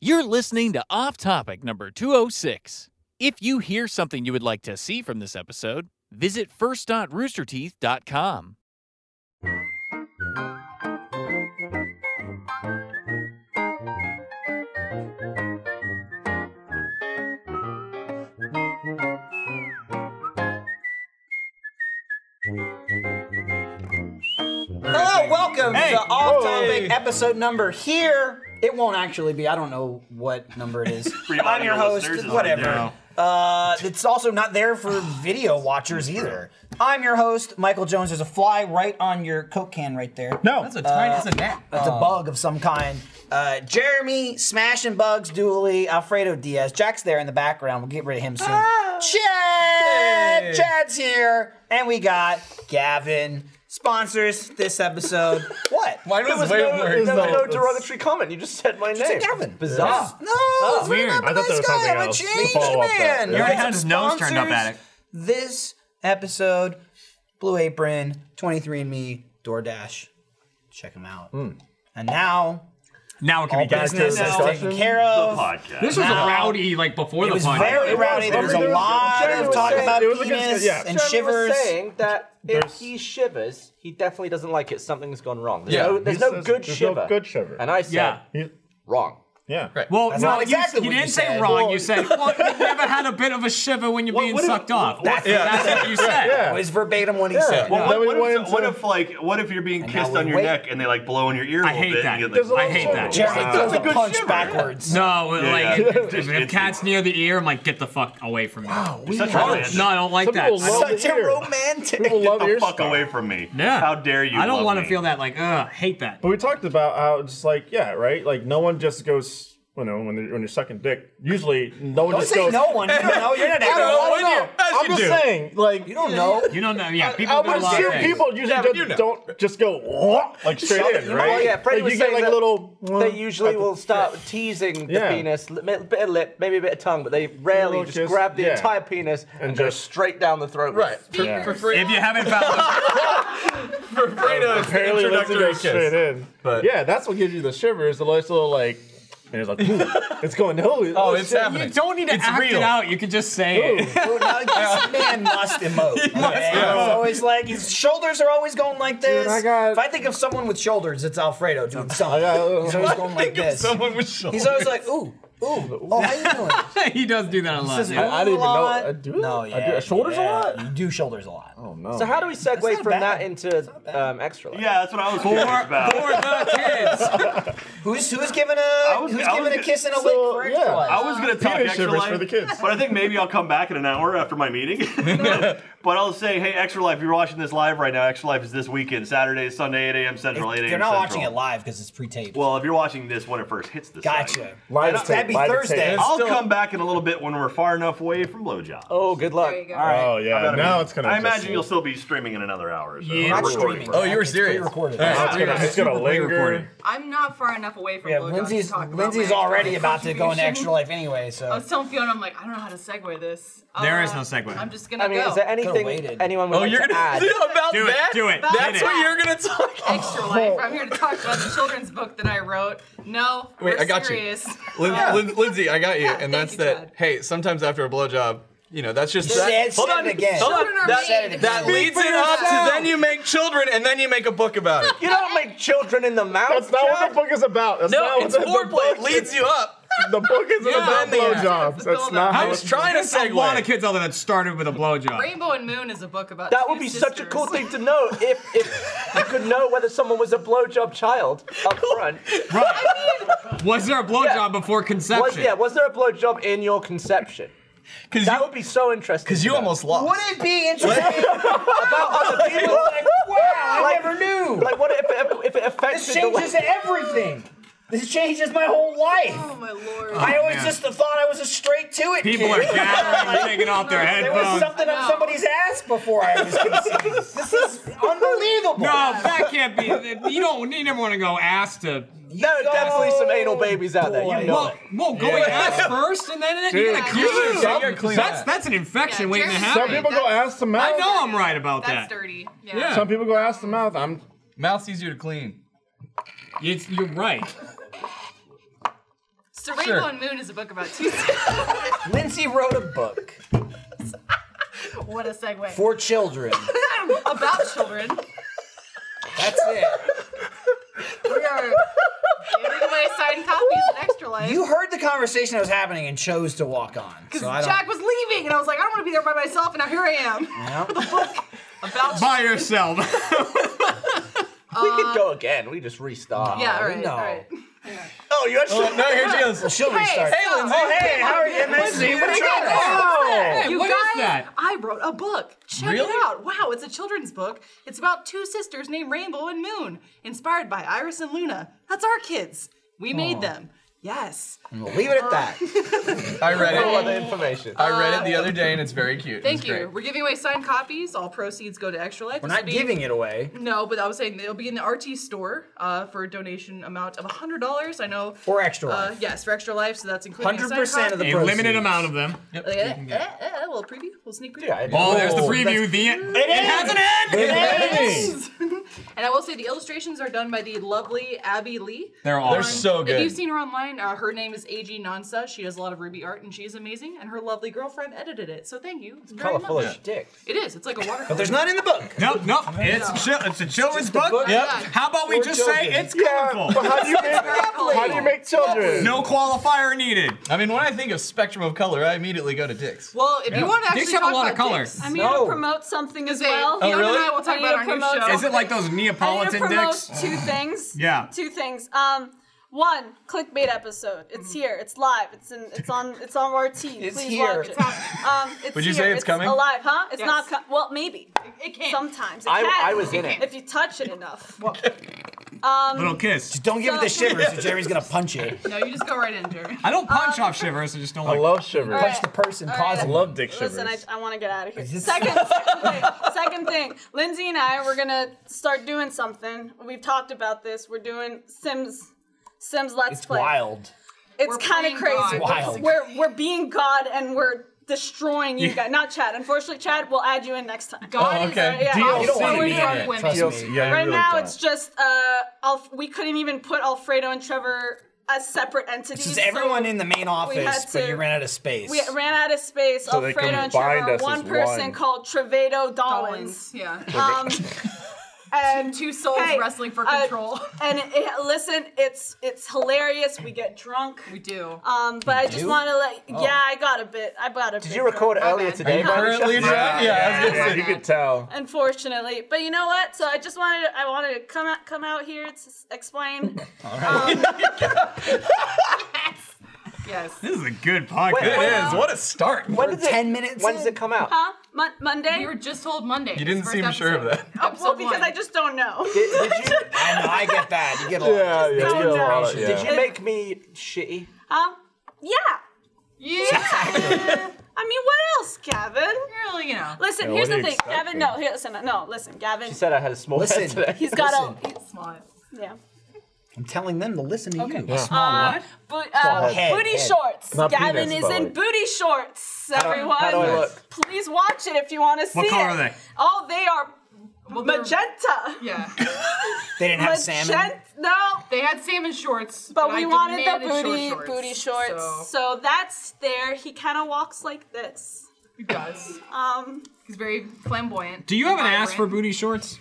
You're listening to Off Topic number 206. If you hear something you would like to see from this episode, visit first.roosterteeth.com. Hello, welcome Hey. to Off Hey. Topic episode number here. It won't actually be. I don't know what number it is. For you I'm your audio host. listeners, it's Whatever. audio. Uh, it's also not there for video watchers either. I'm your host, Michael Jones. There's a fly right on your Coke can right there. No. That's a tiny, that's a gnat. Oh. It's a bug of some kind. Uh, Jeremy, smashing bugs, Dooley, Alfredo Diaz. Jack's there in the background. We'll get rid of him soon. Ah! Chad! Ah! Hey. Chad's here. And we got Gavin. Sponsors this episode. what? Mine There was, was way no, worse. there was No, no it's- derogatory comment. You just said my name. Hey, Gavin. Bizarre. No, Oh, it's Oh, weird. weird. I'm a I thought nice that was guy. something I'm a else. We changed follow up that. man. You already Got had some his nose turned up at it. sponsors. This episode, Blue Apron, 23andMe, DoorDash. Check them out. And now, Now it can be back done. to business is discussion. taken care The of. podcast. This was No. rowdy, like before It the was podcast. very rowdy. There was a Jeremy lot of was talk saying- about it was a good- penis yeah. and Jeremy shivers. was saying that if There's- he shivers, he definitely doesn't like it. Something's gone wrong. There's Yeah. no, there's He no says good there's no shiver. good shiver. And I said, Yeah. He- wrong. yeah. Right. Well, That's well, not exactly you, you what you didn't say said. wrong. you said, well, you've never had a bit of a shiver when you're being what if- sucked off. that's- Well, that's what you said. It Yeah. was verbatim what he Yeah. said. Well, Yeah. then we What- What, went if, into- what if, like, what if you're being now kissed we on your wait. neck and they like blow in your ear a I little hate bit? that. And you There's a get, like, I hate little- that. Jeremy Wow. throws That's a a good punch shiver. backwards. No, yeah. Oh, like It's if just- a it's- cat's near the ear, I'm like, get the fuck away from me. Wow, You're such a no, man. I don't like Some that. people I don't- love- Such a Here. romantic. People love Get the ear fuck stuff. away from me. yeah. How dare you? I don't want to feel that. Like, ugh, hate that. But we talked about how it's like, yeah, right? Like no one just goes, you know, when, they're, when you're sucking dick, usually no one Don't just say goes. no one. You don't know. You're not I don't, know, know. I don't know. As I'm you just do. saying, like You don't know. You don't know. Yeah, people I'm do a just lot of sure things. people usually Yeah, but don't, you know. don't just go "Whoa," Oh, like straight in, you know, right? yeah, Freddie like, was you get saying like that little. They usually at the- will start teasing the Yeah. penis, li- mi- bit of lip, maybe a bit of tongue, but they rarely Little just kiss, grab the yeah. entire penis and, And go just- straight down the throat. with Right. it. For, Yeah. for free. If you haven't found for Fredo's Apparently, let's introductory go kiss. straight in. But- yeah, that's what gives you the shivers. The nice little like, and it's like, ooh, it's going. Oh, Oh, it's shit. happening. you don't need to It's act it real. out. You can just say it. Oh, now this man must emote. Okay? It's always like his shoulders are always going like this. I got- if I think of someone with shoulders, it's Alfredo doing something. got- uh, He's always going like this. Someone was short. He's always like, ooh, ooh, oh, how you doing? he does do that a lot. This is yeah. I didn't even know. lot. I do. No, I do- yeah. shoulders a yeah. lot? You do shoulders a lot. Oh no. So how do we segue not from bad. that into um, extra? Life? Yeah, that's what I was For- about. For the kids. Who's who's giving a was- who's I was giving a gonna- kiss and a lick so, for extra yeah. life? I was gonna talk Penis extra shivers life for the kids. but I think maybe I'll come back in an hour after my meeting. but I'll say, hey, extra life. If you're watching this live right now, extra life is this weekend, Saturday, Sunday, 8 a.m. Central, 8 a.m. They're not Central. watching it live because it's pre-taped. Well, if you're watching this when it first hits this, gotcha. site. Live That'd tape, be live Thursday. tape. I'll come back in a little bit when we're far enough away from blowjob. Oh, good luck. There you go. All right. Oh I've got yeah, a now meeting. it's gonna. I just- imagine you'll still be streaming in another hour. Or so. Yeah, Not We're recording for streaming. it. Oh, you were It's serious. pre-recorded. All right. Oh, it's gonna, it's gonna Super pre-recorded. linger. I'm not far enough away from Yeah, blowjobs Lindsay's to talk about Lindsay's my already extra about to go into contribution. extra life anyway, I so was telling Fiona, I'm like, I don't know how to segue this. Uh, There is no segue. I'm just gonna I mean, go. is there anything waited. anyone would Oh, like to add? about Do it, that? do it, hit That's it. what you're gonna talk. extra life. I'm here to talk about the children's book that I wrote. No, Wait, we're I got you. serious. Uh, Lin- Lin- Lindsay, I got you, thank and that's you, Chad. that. Hey, sometimes after a blowjob, you know, that's just Said- that. said it again. Hold on. Children are That, made. that Speak leads for it up yourself. to then you make children, and then you make a book about it. You don't make children in the mouth. That's not what Chad. the book is about. That's No, not it's what the, foreplay. The It book, leads you up. the book is Yeah, about I'm there. blowjobs. That's not I how was it's. trying to There's a lot of segue. kids out there that started with a blowjob. Rainbow and Moon is a book about. That two would be such a sisters. cool thing to know if if you could know whether someone was a blowjob child up front. Was there a blowjob before Was, conception? yeah, was there a blowjob in your conception? Because That you, would be so interesting. because you to know. almost lost. would it be interesting? about other people. like, wow, I Like- never knew. like what if if, if it affects this the way- changes everything. This changes my whole life. Oh my lord. I always man. just thought I was a straight to it. People are kid. gathering, taking off their There was headphones. something up No. somebody's ass before I was conceived. this is unbelievable. No, that can't be. You don't. You never want to go ass to. No, definitely some anal babies out there. You know. Well, it. well, going ass first and then it, you Dude, gotta yeah, clean you it up. should- you gotta clean That's it up. that's an infection Yeah, waiting to Jeremy- happen. Some people go That's- ass to I mouth. know I'm right about that. That's dirty. Yeah. Some people go ass to mouth. I'm. Mouth's easier to clean. It's, you're right. So Rainbow Sure. and Moon is a book about two. Lindsay wrote a book what a segue. for children. about children. That's it. We are giving away signed copies of Extra Life. You heard the conversation that was happening and chose to walk on. So I don't. Jack was leaving, and I was like, I don't want to be there by myself, and now here I am. Yeah. About By yourself. we Uh, could go again. We just restopped. Um, Yeah, all right, no. all right. Oh, you actually. No, here she goes. She'll restart. Hey, Lindsay. Oh, hey, how are you? Nice to see you. What you got? Hey, You what guys, is that? I wrote a book. Check Really? it out. Wow, it's a children's book. It's about two sisters named Rainbow and Moon, inspired by Iris and Luna. That's our kids. We made them. Yes. We'll leave it at that. I read I want it. the information. I read it the other day and it's very cute. Thank It's you. great. We're giving away signed copies. All proceeds go to Extra Life. We're This not will be- giving it away. No, but I was saying it'll be in the RT store uh, for a donation amount of hundred dollars. I know. For Extra Uh, Life. yes, for Extra Life. So that's including a Hundred signed percent of the A proceeds. limited amount of them. copy. Like, eh, eh, eh, a little preview, a little sneak preview. Yeah, I Oh, know. there's the preview. The end. It, has an end. And I will say the illustrations are done by the lovely Abby Lee. Um, They're They're awesome. so If you've good. seen her online, uh, her name is AG Nansa. She does a lot of Ruby art, and she's amazing. And her lovely girlfriend edited it, so thank you. It's very Colorful much. as dick. It is. It's like a watercolor. But there's not in the book. Nope, nope. It's, chil- it's a children's book. Yep. How about we just say it's Yeah, colorful? but how do you make, Lovely. how do you make children? No qualifier needed. I mean, when I think of spectrum of color, I immediately go to dicks. Well, if you want to actually Dicks have a talk lot of about color. dicks, I mean, No. to promote something as Is it- well. Oh, Fiona really? and I will talk I need about to our new promote show. something. Is it like those I need to Neapolitan promote dicks? two things. Yeah. Two things. Um, one clickbait episode. Mm-hmm. It's here. It's live. It's in. It's on. It's on RT. Please here. watch it. Um, it's Would you here. say it's coming? Alive, huh? It's Yes. not. Co- well, maybe. It can't. Sometimes it I, can. I was in it. If you touch it enough. Um, Little kiss. Don't give it the So- shivers. or Jeremy's gonna punch it. No, you just go right in, Jerry. I don't punch Um, off shivers. I just don't I like. love shivers. All right. Punch the person. right. Cause I love dick shivers. Listen, I, I want to get out of here. Second, second thing, second thing, Lindsay and I, we're gonna start doing something. We've talked about this. We're doing Sims, Sims Let's It's Play. wild. It's We're kind playing of crazy. God. It's wild. We're we're being God and we're destroying you guys. Not Chad. Unfortunately, Chad, we'll add you in next time. God Oh, is- okay. Yeah. Deal. You don't Forward wanna be drunk on it, women. trust Feels- me. yeah, you Right really now, don't. it's just uh, Alf- we couldn't even put Alfredo and Trevor as separate entities. It's just everyone so in the main office, had but to- you ran out of space. We uh, ran out of space. So they Alfredo and combined Trevor, us one as person one. called Trevedo Dollins. Collins. Yeah. Um, and Two souls hey, wrestling for uh, control. and it- it- listen, it's it's hilarious. We get drunk. we do. Um, but I just do? want to let yeah, I got a bit. I got a bit. Did you record earlier bad. today? by any Currently, chance? yeah, yeah, I was gonna yeah, say. you could tell. Unfortunately, but you know what? So I just wanted I wanted to come out come out here to s- explain. Yes. This is a good podcast. Wait, wait. It is. What a start. When does it? 10 minutes When in? does it come out? Huh? Mon- Monday. Oh, We were just told Monday. You didn't First seem sure of episode. that. Episode well, because one. I just don't know. Did, did you? I know. I get that. You get a lot. Yeah, yeah, don't you get a lot of- know. yeah. Did you make me shitty? Huh? Um, Yeah. Yeah. I mean, what else, Gavin? Really, you know. Listen, Yeah, here's what the do you thing, expect, Gavin. No, here, listen, no, listen, Gavin. She said I had a small Listen. head today. he's got a Smile. yeah. I'm telling them to listen to you. Oh, Uh, bo- uh, Small head, booty head. shorts. Not Gavin penis, is by the in way. booty shorts. Everyone, how do I look? please watch it if you want to see What color it. are they? Oh, they are Well, they're- magenta. Yeah. They didn't have salmon. Magenta. No, They had salmon shorts, but I we wanted the demanded booty short shorts, booty shorts. So. So that's there. He kind of walks like this. he does. Um, He's very flamboyant. Do you have an vibrant. ass for booty shorts?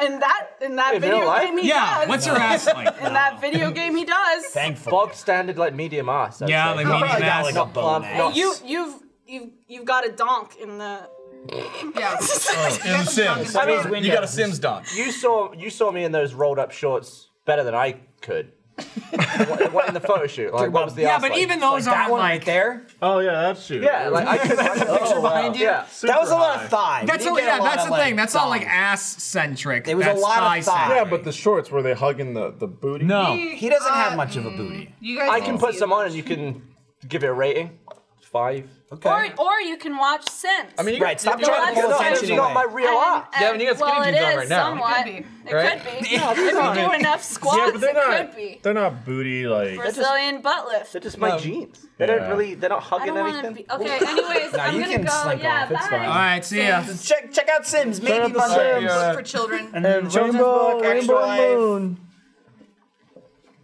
in that in that In real video life? game, he Yeah. does. What's your ass like? in that video game, he does. Thankfully. Bog standard like medium ass. I'd Yeah, say. like Not- medium Probably got ass. like a bone Um, no. ass. You you've you've you've got a donk in the Yeah. Oh, In Sims. I mean, You got a Sims dog. you saw you saw me in those rolled up shorts better than I could. what, what in the photo shoot? Like, what was the Yeah, ass but like? even those That aren't one like right there. Oh yeah, that's true. yeah, like I could. I could picture Oh, behind you. Yeah. that was a lot of thigh. We That's didn't a, get yeah, lot that's of, the thing. That's not like thigh. ass centric. There was a That's lot of thigh thigh. centric. Yeah, but the shorts were they hugging the the booty? no. He doesn't have much Mm. Uh, of a booty. You guys I can put see some it. on and you can give it a rating. Five. Okay. or or you can watch Sims. I mean, you Right, stop you trying to that's pull not- It's attention got my away. Um, real ass. uh, Gavin, you got skinny well, jeans it on is right now. somewhat. It could It Right? could be. if you do enough squats, Yeah, but they're it not. could be. They're not booty like. Brazilian butt lift. They're just my No. jeans. They Yeah. don't really. They're not I hugging don't want to anything. be. Okay, anyways, Nah, I'm you gonna can go. slink yeah, off, it's bye. All right. See ya. Check check out Sims. Maybe out the Monday. Sims. for children. And then Children's Book, Extra Life. Moon.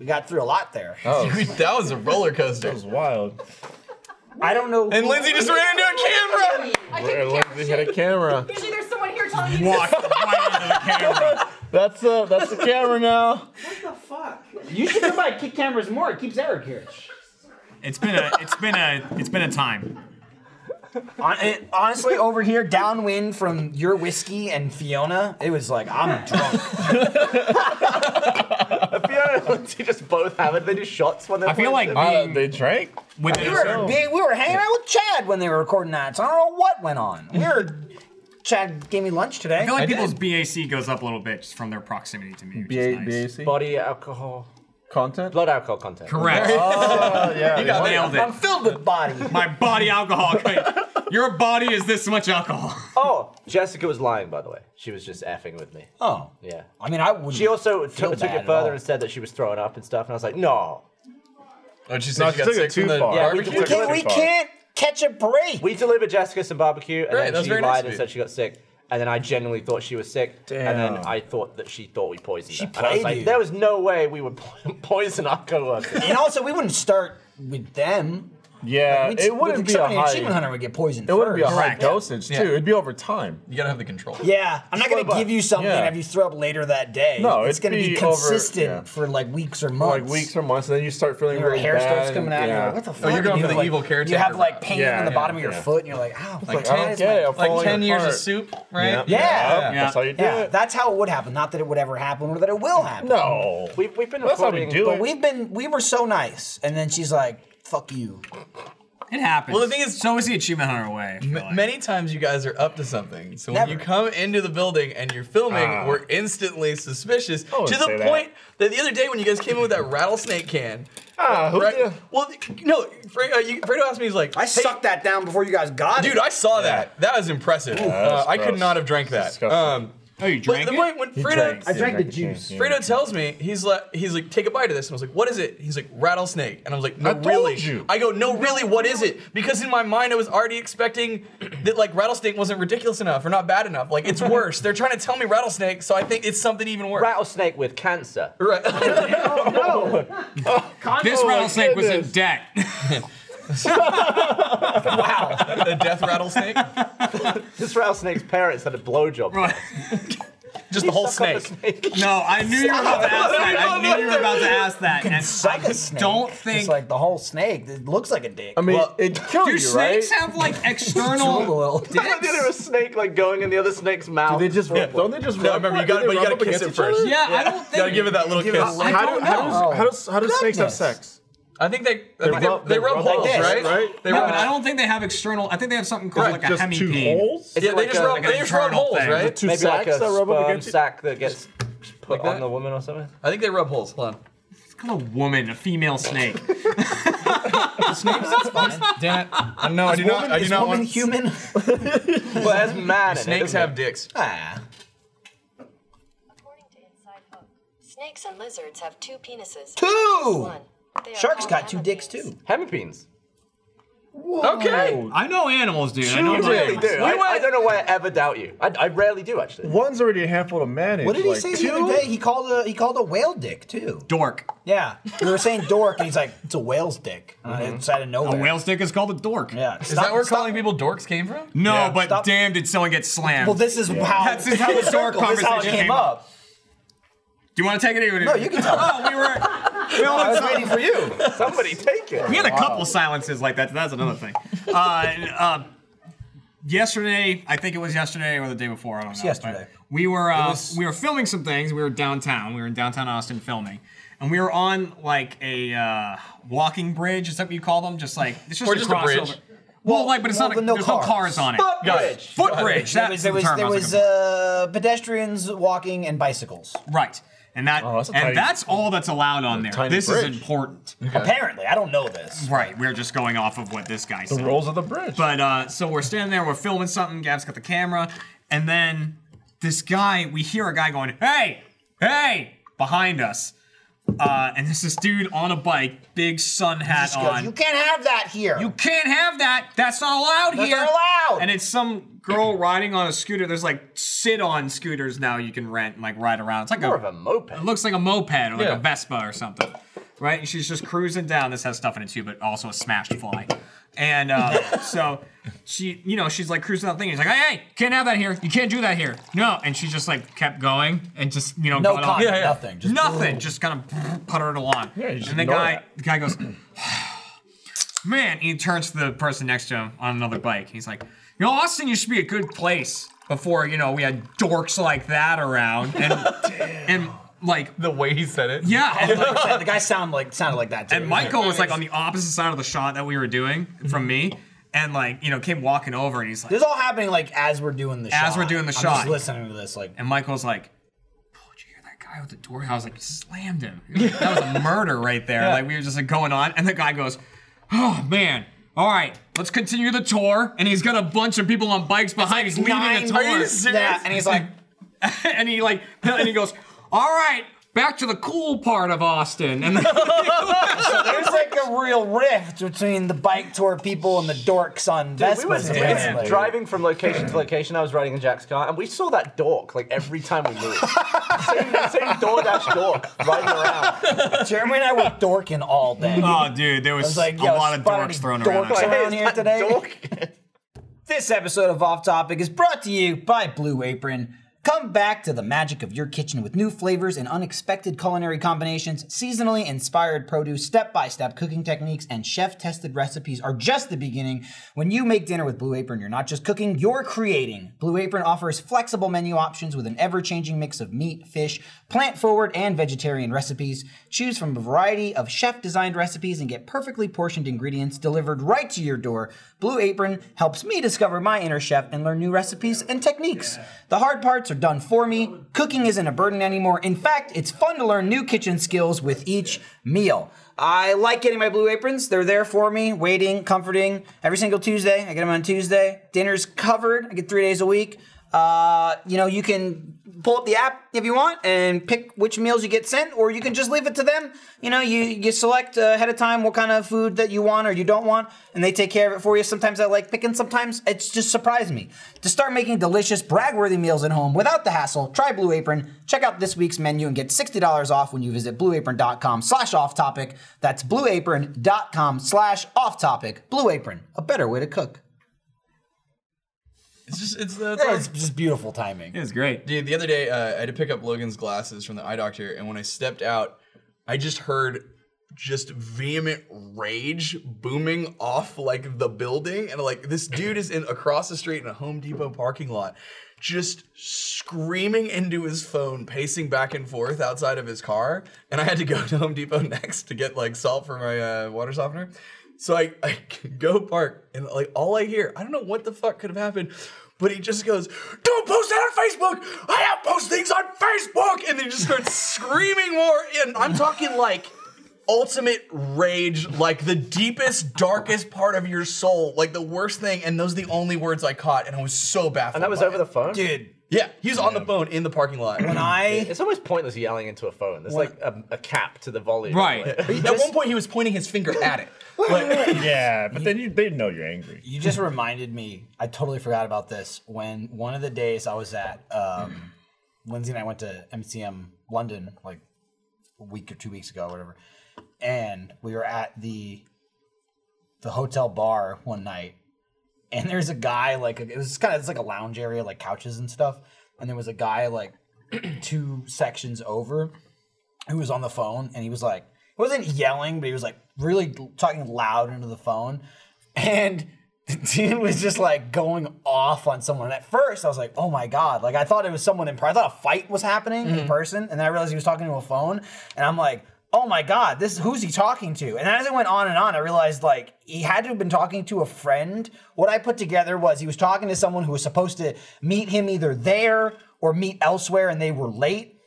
You got through a lot there. Oh, that was a roller coaster. That was wild. I don't know. And who- Lindsay just ran into a camera. I And couldn't Lindsay catch had it. a camera. Usually there's someone here telling you. Walk right into the camera. That's uh, that's the camera now. You should come by kick cameras more. It keeps Eric here. It's been a, it's been a, it's been a time. Hon- it- eh, honestly, over here, downwind from your whiskey and Fiona, it was like I'm drunk. Fiona and Lindsay just both have it. They do shots when they're. I feel like playing Uh, being they drank. with We a were, certain- big, we were hanging out with Chad when they were recording that, so I don't know what went on. We were. Chad gave me lunch I today. feel like I did. people's BAC goes up a little bit just from their proximity to me. Which is nice. Sim. body alcohol, content. blood alcohol content. Correct. yeah, you got nailed I'm it. filled with body. My body alcohol. Your body is this much alcohol. Oh, Jessica was lying by the way. She was just effing with me. Oh, Yeah. I mean, I would. She also t- Feel took bad at it further all. and said that she was throwing up and stuff, and I was like, no. Oh, she No, said she she got took it sick from too the far. Yeah, we Barbecue can We chicken can't, take far. we can't catch a break. We delivered Jessica some barbecue, and Great, that then was she very lied nice of and you. said she got sick. And then I genuinely thought she was sick, and then Damn. I thought that she thought we poisoned She her. And I was played like, you. there was no way we would po- poison our coworkers. And also, we wouldn't start with them. Yeah, We'd- it wouldn't we'd- be a somebody in high. Achievement Hunter would get poisoned It wouldn't be a first. high Correct. dosage too. Yeah. It'd be over time. You gotta have the control. Yeah, I'm not gonna Slow give you something Yeah. and have you throw up later that day. No, it's it'd gonna be, be over- consistent yeah. for like weeks or For, Like months. weeks or months, and then you start feeling Your really hair bad. starts coming out. and, and yeah. Oh, You're like, what the fuck? Oh, you're going And for you the have, evil like, caretaker You have like vibe. pain Yeah, on the yeah, bottom of your yeah. foot, and you're like, oh, Like, I don't get it. I'm Like falling 10 years of apart. soup, right? Yeah. Yeah. Yeah. That's how you do yeah, it. that's how it would happen. Not that it would ever happen, or that it will happen. no. We've, we've been That's how we recording. do but it. we've been we were so nice, and then she's like, "Fuck you." It happens. Well, the thing is- so is the achievement hunter way. I feel like. M- many times you guys are up to something. So Never. when you come into the building and you're filming, Ah. we're instantly suspicious. To wouldn't the say that. point that. the other day when you guys came in with that rattlesnake can, Ah, who right? did- Well, th- no, Fre- uh, you, Fredo asked me, he's like, I "Hey, sucked that down before you guys got it. Dude, I saw that. That was impressive. uh, that's I could gross. not have drank that. disgusting. Um, oh, you but drank the it? point when He Fredo, drank- I yeah, drank the can- juice. yeah. Fredo tells me, he's like, he's like, take a bite of this. And I was like, what is it? He's like, rattlesnake. And I was like, no, I told really. you. I go, no, really, what is it? Because in my mind, I was already expecting that like rattlesnake wasn't ridiculous enough or not bad enough. Like it's worse. They're trying to tell me rattlesnake, so I think it's something even worse. Rattlesnake with cancer. right. This Oh my rattlesnake was in goodness. debt. the death rattlesnake. This rattlesnake's parents had a blowjob. Just the whole snake. no, I knew you were about to ask that. I knew you were about to ask that. And I Suck a snake. don't it's think. like the whole snake. It looks like a dick. I mean, Well, it killed do you, right? snakes have like Drool a external? little. I did a snake like going in the other snake's mouth. They just Yeah. don't they just No, rub- remember, you don't they gotta- but you rub gotta up against kiss it each other? Yeah, I don't think. Gotta give it that little kiss. I How don't do, how know. does, how does, how do snakes have Goodness. sex? I think they, I think they, rub- they they rub rub like holes, this, right? right? They No, rub but I don't think they have external. I think they have something called like a Just hemi two holes? Yeah, they like just a- rub, like they an just rub internal holes, thing. right? Two Maybe like sacks a that rub up sperm against each sack that gets put Like on that? the woman or something. I think they rub holes. Hold on. It's called a woman, a female snake. Damn it. Uh, No, I do not. I do Is not woman want. human? Well, that's mad. Snakes have dicks. ah. According to Inside Hook, snakes and lizards have two penises. Two. One. They are Sharks called got two dicks hemipenes. too. hemipenes. Okay. I know animals, dude. I know Two about really animals. Dude, I, I don't know why I ever doubt you. I, I rarely do actually. One's already a handful to manage. What did like, he say two? the other day? He called a he called a whale dick too. Dork. Yeah, we were saying dork, and he's like, "It's a whale's dick." And I- It's out of A nowhere. whale stick is called a dork. Yeah. Mm-hmm. Is that where calling people dorks came from? No, but stop- damn, did someone get slammed? Well, this is how That's just how the dork this is how it conversation came came up. Do you want to take it? Or No, you can tell. Oh, we were. we all I had was some- waiting for you. Somebody take it. we had a couple silences like that. so That's another thing. Uh, and, uh, yesterday, I think it was yesterday or the day before. I don't know. but yesterday. We were uh, was- we were filming some things. We were downtown. We were in downtown Austin filming, and we were on like a uh, walking bridge. Is that what you call them? Just like it's just, Or a just a crossover. bridge. Well, like, but it's well, not. A, but no there's cars. no cars on it. Footbridge. Footbridge. There That's was there the was, term there I was was looking for. uh, pedestrians walking and bicycles. right, and that Oh, that's a uh, and tiny- that's all that's allowed on there. tiny This bridge. is important. Apparently, I don't know this. Right, we're just going off of what this guy The said. rolls of the bridge. But uh, so we're standing there, we're filming something. Gav's got the camera, and then this guy, we hear a guy going, "Hey, hey!" behind us, uh, and there's this dude on a bike, big sun hat Just goes, on. you can't have that here. You can't have that. That's not allowed That's here. not allowed. And it's some girl riding on a scooter. There's like sit-on scooters now you can rent and like ride around. It's like More a, of a moped. it looks like a moped or like Yeah. a Vespa or something. right? And she's just cruising down. This has stuff in it too, but also a smashed fly. And uh, so she, you know, she's like cruising that thing. And she's like, hey, hey, can't have that here. You can't do that here. No. And she just like kept going and just, you know, No going comment, on. nothing, just- Just nothing. Just kind of puttered along. just and the ignore guy, that. the guy goes, man, he turns to the person next to him on another bike. He's like, you know, Austin used to be a good place before, you know, we had dorks like that around. And, and like, the way he said it. Yeah. Oh, And like, the guy sound like sounded like that too. and Michael was like on the opposite side of the shot that we were doing from me, and like you know came walking over and he's like, This is all happening like as we're doing the shot. as we're doing the I'm shot, Just listening to this, like, and Michael's like, "Oh, did you hear that guy with the door?" I was like, slammed him. That was a murder right there. Like we were just like going on, and the guy goes, "Oh man." All right, let's continue the tour. And he's got a bunch of people on bikes behind. he's leading nine the tour. Are you serious? Yeah, and he's like- and he like, and he goes, "All right, back to the cool part of Austin." And then, so there's like a real rift between the bike tour people and the dorks on Dude, Vespa. we was driving from location to location. I was riding in Jack's car, and we saw that dork like every time we moved. same, same DoorDash dork riding around. Jeremy and I were dorking all day. oh, dude, there was, I was like, a yo, lot of spotted dorks thrown dorks around. around here today. This episode of Off Topic is brought to you by Blue Apron. Come back to the magic of your kitchen with new flavors and unexpected culinary combinations, seasonally inspired produce, step by step cooking techniques, and chef tested recipes are just the beginning. When you make dinner with Blue Apron, you're not just cooking, you're creating. Blue Apron offers flexible menu options with an ever changing mix of meat, fish, plant forward, and vegetarian recipes. Choose from a variety of chef designed recipes and get perfectly portioned ingredients delivered right to your door. Blue Apron helps me discover my inner chef and learn new recipes and techniques. The hard parts are done for me. Cooking isn't a burden anymore. In fact, it's fun to learn new kitchen skills with each meal. I like getting my blue aprons. They're there for me, waiting, comforting. Every single Tuesday, I get them on Tuesday. Dinner's covered. I get three days a week. Uh, you know, you can pull up the app if you want and pick which meals you get sent, or you can just leave it to them. You know, you you select uh, ahead of time what kind of food that you want or you don't want, and they take care of it for you. Sometimes I like picking, sometimes it's just surprised me. To start making delicious, brag-worthy meals at home without the hassle, try Blue Apron. Check out this week's menu and get sixty dollars off when you visit blueapron.com/off-topic. That's blueapron.com/off-topic. Blue Apron, a better way to cook. It's just it's the it's just beautiful timing. It was great. Dude, the other day uh, I had to pick up Logan's glasses from the eye doctor, and when I stepped out, I just heard just vehement rage booming off like the building, and like this dude is in across the street in a Home Depot parking lot, just screaming into his phone, pacing back and forth outside of his car, and I had to go to Home Depot next to get like salt for my uh, water softener. So I, I go park and like all I hear, I don't know what the fuck could have happened, but he just goes, Don't post that on Facebook! I don't post things on Facebook! And then he just starts screaming more. And I'm talking like ultimate rage, like the deepest, darkest part of your soul, like the worst thing. And those are the only words I caught. And I was so baffled. And that was over the phone? Dude. Yeah, he was on the phone in the parking lot. When I- It's almost pointless yelling into a phone. There's like a, a cap to the volume. Right. Like- At one point, he was pointing his finger at it. yeah, but then you, they know you're angry. You just reminded me. I totally forgot about this. When one of the days I was at, um, Lindsay and I went to MCM London like a week or two weeks ago, or whatever, and we were at the the hotel bar one night, and there's a guy like it was kind of it's like a lounge area, like couches and stuff, and there was a guy like two sections over who was on the phone, and he was like he wasn't yelling, but he was like really talking loud into the phone, and the dude was just like going off on someone. And at first, I was like, "Oh my god!" Like I thought it was someone in. per- I thought a fight was happening in person, and then I realized he was talking to a phone, and I'm like. Oh my God! This who's he talking to? And as it went on and on, I realized like he had to have been talking to a friend. What I put together was he was talking to someone who was supposed to meet him either there or meet elsewhere, and they were late.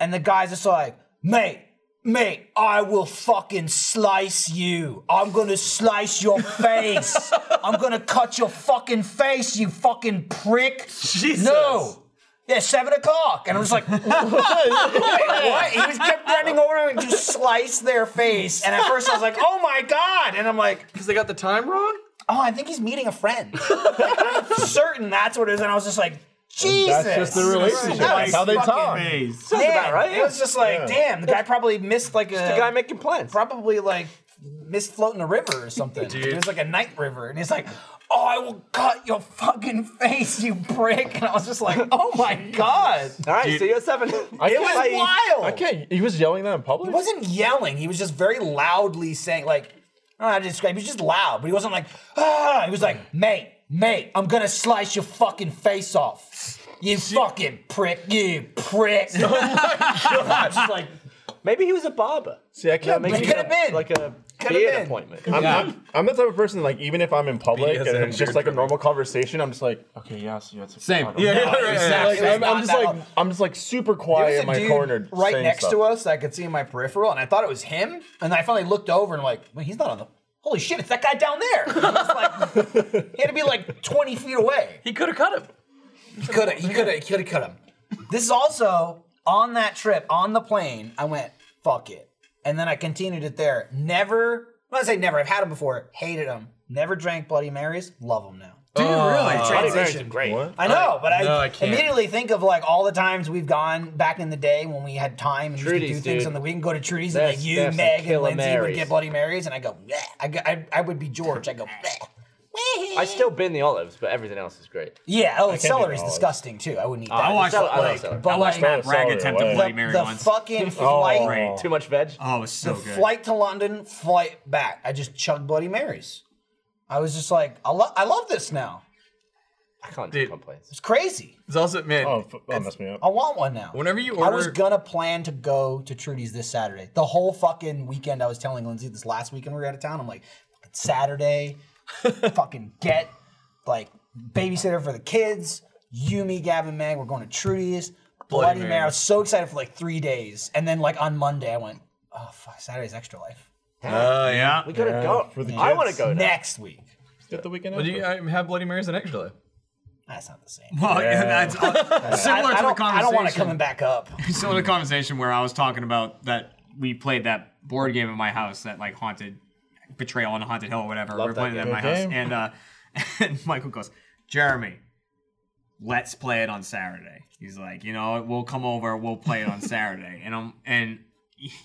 And the guy's just like, mate, mate, I will fucking slice you. I'm gonna slice your face. I'm gonna cut your fucking face, you fucking prick. No. Yeah, seven o'clock. And I was like, wait, what? He was kept running over and just sliced their face. And at first I was like, oh my God. And I'm like, because they got the time wrong? Oh, I think he's meeting a friend. I'm certain that's what it is. And I was just like, Jesus. That's just their relationship. That's how they fucking talk. amazed. Sounds Man, about right. It was just like, Yeah. damn, the guy probably missed like a, Just a guy making plans. Probably like missed floating a river or something. Dude. It was like a night river, and he's like, "Oh, I will cut your fucking face, you prick!" And I was just like, "Oh my god!" All right, see you at seven. it was wild. I can't. He was yelling that in public. He wasn't yelling. He was just very loudly saying, like, I don't know how to describe. He was just loud, but he wasn't like, ah. He was like, mate, mate, I'm gonna slice your fucking face off. You fucking prick. You prick. Oh I'm just like, Oh Maybe he was a barber. See, I can't can't. maybe believe- he had, Could've been. like a Could've beard been. appointment. I'm, I'm, I'm the type of person like even if I'm in public and it's just like a normal conversation, I'm just like, okay, yeah, so yeah, it's a Same. problem. Yeah, yeah, right, exactly. Like, I'm, I'm It's just not like, I'm just like super There quiet was in a my dude corner, right saying next stuff. to us that I could see in my peripheral, and I thought it was him. And I finally looked over and like, well, he's not on the. Holy shit! It's that guy down there. He, was like, he had to be like 20 feet away. He could have cut him. He could have. He could have. He could have cut him. This is also on that trip on the plane. I went fuck it, and then I continued it there. Never. I'm not saying never. I've had them before. Hated them. Never drank Bloody Marys. Love them now. Do you Oh. really? I transitioned. great. I know, but I, No, I can't. immediately think of like all the times we've gone back in the day when we had time and used to Trudy's, do things dude. on the weekend. Go to Trudy's and That's- like you, that's some Meg, and killer Lindsay would Marys. get Bloody Marys, and I go, yeah. I, go- I, I would be George. I go, "Bleh." I still bin the olives, but everything else is great. yeah. Oh, I can't do celery's olives. disgusting too. I wouldn't eat Oh, that. I watched- But, I love like- celery. Oh. but I watched like, that rag attempt at the- Bloody Mary the once. fucking Oh, flight. great. Too much veg. Oh, it was so the good. flight to London, flight back. I just chugged Bloody Marys. I was just like, I, lo- I love this now. I can't Dude. complaints. It's crazy. It's also man. Oh, that messed me up. I want one now. Whenever you I was order- gonna plan to go to Trudy's this Saturday. The whole fucking weekend, I was telling Lindsay this last weekend we were out of town. I'm like, "Fucking Saturday, fucking get like babysitter for the kids. You, me, Gavin, Meg, we're going to Trudy's. Bloody Bloody Mary. Mary. I was so excited for like three days, and then like on Monday, I went, oh fuck, Saturday's extra life. Oh, yeah. We gotta go. I want to go now. next week. Get the weekend. Well, do you I have Bloody Marys and extra life? That's not the same. Well, yeah, that's uh, similar I, to I the don't- conversation. I don't want it coming back up. similar to the conversation where I was talking about that we played that board game in my house that like haunted betrayal on haunted hill or whatever. Love we were that playing that in game. my Good house, game. and uh, and Michael goes, Jeremy, let's play it on Saturday. He's like, you know, we'll come over, we'll play it on Saturday, and I'm and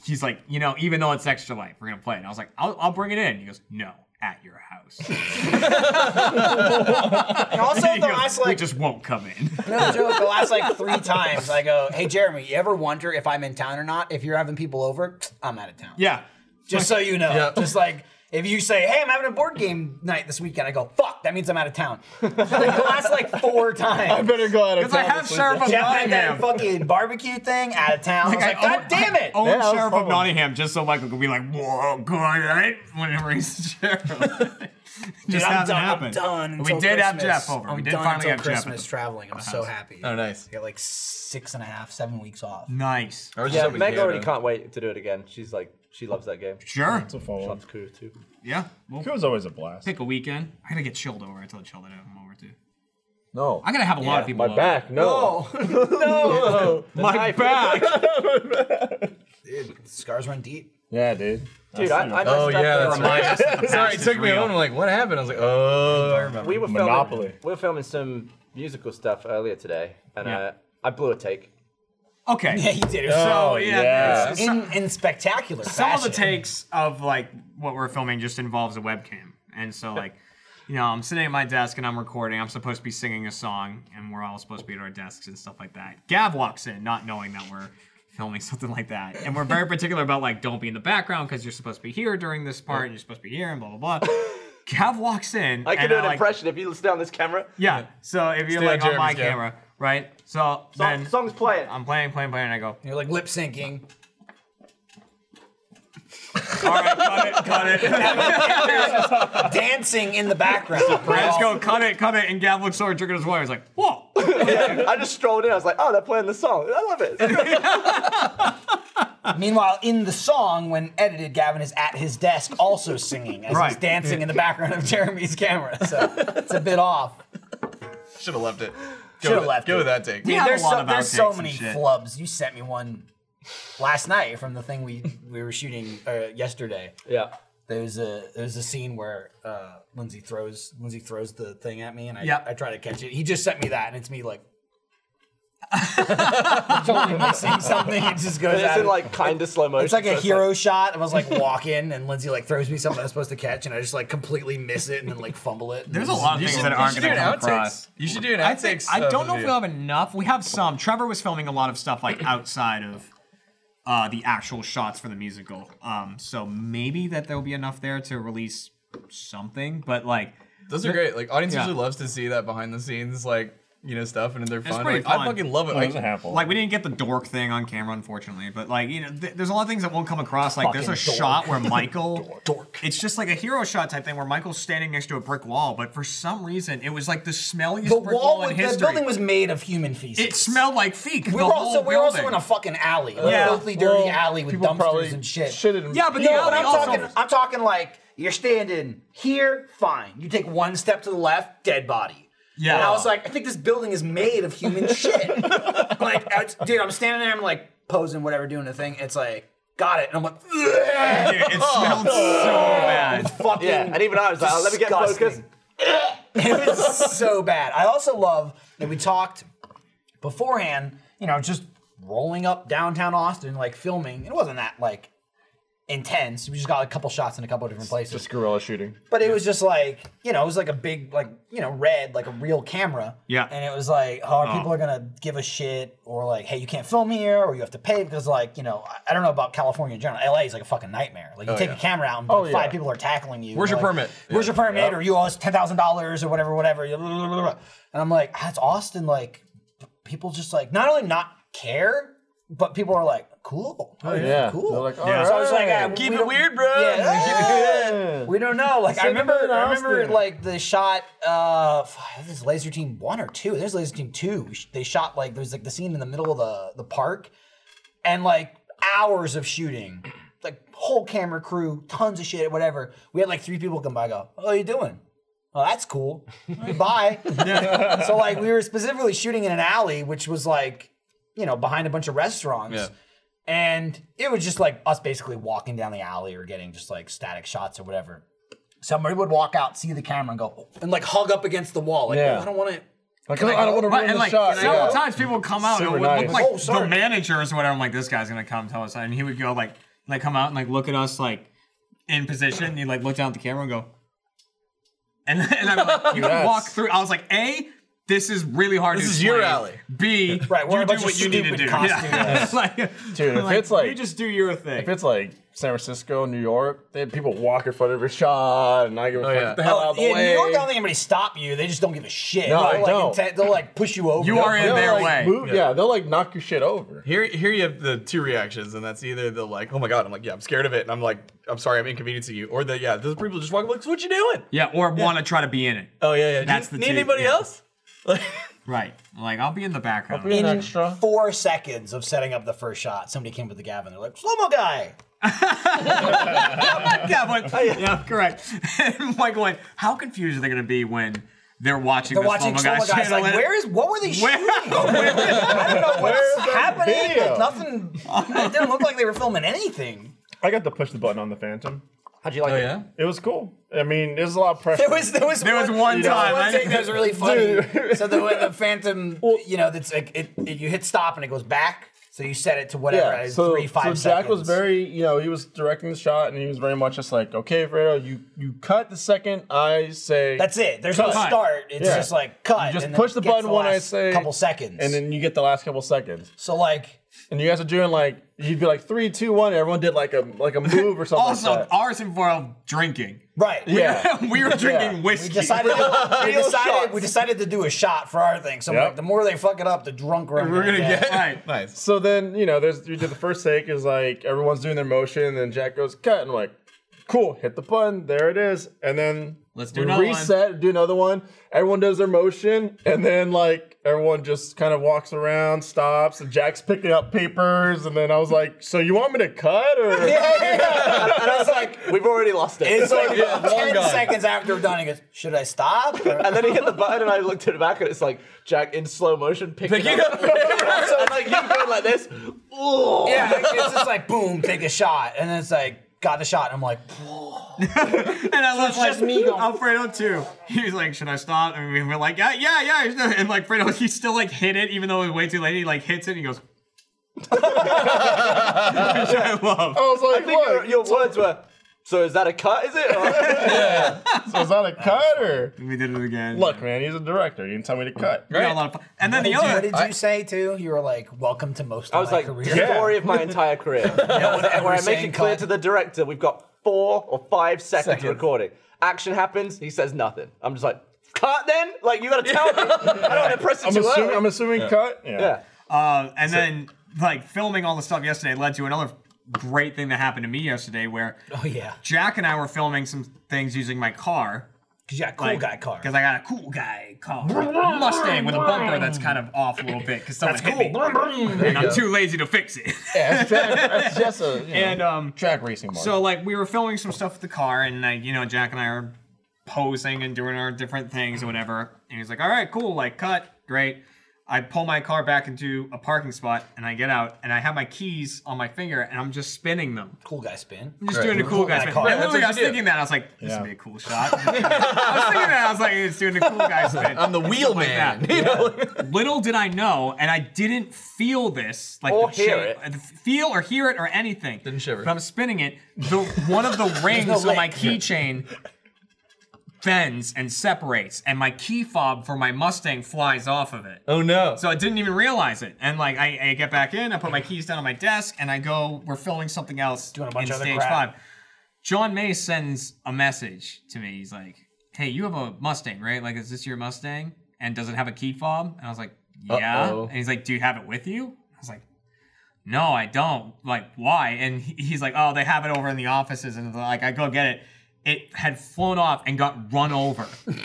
he's like, you know, even though it's extra life, we're gonna play it. And I was like, I'll, I'll bring it in. He goes, no, at your house. And also, He the goes, last we like just won't come in. No joke. The last like three times, I go, "Hey Jeremy, you ever wonder if I'm in town or not? If you're having people over, I'm out of town. Yeah. Just so you know, just like if you say, "Hey, I'm having a board game night this weekend," I go, "Fuck, that means I'm out of town." like, the last like four times. I better go out of 'Cause town this weekend. Jeff had that fucking barbecue thing out of town. I was like, "God damn it!" Owen Sheriff of Nottingham, just so Michael could be like, whoa, good, right? Whenever he's sheriff. Dude, just I'm hasn't done, happened. I'm done we until did have Christmas. Jeff over. I'm we did done finally until have Jeff. Christmas traveling. I'm so happy. Oh, nice. I got like six and a half, seven weeks off. Nice. Yeah, Meg already can't wait to do it again. She's like, she loves that game. Sure. It's a fun She loves Coup too. Yeah. Well, It was always a blast. Pick a weekend. I gotta get chilled over. I told Chill to come over too. No. I'm gonna have a lot of people. My over. back, no. no. My back. Dude, scars run deep. Yeah, dude. Dude, I- I messed oh up yeah, the- that's Remind right. us that the Sorry, past it is took me a real. moment. I'm like, what happened? I was like, oh, I remember. We were filming, Monopoly. We were filming some musical stuff earlier today, and Yeah. uh, I blew a take. Okay. Yeah, you did. So Oh, yeah. yeah. so- In, in spectacular some of the fashion. takes of like what we're filming just involves a webcam and so like you know i'm sitting at my desk and i'm recording i'm supposed to be singing a song and we're all supposed to be at our desks and stuff like that gav walks in not knowing that we're filming something like that and we're very particular about like don't be in the background because you're supposed to be here during this part and you're supposed to be here and blah blah blah gav walks in I can and do an like- impression if you stay on this camera. yeah. So if you're Stay on like on my Jeremy's, yeah. camera, right? So then song's playing. I'm playing, playing, playing, and I go. You're like lip syncing. All right, cut it, cut it. dancing in the background. Let's go, cut it, cut it. And Gav looks over, drinking his water. He's like, whoa. I just strolled in. I was like, oh, they're playing the song. I love it. Meanwhile, in the song, when edited, Gavin is at his desk also singing as he's Right. dancing in the background of Jeremy's camera. So it's a bit off. Should have left it. Go Should have with- left. Go it. with that take. Dude, there's so, there's so many flubs. You sent me one last night from the thing we we were shooting uh, yesterday. Yeah. There's a there's a scene where uh, Lindsay throws Lindsay throws the thing at me and I Yeah. I try to catch it. He just sent me that and it's me like totally missing something. It just goes And it's out in of- like kind of slow motion. It's like so a hero shot. I was like walking, and Lindsay like throws me something I was supposed to catch, and I just like completely miss it and then like fumble it. There's a lot of You things should- that you aren't should going to do an come outtake. across. You should do an I think outtakes, I uh, don't know if we video. have enough. We have some. Trevor was filming a lot of stuff like outside of uh, the actual shots for the musical. Um, so maybe that there'll be enough there to release something. But like, Those are great. Like audience Yeah. usually loves to see that behind the scenes, like you know stuff, and they're It's fun. pretty Like, I fun. fucking love it. like, Like we didn't get the dork thing on camera, unfortunately. But like you know, th- there's a lot of things that won't come across. Like there's a Fucking dork. shot where Michael, dork. It's just like a hero shot type thing where Michael's standing next to a brick wall, but for some reason it was like the smelliest The brick wall, wall was, in the history. building was made of human feces. It smelled like feek. We the were also whole we were also in building. a fucking alley, like Yeah. a filthy, dirty Well, alley with people probably dumpsters and shit. shitted- Yeah, but the no, but alley I'm also- talking. I'm talking like you're standing here, fine. You take one step to the left, dead body. Yeah. And I was like, I think this building is made of human shit. like, I was- dude, I'm standing there, I'm like posing, whatever, doing the thing. It's like, got it, and I'm like, Dude, it smelled so bad. Fucking Yeah, and even I was like, oh, let me get disgusting. it was so bad. I also love that we talked beforehand, you know, just rolling up downtown Austin, like filming. It wasn't that like intense. We just got a couple shots in a couple different places. Just guerrilla shooting. But it was just like, you know, it was like a big, like, you know, red, like a real camera. Yeah. And it was like, oh, Oh. people are going to give a shit, or like, hey, you can't film here, or you have to pay because, like, you know, I- I don't know about California in general. LA is like a fucking nightmare. Like, you Oh, take yeah. a camera out and Oh, like, yeah. five people are tackling you. Where's They're your like, permit? Where's Yeah. your permit? Yep. Or you owe us $10,000 or whatever, whatever. And I'm like, that's Austin. Like, p- people just like, not only not care, but people are like, cool. Oh, yeah. Cool. They're like, So I was like, "Alright, ah, keep we it don't- weird, bro. Yeah. Yeah. We don't know. Like I Send it remember, to I remember Austin. like the shot. Uh, f- this is Laser Team One or Two. There's Laser Team Two. We sh- They shot like there was like the scene in the middle of the the park, and like hours of shooting, like whole camera crew, tons of shit, whatever. We had like three people come by. Go, oh, you doing? Oh, that's cool. Bye. so like we were specifically shooting in an alley, which was like, you know, behind a bunch of restaurants. Yeah. And it was just like us basically walking down the alley or getting just like static shots or whatever. Somebody would walk out, see the camera, and go, "Oh," and like hug up against the wall. Like, Yeah. "Oh, I don't want to. Like, I don't want to ruin and the like shot. several Yeah. times people would come out and it Super would look nice. like Oh, the managers or whatever. I'm like, this guy's gonna come tell us, and he would go like, like come out and like look at us like in position, and he like look down at the camera and go, and and I'm like, you Yes. walk through. I was like, a, this is really hard. This to is your explain. alley. B, right? You do what you need to do. Yeah. like, Dude, if like, it's like you just do your thing. If it's like San Francisco, New York, they had people walk in front of your shot, and I give a Oh, fuck. Get the hell out of the Oh, yeah, way. New York, I don't think anybody stop you. They just don't give a shit. No, they'll, they like, don't. intent- they'll like push you over. They'll- They'll- they'll, like, move- Yeah. yeah. they'll like knock your shit over. Here, here you have the two reactions, and that's either the like, oh my god, I'm like, yeah, I'm scared of it, and I'm like, I'm sorry, I'm inconveniencing you, or the yeah, those people just walk up, like, so what you doing? yeah, or want to try to be in it. Oh yeah, yeah. That's Need- the need two, anybody yeah. else? Right. Like I'll be in the background. in four seconds of setting up the first shot, somebody came with the Gavin. They're like, slow mo guy. yeah, but yeah, correct. And Michael went, how confused are they going to be when they're watching They're the watching slow slow mo guys. Like, where is what were they shooting? I don't know what's happening. video? Like, nothing. It didn't look like they were filming anything. I got to push the button on the Phantom. How'd you like Oh yeah. It was cool. I mean, there's a lot of pressure. There was there was There was one there was time, I- one take that was really funny. so the way the Phantom, you know, that's like it, it- you hit stop and it goes back. So you set it to whatever Yeah, it's so, three five so Jack seconds. was very, you know, he was directing the shot, and he was very much just like, okay, Fredo, you you cut the second I say. That's it. There's no Cut. start. It's Yeah. just like cut. You just and then push the it gets button when I last say. couple seconds. And then you get the last couple seconds. so like And you guys are doing like you'd be like three, two, one. And everyone did like a like a move or something. Also, like that. ours involved drinking. right. yeah, we were drinking whiskey. We decided, to, we, Real decided shots. we decided to do a shot for our thing. So Yep. like the more they fuck it up, the drunker I'm We're gonna gonna get. get right. Nice. So then, you know, there's you did the first take is like everyone's doing their motion, and then Jack goes cut, and I'm like, cool, hit the button, there it is, and then Let's do we another one. reset, do another one. Everyone does their motion, and then like everyone just kind of walks around, stops, and Jack's picking up papers, and then I was like, so you want me to cut or? And I was like, we've already lost it. It's like long ten gone. seconds after we're done. He goes, "Should I stop?" Or- and then he hit the button, and I looked at it back, and it's like Jack in slow motion picking, up. so like you going like this. Yeah, like, it's just like boom, take a shot, and then it's like got a shot. And I'm like, and I love It's like just me going- Alfredo too. He was like, "Should I stop?" And we were like, "Yeah, yeah, yeah." you should." And like Fredo, he still like hit it, even though it was way too late. He like hits it. and He goes. Which I love. I was like, what? Your, your words were. So is that a cut? Is it? So is that a cut or? We did it again. Look, man, he's a director. You didn't tell me to cut. We got a lot of fun. And then What the did you- other. What did you say too? You were like, "Welcome to most of I was my like, career." story of my entire career. whatever, where I make saying it clear cut. to the director, we've got four or five seconds Second. recording. Action happens, he says nothing. I'm just like, cut then? Like, you gotta tell me. I don't impress it I'm too assuming- early. I'm assuming Yeah. cut? Yeah. yeah. Um, and then like filming all the stuff yesterday led to another great thing that happened to me yesterday, where Oh yeah, Jack and I were filming some things using my car. Cause you got a cool guy car. Cause I got a cool guy car, Mustang with a bumper that's kind of off a little bit because someone That's hit cool. Mm. me, There and you I'm go. too lazy to fix it. Yeah, that's, track, that's just a you know, And, um, track racing. Mark. So like we were filming some stuff with the car, and like you know Jack and I are posing and doing our different things or whatever. And he's like, "All right, cool, like cut, great." I pull my car back into a parking spot, and I get out, and I have my keys on my finger, and I'm just spinning them. Cool guy spin. I'm just doing the cool guy spin. car. I literally, I was thinking that. I was like, this would be a cool shot. I was thinking that. I was like, it's doing the cool guy spin. I'm the and wheel stuff like man, that. Little did I know, and I didn't feel this, like Or the hear cha- uh, feel or hear it or anything. Didn't shiver. But I'm spinning it. The one of the rings no on my lick. keychain bends and separates, and my key fob for my Mustang flies off of it. Oh no. So I didn't even realize it. And like I, I get back in, I put my keys down on my desk, and I go, we're filming something else Doing a bunch in of other stage crap. five. John May sends a message to me. He's like, Hey, you have a Mustang, right? Like, is this your Mustang? And does it have a key fob? And I was like, Yeah. Uh-oh. And he's like, Do you have it with you? I was like, No, I don't. Like, why? And he- he's like, Oh, they have it over in the offices. And like, I go get it. It had flown off and got run over.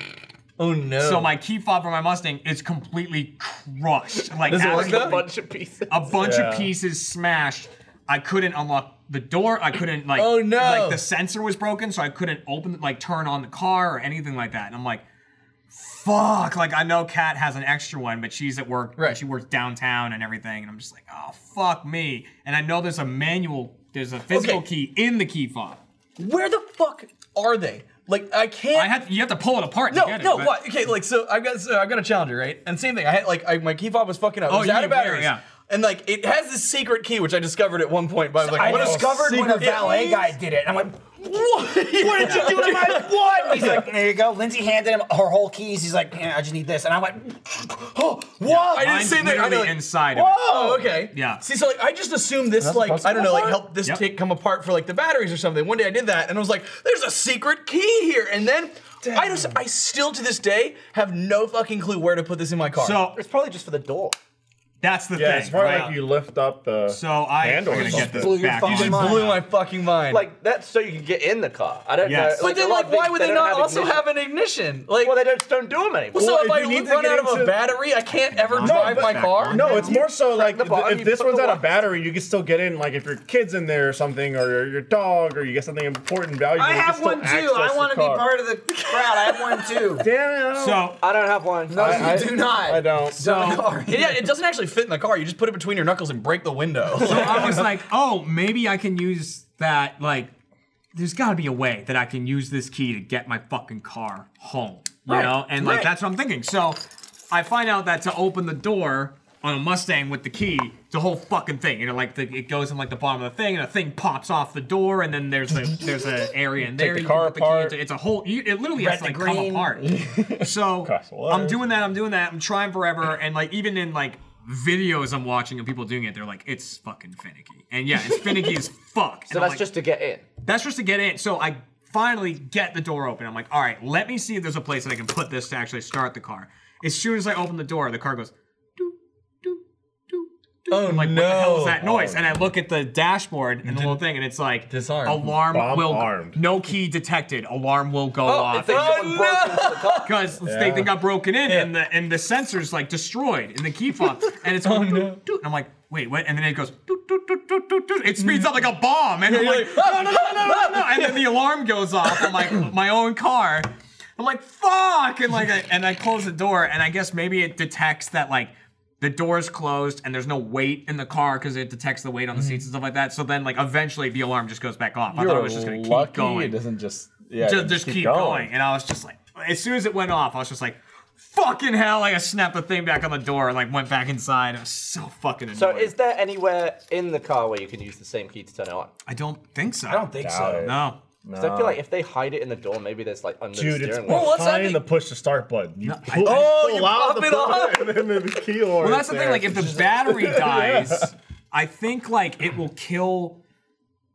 Oh no. So my key fob for my Mustang is completely crushed. Like Does it work absolutely- though? bunch of pieces. a bunch of Yeah. pieces smashed. I couldn't unlock the door. I couldn't like Oh, no. like the sensor was broken, so I couldn't open like turn on the car or anything like that. And I'm like, fuck. Like I know Kat has an extra one, but she's at work. Right. She works downtown and everything. And I'm just like, oh fuck me. And I know there's a manual, there's a physical key in the key fob. Where the fuck are they? Like I can't. I had you have to pull it apart. to No, get it, no. but- what? Okay, like so I got so I got a challenger right, and same thing. I had like I, my key fob was fucking up. Oh, it was you out mean of where, batteries. yeah. And like it has this secret key which I discovered at one point. But I was like, I what a discovered when a secret valet key? guy did it. And I'm like, what? what did you do to my what? He's like, there you go. Lindsay handed him her whole keys. He's like, yeah, I just need this. And I went, oh, what? Oh, I didn't Mine's say that. I know, literally like, inside of it. Whoa. Okay. Yeah. See, so like I just assumed this That's like supposed I to don't come know like apart? help this Yep. kit come apart for like the batteries or something. One day I did that and I was like, there's a secret key here, and then. I just, I still to this day have no fucking clue where to put this in my car. So- it's probably just for the door. That's the Yeah, thing. it's more right? like you lift up the so I handle I'm or gonna get this something. Blew your back fucking on. mind. Blew my fucking mind. Like, that's so you can get in the car. I don't Yes. know. But then, a lot like, of things, why would they don't not also ignition. have an ignition? Like, well, they don't, don't do them anymore. Well, so Well, if, if I you need to run get out of into- a battery, I can't ever No, drive but- my car. No, it's more so like the bottom, if you this put one's the out wa- of battery, you can still get in. Like if your kid's in there or something, or your dog, or you get something important, valuable. I you can have still one, too. access I the wanna be car. part of the crowd. I have one too. Damn it! So I don't have one. No, you do not. I don't. So yeah, it doesn't actually fit in the car. You just put it between your knuckles and break the window. So I was like, oh, maybe I can use that. Like, there's got to be a way that I can use this key to get my fucking car home. You Right, know? And like, right. that's what I'm thinking. So I find out that to open the door on a Mustang with the key, the whole fucking thing. You know, like the, it goes in like the bottom of the thing, and a thing pops off the door, and then there's a there's an area in Take there. the you car can put the apart. key into. It's a whole. You, it literally has to Red like to come green. apart. So I'm doing that, I'm doing that, I'm trying forever, and like even in like videos I'm watching of people doing it, they're like, it's fucking finicky. And yeah, it's finicky as fuck. So that's just to get in. That's just to get in. So I finally get the door open. I'm like, all right, let me see if there's a place that I can put this to actually start the car. As soon as I open the door, the car goes, oh like, no! what the hell is that noise? And I look at the dashboard and the little thing, and it's like alarm Bomb will armed. Oh, no key detected. Alarm will go off. they Oh, someone broke into the car. Because they, they got broken in and the and the sensor's like destroyed in the key fob. And Oh, it's going, doot, doot. and I'm like, wait, what? And then it goes, doot, doot, doot, doot, doot, doot. it speeds up like a bomb. And I'm You're like, like, no, no, no, no, no, no, no. And then the alarm goes off on my, my own car. I'm like, fuck. And like, I, and I close the door and I guess maybe it detects that like the door's closed and there's no weight in the car because it detects the weight on the seats and stuff like that. So then, like, eventually the alarm just goes back off. I thought it was just going to keep going. It doesn't just yeah. just, just keep, going. And I was just like, as soon as it went off, I was just like, fucking hell! Like, I snapped the thing back on the door and like went back inside. I was so fucking annoyed. So, is there anywhere in the car where you can use the same key to turn it on? I don't think so. I don't think Doubt so. it. No. 'Cause I feel like if they hide it in the door, maybe there's like under Dude, the it's steering behind wheel. the push to start button. You I- pull, Oh, pull you out the pop it on. button and then the key or Well, that's the thing. Like, if the battery dies, I think like it will kill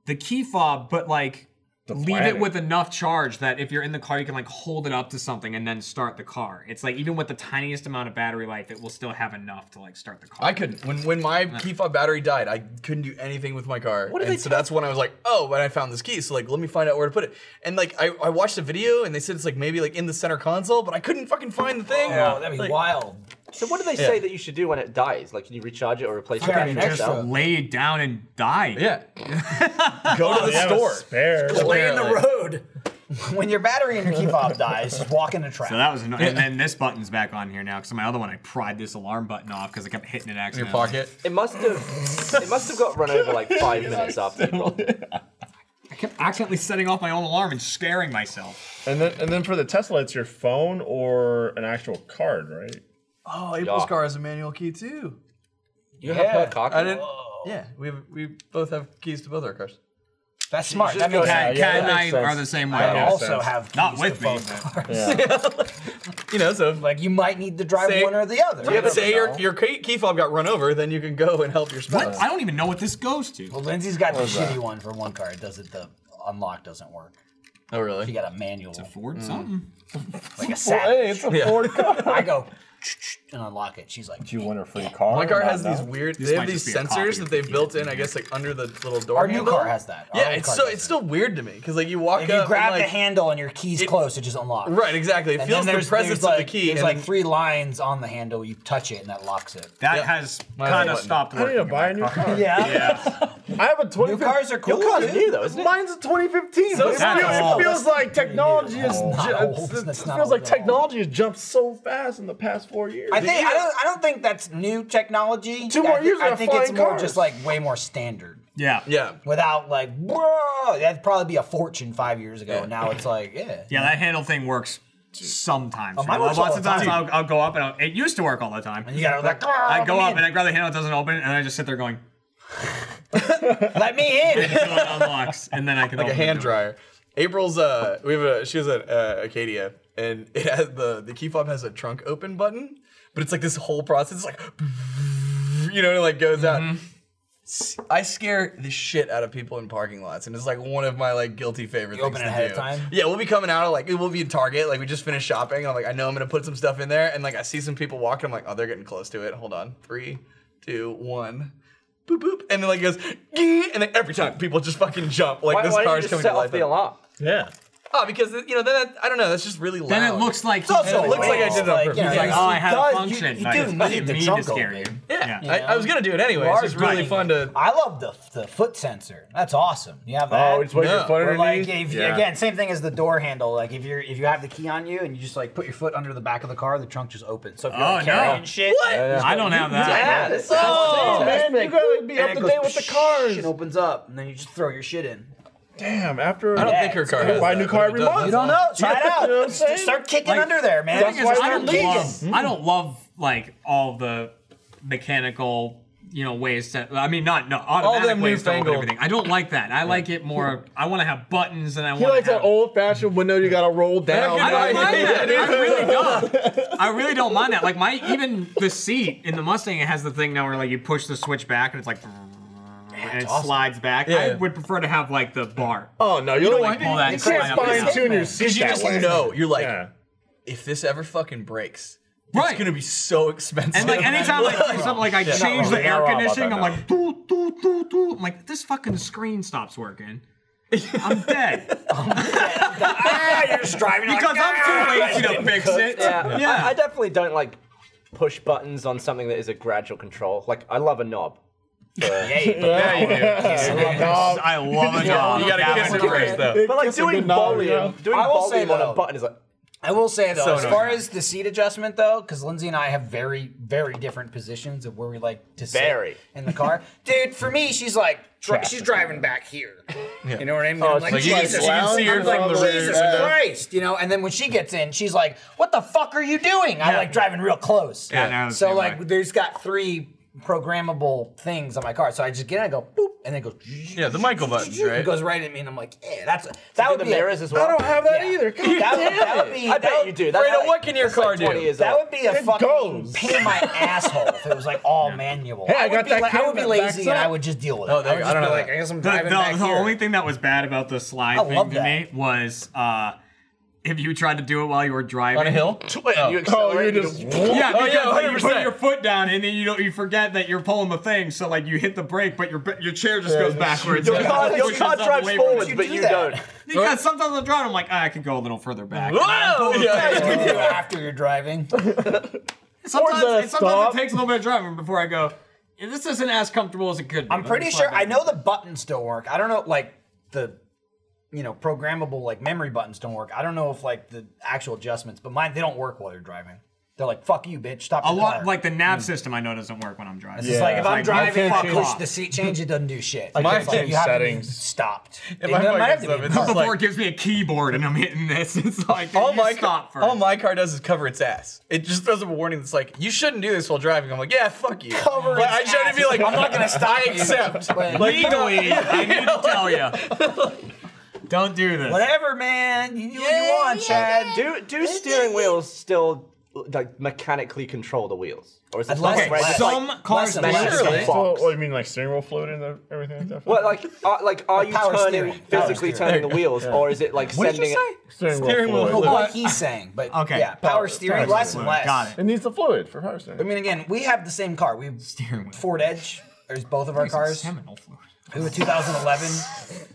the key fob, but like leave it planet. with enough charge that if you're in the car, you can like hold it up to something and then start the car. It's like even with the tiniest amount of battery life, it will still have enough to like start the car. I couldn't. When when my key fob battery died, I couldn't do anything with my car. What did and they so that's when I was like, oh, when I found this key. So like, let me find out where to put it. And like, I, I watched a video and they said it's like maybe like in the center console, but I couldn't fucking find the thing. Oh, that'd be wild. So what do they Yeah. say that you should do when it dies? Like, can you recharge it or replace it? Fucking just lay down and die. Yeah. Go to the store. Spare. Just lay in the road. when your battery in your key fob dies, just walk into traffic. So that was annoying. And then this button's back on here now because my other one I pried this alarm button off because I kept hitting it accidentally. It must have. it must have got run over like five minutes after. you dropped it. I kept accidentally setting off my own alarm and scaring myself. And then and then for the Tesla, it's your phone or an actual card, right? Oh, April's Yeah. car has a manual key too. You have her car I didn't. Yeah, we have, we both have keys to both our cars. That's smart. That makes Cat- sense. Cat and I are the same way. I also have Not keys with to me, both but- you know, so like you might need to drive Say- one or the other. Yeah, but say your your key, key fob got run over, then you can go and help your spouse. What? I don't even know what this goes to. Well, Lindsay's got the What was that? shitty one for one car. It does it. The unlock doesn't work. Oh really? She got a manual. It's a Ford something. Like a It's a Ford- hey, Savage. it's a Ford car. I go and unlock it. She's like, "Do you want her free car?" My car has these weird. They have these sensors that they've built in, I guess, like under the little door. Our new handle. car has that. Our yeah, old it's car so doesn't. it's still weird to me because like you walk If up, you and, grab the like- handle and your key's closed, it just unlocks. Right, exactly. It And feels then the there's- presence there's of the like- key, There's and like then- three lines on the handle. You touch it, and that locks it. That has kinda stopped I need to working in buy a my new car. car. yeah. I have a 20. New cars are cool. Your car's new though, Mine's a 2015. So but it, that's feels, it old. feels like technology is. It's not ju- old. it's- That's It not feels like technology has jumped so fast in the past four years. I think E I don't. I don't think that's new technology. Two more I thi- years I of think it's flying more cars. just like way more standard. Yeah. Yeah. Without like, whoa, that'd probably be a fortune five years ago. Now it's like, yeah. Yeah, that handle thing works sometimes. Oh, mine Well, works all lots of the times time. I'll, I'll go up and I'll, it used to work all the time. And you gotta like, I "Grr, go let me up in." and I grab the handle, it doesn't open, and I just sit there going Let me in. until it unlocks, and then I can like a open the hand door. dryer. April's uh, we have a she was at uh, Acadia, and it has the the key fob has a trunk open button, but it's like this whole process, it's like you know, and it like goes Mm-hmm. out. S- I scare the shit out of people in parking lots, and it's like one of my like guilty favorite You things open to it ahead do. of time? Yeah, we'll be coming out of like we'll be in Target, like we just finished shopping. and I'm like, I know I'm gonna put some stuff in there, and like I see some people walking, I'm like, oh, they're getting close to it. Hold on, three, two, one. Boop boop, and then like it goes, "Gee," and then every time people just fucking jump, like Why- this why don't you car's just coming set to off life. the alarm? Yeah. Oh, because you know then that, I don't know. That's just really loud. Then it looks like It's also he- it looks like I it's did it on like, purpose. you know, It's like, he oh, I had a does- you- function. you I do just didn't need the mean to trunk scare open. you. Yeah, Yeah. I, I was gonna do it anyway. It's just really fun to. I love the the foot sensor. That's awesome. You have Oh, that. it's what your No. foot Or like underneath? if you- Yeah. again, same thing as the door handle. Like if you're if you have the key on you and you just like put your foot under the back of the car, the trunk just opens. So if you're Oh, like, carrying no. shit, What? you just I go, don't you- have you that. have Yeah, it. that's Oh, awesome. man, Fantastic. you gotta be And up it to goes date with the psh, cars. And opens up, and then you just throw your shit in. Damn, after I don't think her it's car cool. has buy a that, new but car it every does. month. You don't know. Try it out. You know what I'm Just saying? start kicking under there, man. The thing is, That's why I don't they're love, vegan. I don't love like all the mechanical, you know, ways to. I mean, not no automatic them ways to open newfangled- everything. I don't like that. I like it more. I want to have buttons, and I He want. likes that old fashioned window you gotta roll down. I don't mind that. Yeah, I really don't. I really don't mind that. Like my even the seat in the Mustang it has the thing now where like you push the switch back and it's like and it awesome. slides back. I Yeah. would prefer to have like the bar. Oh no, you, You don't don't like like all that You crap. can't fine tune your seat Because you that just way. know. You're like, if this ever fucking breaks, it's gonna be so expensive. And like anytime I do something like I Yeah. change the You're air not wrong about conditioning, that, I'm no. like doo doo doo doo. I'm like this fucking screen stops working. I'm dead. Ah, you're just driving because I'm too lazy to fix it. Yeah, I, I definitely don't like push buttons on something that is a gradual control. Like I love a knob. Yeah, you do. Yeah, you do. I love a knob. You gotta That kiss one's it great. first, though. But like Kiss a doing good knob, volume, yeah. doing I will say, volume on a though- button is like. I will say though, So as does far mine. as the seat adjustment though, because Lindsay and I have very, very different positions of where we like to sit Very. in the car. Dude, for me, she's like, dri- she's driving back here. You know what I mean? Oh, I'm like, Oh, like you can- Jesus, you can see her I'm like, from the rear Jesus window. Christ, you know. And then when she gets in, she's like, "What the fuck are you doing?" I like driving real close. Yeah, no, the so same like, there's got three programmable things on my car, so I just get in, I go boop, and then go. Yeah, the Michael buttons, It right? goes right at me, and I'm like, "Yeah, that's that would the be a- mirrors as well? I don't have that either. God that, damn would- that it. would be. I that bet would- you do. That's Fredo, like- what can your that's like car do? 20 years That old. would be a It fucking goes. pain in my asshole if it was like all manual. Hey, I would got be that like- I would be camera that lazy backs and I up. would just deal with it. Oh, there you I would go. just I don't be have like, that. I guess I'm The- driving the, back the here. only thing that was bad about the slide I love thing to me was uh, if you tried to do it while you were driving On a hill? Oh, you accelerate, you go- just yeah, Oh, because, yeah, like, you 100%. put your foot down and then you don't you forget that you're pulling the thing, so like you hit the brake, but your b- your chair just Yeah, goes yeah. backwards. Your and car- pushes your car up drives away from forwards, it. but you don't. Because sometimes I'm driving, I'm like, ah, I could go a little further back. Whoa! And I pull the Yeah. thing. That's what you do after you're driving. Sometimes, Or the and sometimes stop. it takes a little bit of driving before I go. "Yeah, This isn't as comfortable as it could. be. I'm pretty Let me sure slide I back." know the buttons still work. I don't know like the you know programmable like memory buttons don't work. I don't know if like the actual adjustments, but mine they don't work while you're driving. They're like fuck you, bitch, stop. A the lot car. like the nav system. I know doesn't work when I'm driving. Hmm. It's just like if It's I'm driving, fuck I push off. the seat change, it doesn't do shit. I It's can't like, change you have to be settings. stopped. If I It fuck might have to myself, be it's parked. before it gives me a keyboard and I'm hitting this. It's like all you my car, stop all my car does is cover its ass. It just throws up a warning that's like, you shouldn't do this while driving. I'm like, yeah, fuck you. Cover Like, its I shouldn't ass. be like, I'm not gonna stop I you. accept. But- Like, Legally, I need to tell you. Don't do this. Whatever, man. You do what you want, Chad. Chad, do do steering wheels still like mechanically control the wheels, or is it Unless- like red- Okay, like, some cars Like, naturally. so, what, you mean like steering wheel floating and everything like that? Well, like, Uh, are, like, are you power turning steering. Power physically steering. turning the Yeah. wheels, Yeah. or is it like What did sending you say? it? Steering wheel Steering wheel fluid. fluid. What he's saying, but Okay. yeah, power, Power steering, steering less and fluid. less. Got it. It needs the fluid for power steering. I mean, again, we have the same car. We have Ford Edge. There's both of our cars. We have a 2011.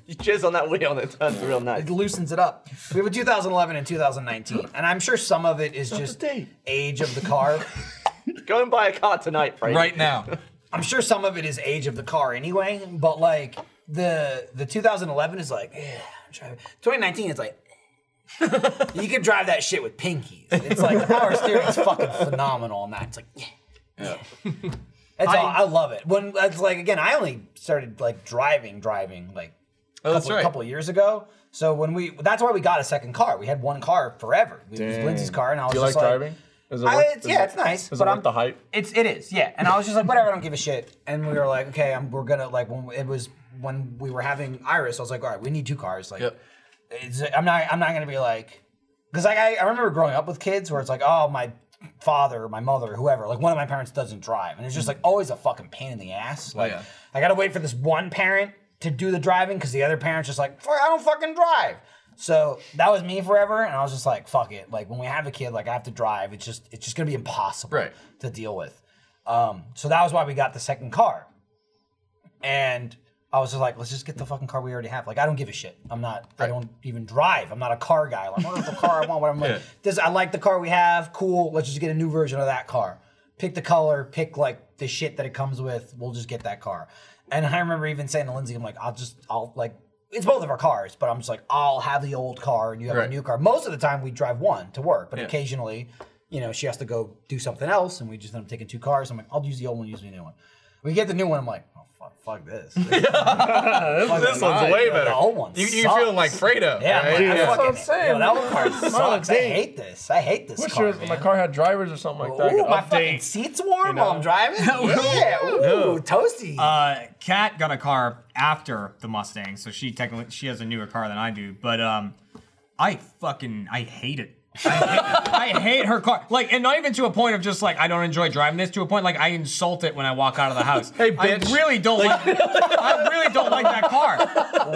You jizz on that wheel and it turns real nice. It loosens it up. We have a 2011 and 2019, and I'm sure some of it is just age of the car. Go and buy a car tonight, Frank. Right now. I'm sure some of it is age of the car anyway, but like the the 2011 is like, eh, I'm driving. 2019 is like, eh. you can drive that shit with pinkies. It's like the power steering is fucking phenomenal on that. It's like, yeah. That's I, all. I love it. When it's like again, I only started like driving, driving like a Oh, that's couple, right. couple years ago. So when we, that's why we got a second car. We had one car forever. It was Dang. Lindsay's car, and I was Do you just like like driving? Is it I- worth- it's- is yeah, it- it's nice, Is but it I'm- worth the hype? It's it is, yeah. And I was just like, whatever, I don't give a shit. And we were like, okay, I'm, we're gonna like when it was when we were having Iris, I was like, all right, we need two cars. Like, it's, I'm not I'm not gonna be like, because like I, I remember growing up with kids where it's like, oh my father, my mother, whoever, like one of my parents doesn't drive, and it's just like always a fucking pain in the ass. Like yeah. I gotta wait for this one parent to do the driving because the other parent's just like, fuck, I don't fucking drive. So that was me forever, and I was just like, fuck it. Like when we have a kid, like I have to drive. It's just it's just gonna be impossible to deal with. Um, so that was why we got the second car. And I was just like, let's just get the fucking car we already have. Like, I don't give a shit. I'm not, I don't even drive. I'm not a car guy. Like, I don't know the car I want, whatever. I'm like, this, I like the car we have. Cool. Let's just get a new version of that car. Pick the color, pick like the shit that it comes with. We'll just get that car. And I remember even saying to Lindsay, I'm like, I'll just, I'll like, it's both of our cars, but I'm just like, I'll have the old car and you have a Right. new car. Most of the time we drive one to work, but Yeah. occasionally, you know, she has to go do something else and we just end up taking two cars. I'm like, I'll use the old one, use the new one. We get the new one, I'm like, oh, fuck, fuck this. this Fucking one's nice. way Yeah, better. The old one You- you're sucks. feeling like Fredo, Yeah, right? I'm like, I Yeah. fucking- That's what I'm saying, Yo, that man. one car It's not sucks. I update. hate this. I hate this Wish car. yours- man. my car had drivers or something like that. I Ooh, could my update. fucking seat's warm while I'm driving. yeah, ooh, toasty. Uh, Kat got a car after the Mustang, so she technically she has a newer car than I do. But um, I fucking I hate it. I hate, I hate her car. Like, and not even to a point of just like I don't enjoy driving this. To a point like I insult it when I walk out of the house. hey, bitch. I really don't like. I really don't like that car.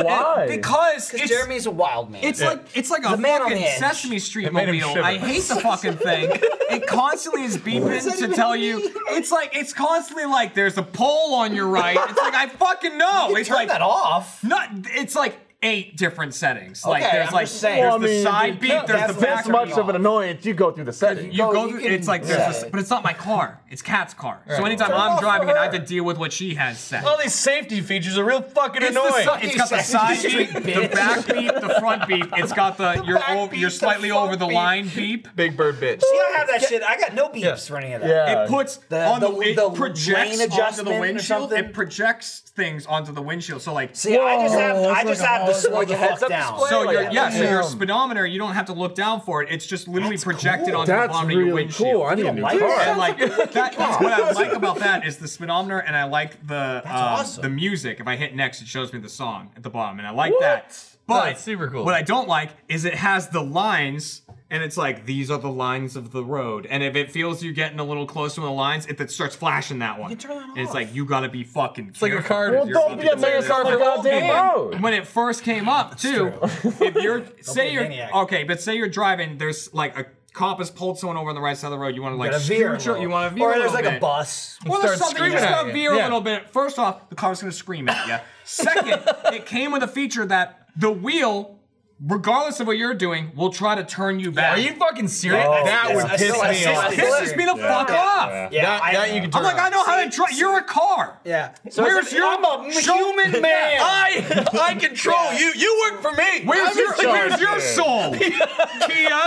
Why? Because because Jeremy's a wild man. It's like it's like The a man on fucking the edge. Sesame Street It made him mobile. shiver. I hate the fucking thing. It constantly is What does that beeping to even tell you. It's like it's constantly like there's a pole on your right. It's like I fucking know. You can it's turn like that off. Not. It's like eight different settings. Okay, like there's I'm like just saying. there's Well, I the mean, side beat, there's that's the that's back much beat. of an annoyance. You go through the setting. You go through. it's like there's this, but it's not my car. It's Cat's car. Right. So anytime Turn I'm off driving for it, I her. have to deal with what she has set. All these safety features are real fucking It's the annoying. side- it's got the side beep, the back beep, the front beep. It's got the, you're over, you're slightly over the line beep. Big bird bitch. See, I have that shit. I got no beeps for any of that. It puts The- on the, the- it the projects lane onto adjustment the or windshield. something? It projects things onto the windshield. So like, See, I just have I just have to slow the fuck down. So your yeah, so your speedometer, you don't have to look down for it. It's just literally projected cool. onto the That's bottom of really your windshield. cool. I need a new car. And like that, that's what I like about that is the speedometer, and I like the um, awesome. the music. If I hit next, it shows me the song at the bottom, and I like What? that. But That's super cool. What I don't like is it has the lines. And it's like these are the lines of the road, and if it feels you're getting a little close to the lines, if it starts flashing that one, and it's like you gotta be fucking. It's like a car- Well, don't be a mayor mayor car for goddamn road. When it first came up, too, if you're say a you're maniac. okay, but say you're driving, there's like a compass pulled someone over on the right side of the road. You want to like gotta veer a scoot your- little. you want to veer Or a there's little like a bit. bus. Or Start there's something you screaming just at gotta you. veer a Yeah. little bit. First off, the car's gonna scream at you. Second, it came with a feature that the wheel. Regardless of what you're doing, will try to turn you back. Are you fucking serious? that would piss me off. Pisses me the fuck off. Yeah, that, that you can I'm turn like, I off. know how to drive. You're a car. Yeah. So Where's it's like, your I'm a human man. I I control you. You work for me. Where's I'm your- in charge where's your here. soul?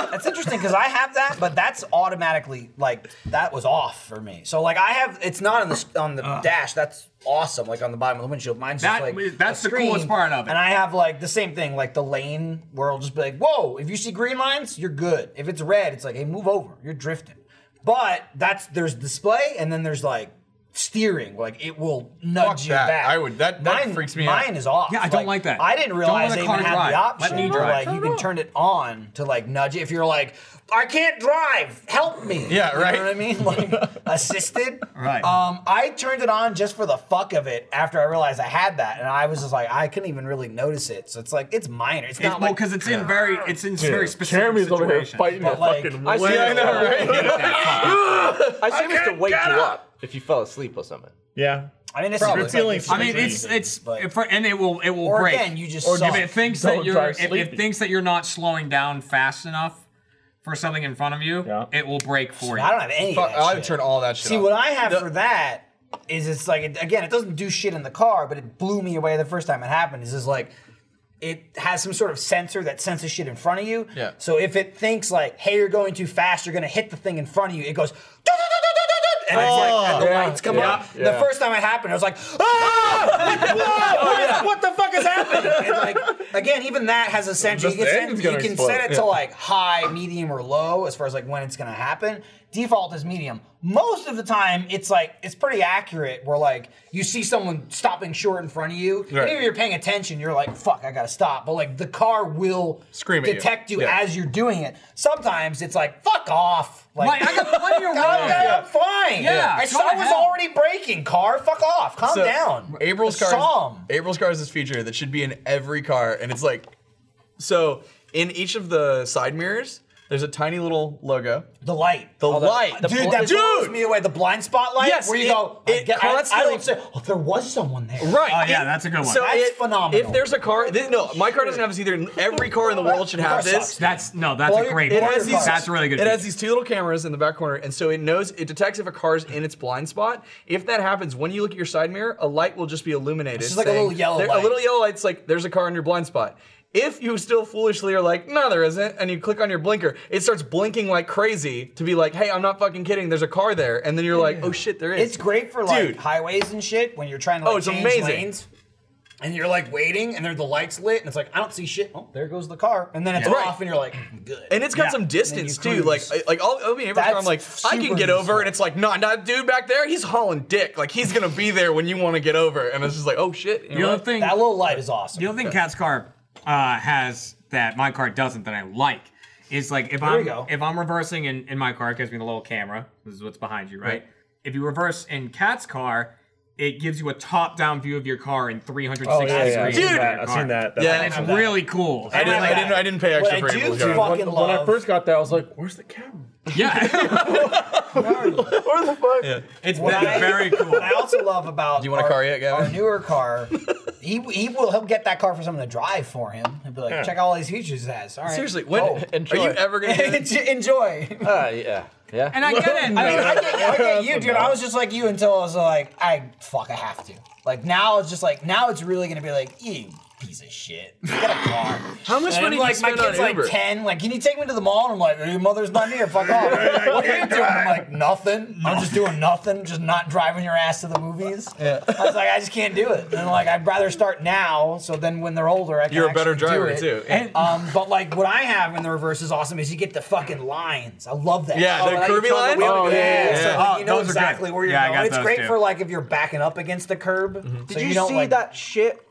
That's interesting because I have that, but that's automatically like that was off for me. So like I have it's not on the s- on the dash. That's awesome. Like on the bottom of the windshield, mine's Uh. That just is- like that's a the coolest screen, part of it. And I have like the same thing, like the lane where I'll just be like, whoa! If you see green lines, you're good. If it's red, it's like, hey, move over. You're drifting. But that's there's display, and then there's like steering. Like it will nudge Fuck you that. back. I would- that- that mine, freaks me out. mine is off. Yeah, I don't like that. I didn't Don't realize let a they car even had drive. the Let option. me where, drive. Like you can turn it on to like nudge it if you're like, I can't drive. Help me. Yeah, right. You know what I mean? Like assisted. Right. Um, I turned it on just for the fuck of it after I realized I had that, and I was just like, I couldn't even really notice it. So it's like it's minor. It's It's- not well, like 'cause it's in very- it's in very specific Jeremy's over here situations. fighting But, the like, fucking I see- wind. I know, right? I I assume it's to can't wake you get up. up if you fell asleep or something. Yeah. I mean, it's- Probably. it's feeling I mean, it's sleepy, it's for- and it will it will Or break. again, you just or if suck. it thinks that Don't you're drive if it sleepy. thinks that you're not slowing down fast enough for something in front of you, it will break for you. I don't have any. of that I shit. would turn all that shit See, off. what I have for that is it's like it- again, it doesn't do shit in the car, but it blew me away the first time it happened. Is just like it has some sort of sensor that senses shit in front of you. Yeah. So if it thinks like, hey, you're going too fast, you're gonna hit the thing in front of you, it goes. "Dun, dun, dun, dun, dun, dun," And it's like, and the Oh, yeah, lights come yeah, up. yeah. The first time it happened, I was like, ah! Like, "Whoa, what- What the fuck is happening? And like, again, even that has a sensor. Just You can, the set, engine's you gonna can explode. set it Yeah. to like high, medium, or low as far as like when it's gonna happen. Default is medium. Most of the time, it's like it's pretty accurate. Where like you see someone stopping short in front of you, Right. and if you're paying attention, you're like, "Fuck, I gotta stop." But like the car will Scream at you. detect you, Yeah. as you're doing it. Sometimes it's like, "Fuck off!" Like Right, I got plenty of "God, room." God, I'm fine. Yeah, I, go to I was hell. already braking. Car, fuck off. Calm So, down. April's car. Psalm. Is, April's car is this feature that should be in every car, and it's like, so in each of the side mirrors, there's a tiny little logo. The light. The Oh, light. the, dude, that blows me away. The blind spotlight. Yes, where you it- go. I it get- I, I, constantly- don't say. Oh, there was someone there. Right. It- So that's it- phenomenal. If there's a car, th- no, my car doesn't have this either. Every car in the world should have this. That's no, that's a great. It point. has these, that's a really good. It feature. has these two little cameras in the back corner, and so it knows it detects if a car's in its blind spot. If that happens, when you look at your side mirror, a light will just be illuminated. It's just like a little yellow there- light. A little yellow light's like there's a car in your blind spot. If you still foolishly are like, no, there isn't, and you click on your blinker, it starts blinking like crazy to be like, hey, I'm not fucking kidding, there's a car there. And then you're like, oh shit, there is. It's great for like highways and shit when you're trying to like Oh, it's change amazing. lanes. And you're like waiting, and there the lights lit, and it's like I don't see shit. Oh, there goes the car, and then it's Yeah. Right. off, and you're like, I'm good. And it's got Yeah. some And then you distance too. cruise. Like, I- like I'll, I'll be able to. I'm That's like, I can super get over, and it's like, nah, nah, dude, back there, he's hauling dick. Like, he's gonna be there when you want to get over. And it's just like, oh shit. The other thing that little light is awesome. The other thing Cat's car uh, has that my car doesn't that I like is like if There I'm you go. if I'm reversing in, in my car, it gives me the little camera. This is what's behind you, right? Right. If you reverse in Cat's car, it gives you a top down view of your car in 360 Oh, yeah, yeah, I've degrees. seen of your that, I've car. seen that, that's Yeah, awesome. and I it's have really cool. I didn't- like I didn't- that. I didn't pay extra What I for do Abel's car. fucking When- when I love- first got that, I was like, where's the camera? Where the fuck? It's What been I- very cool. What I also love about Do you want a our- car yet, Gavin? Our newer car He, he will help get that car for someone to drive for him. He'll be like, Yeah. check out all these features it has. All right. Oh. Seriously, when- are you ever gonna get it? Ah, enjoy? Uh, yeah. Yeah. And I get it. I mean, I get, I get you, dude. I was just like you until I was like, I fuck, I have to. Like now, it's just like now, it's really gonna be like you piece of shit. Get a car. How much And, money do you Like spend my on kid's like Uber? ten. Like, can you take me to the mall? And I'm like, your mother's not here. Fuck off. what are you doing? I'm like, nothing. I'm just doing nothing. Just not driving your ass to the movies. Yeah. I was like, I just can't do it. And I'm like, I'd rather start now. So then when they're older, I can You're a better actually do driver, it. too. Um, but like what I have in the reverse is awesome is you get the fucking lines. I love that. Yeah, the like, curvy from the line? wheel to Oh, the- yeah, yeah, So yeah. like, Oh, you know those are exactly good. where you're Yeah, I going. got it's those, great too. Mm-hmm. for like if you're backing up against the curb. Did so you, you, don't see like that shit?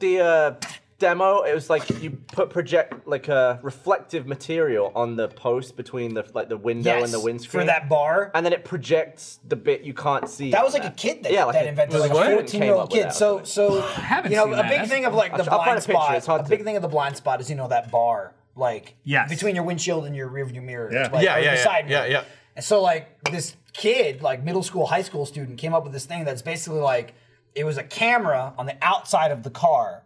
The uh, demo. It was like you put project like a reflective material on the post between the like the window Yes, and the windscreen for that bar, and then it projects the bit you can't see. That on was like a kid that, that a- invented like a 14 year old kid. So so you know a big thing of like the I'll find blind a picture, spot. it's hard a to- big thing of the blind spot is you know that bar like Yes. between your windshield and your rearview mirror. Yeah. like, Yeah, or yeah, the yeah, side yeah, mirror. yeah. And so like this kid, like middle school, high school student, came up with this thing that's basically like it was a camera on the outside of the car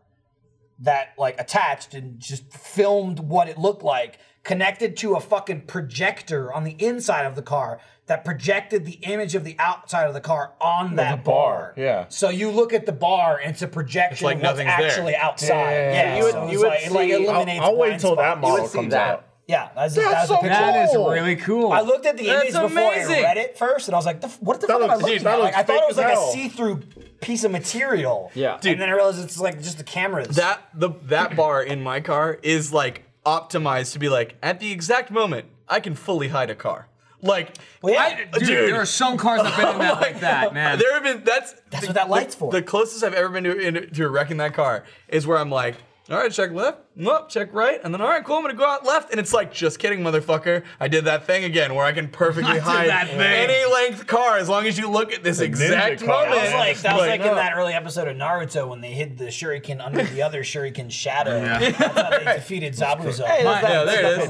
that like attached and just filmed what it looked like connected to a fucking projector on the inside of the car that projected the image of the outside of the car on that bar. Yeah. So you look at the bar and it's a projection It's like of what's nothing's there. actually outside. Yeah. Yeah, You would- so it's you would like, it, like see- I'll- eliminates I'll wait blind till that spots. model You would see comes that. out. Yeah, That's that's, that was a so picture. That is cool. really cool. I looked at the That's image before amazing. I read it first, and I was like, the, f- "What the That fuck am I looks- looking dude, that at?" Like, looks I thought fake it was as like hell. a see-through piece of material. Yeah. Dude. and then I realized it's like just the cameras. That the that bar in my car is like optimized to be like at the exact moment I can fully hide a car. Like, I, Dude, there are some cars that have been in that like that, man. Oh There have been that's that's what that light's the, for. The closest I've ever been to, in, to wrecking that car is where I'm like, all right, check left, nope, check right, and then all right, cool, I'm gonna go out left, and it's like, just kidding, motherfucker, I did that thing again where I can perfectly I did hide that thing. any length car as long as you look at this The ninja exact car. moment. That was like that was But- like in that early episode of Naruto when they hid the shuriken under the other shuriken shadow. Yeah. That's how they defeated Zabuza. Hey, My- that's that- that's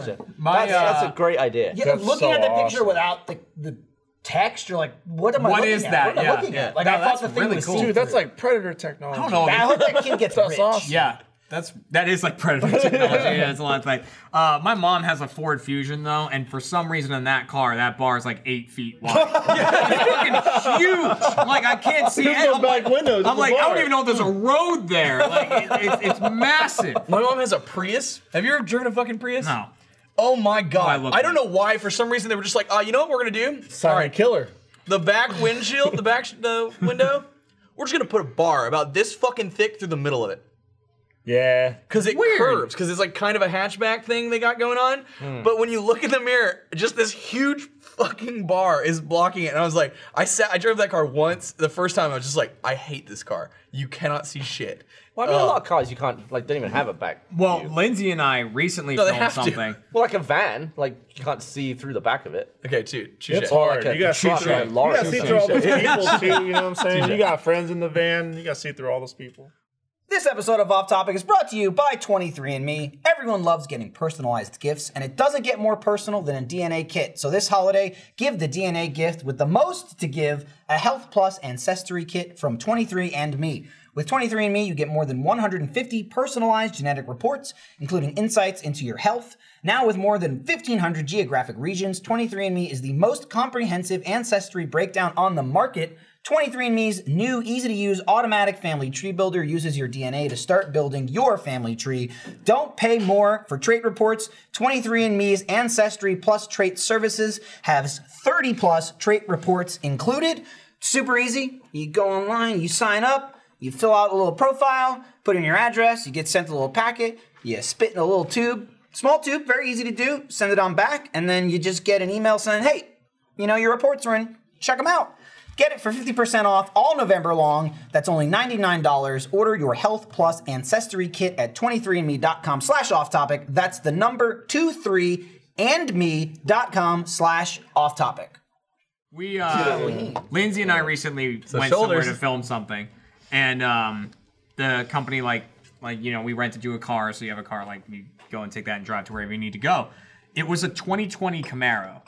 that picture. that's, that's uh, a great idea. yeah, looking at the picture without the, the text, you're like, what am I What looking is at? that? What am I Yeah, looking yeah. at? Like No, I that's thought the thing really was cool. see-through. Dude, that's like predator technology. I don't know. I hope that kid gets That's rich. awesome. Yeah, that's that is like predator technology. yeah, it's a lot of like. Uh, my mom has a Ford Fusion though, and for some reason in that car, that bar is like eight feet wide. it's fucking huge. Like I can't see. There's it. no I'm back like, windows, I'm it's a like, I bar. don't even know if there's a road there. Like it, it's- it's massive. My mom has a Prius. Have you ever driven a fucking Prius? No. Oh my god. I I, love don't know why. For some reason, they were just like, oh, you know what we're gonna do? Sorry, killer. The back windshield, the back sh- the window. We're just gonna put a bar about this fucking thick through the middle of it. Yeah. Cause it curves, cause it's like kind of a hatchback thing they got going on. Hmm. But when you look in the mirror, just this huge fucking bar is blocking it. And I was like, I sat, I drove that car once. The first time, I was just like, I hate this car. You cannot see shit. Well, I mean, a Uh, lot of cars you can't like don't even have a back. Well, Lindsay and I recently No, they filmed have to. something. Well, like a van, like you can't see through the back of it. Okay, dude, It's hard. you got to see through. You got to see through all those people too. You know what I'm saying? Touche. You got friends in the van. You got to see through all those people. This episode of Off Topic is brought to you by 23andMe. Everyone loves getting personalized gifts, and it doesn't get more personal than a DNA kit. So this holiday, give the DNA gift with the most to give a Health Plus Ancestry Kit from 23andMe. With 23andMe, you get more than 150 personalized genetic reports, including insights into your health. Now, with more than 1,500 geographic regions, 23andMe is the most comprehensive ancestry breakdown on the market. 23andMe's new easy to use automatic family tree builder uses your DNA to start building your family tree. Don't pay more for trait reports. 23andMe's Ancestry Plus Trait Services has 30 plus trait reports included. Super easy. You go online, you sign up, you fill out a little profile, put in your address, you get sent a little packet, you spit in a little tube. Small tube, very easy to do. Send it on back, and then you just get an email saying, hey, you know, your reports are in. Check them out. Get it for 50% off all November long. That's only $99. Order your Health Plus Ancestry Kit at 23andme.com slash off topic. That's the number 23andme.com slash off topic. We uh, Lindsay and I recently So went shoulders. somewhere to film something, and um, the company like like you know we rented you a car, so you have a car like you go and take that and drive to wherever you need to go. It was a 2020 Camaro,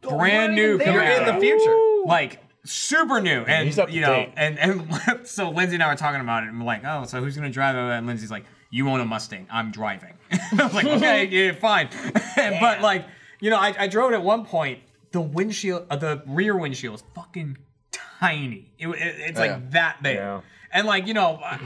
brand new You're Camaro, in the future. like super new, and he's up to you know, date. and and so Lindsay and I were talking about it, and we're like, oh, so who's gonna drive it? And Lindsay's like, you own a Mustang, I'm driving. I was like, okay, yeah, fine, but like, you know, I, I drove it at one point. The windshield, uh, the rear windshield is fucking tiny. It, it- it's Oh, Yeah. like that big, and like you know, I,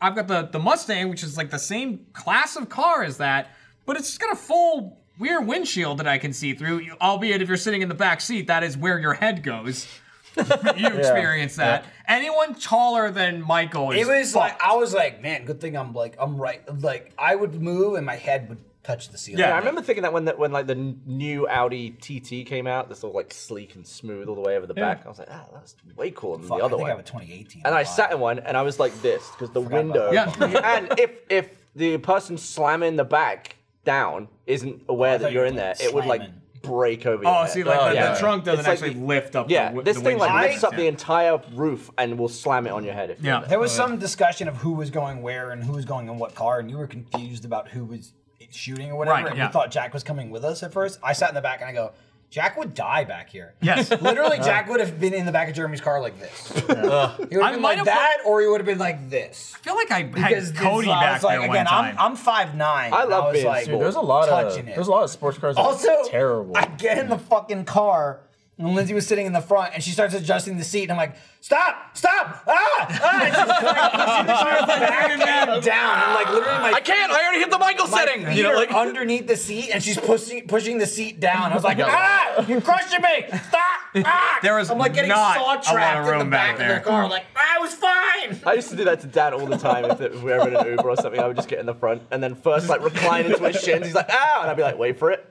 I've got the the Mustang, which is like the same class of car as that, but it's just got a full rear windshield that I can see through. You- Albeit, if you're sitting in the back seat, that is where your head goes. you experience that. Anyone taller than Michael is It was fucked. like I was like, man, good thing I'm like I'm right. Like I would move and my head would touch the ceiling. Yeah, I remember thinking that when that when like the n- new Audi TT came out, this all like sleek and smooth all the way over the Yeah. back. I was like, ah, that's way cooler than Fuck, the I other think I one. have a 2018. and I sat in one, and I was like this because the window. that. and if if the person slamming the back down isn't aware that you're in there, it would like break over. your Oh, head. see, like, the- the trunk doesn't It's like actually the- lift up the Yeah, wi- this the thing like windshield. lifts up the entire roof and will slam it on your head. If you're in There was some discussion of who was going where and who was going in what car, and you were confused about who was shooting or whatever. Right, and yeah. We thought Jack was coming with us at first. I sat in the back and I go, Jack would die back here. Yes. Literally, Jack would have been in the back of Jeremy's car like this. He would I have been might like have that, or he would have been like this. I feel like I had this- Cody I back was like, there one again, time. I'm, I'm 5'9". I and love was being like, small. Dude, there's a lot of- touching it. there's a lot of sports cars that are Also, terrible. I get in the fucking car. And Lindsay was sitting in the front, and she starts adjusting the seat, and I'm like, "Stop! Stop! Ah! Ah!" And she's like, pushing the car back down. I'm like, literally, my I can't, I already hit the Michael my setting! Feet You know, are like- underneath the seat, and she's pushing pushing the seat down. I was like, Yeah. "Ah! You're crushing me! Stop! Ah!" There was I'm like getting not saw a lot trapped of in the room back back of there. the car. Like, I was fine. I used to do that to Dad all the time. If, if we were in an Uber or something, I would just get in the front and then first like recline into his shins. He's like, ow, and I'd be like, wait for it.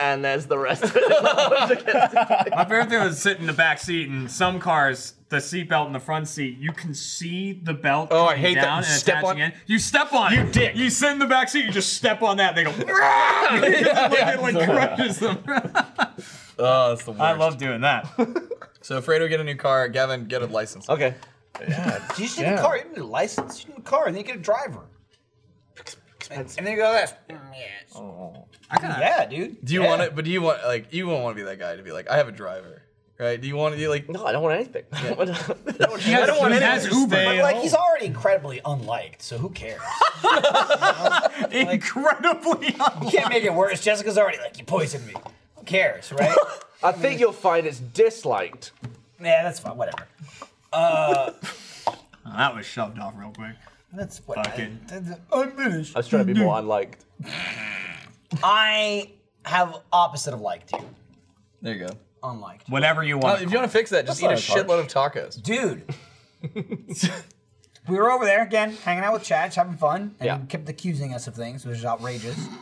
And there's the rest of it. My favorite thing was sitting in the back seat, and some cars, the seat belt in the front seat, you can see the belt. Oh, I hate that. down You And step attaching on- in. You step on you it. You dick. You sit in the back seat. You just step on that. And they go. "Ah!" it like crushes them. Oh, that's the worst. I love doing that. so, Fredo, get a new car. Gavin, get a license. Okay. Yeah. You just need a car. You don't need a license. You need a car, and then you get a driver. And then you go mm, this. Yes. Oh. Yeah, dude. Do you Yeah. want it? But do you want like you won't want to be that guy to be like I have a driver, right? Do you want to do like? No, I don't want anything. He I has- don't want he anything. has Just Uber. stay But at like home. he's already incredibly unliked, so who cares? incredibly unliked. You can't make it worse. Jessica's already like, you poisoned me. Who cares, right? I think you'll find it's disliked. yeah, that's fine, whatever. Uh that was shoved off real quick. that's what Fucking- I, that's unfinished. I was trying to be more unliked. I have opposite of liked you. There you go. Unliked. Whatever you Oh, want. if you want to fix that, just That's eat a not shitload of tacos. Dude. we were over there again, hanging out with Chad, just having fun, and Yeah. he kept accusing us of things, which is outrageous. Um,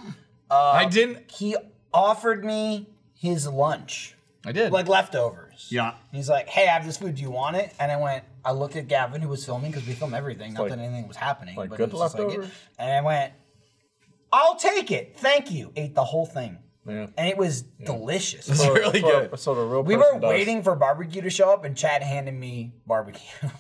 I didn't. He offered me his lunch. I did. Like leftovers. Yeah. And he's like, hey, I have this food. Do you want it? And I went, I looked at Gavin, who was filming, because we film everything. Not like- that anything was happening. like but good it was just like it. leftovers? And I went, I'll take it. Thank you. Ate the whole thing. Yeah. And it was delicious. That's what- that's what- That's what a real We were person does. waiting for barbecue to show up, and Chad handed me barbecue. Uh,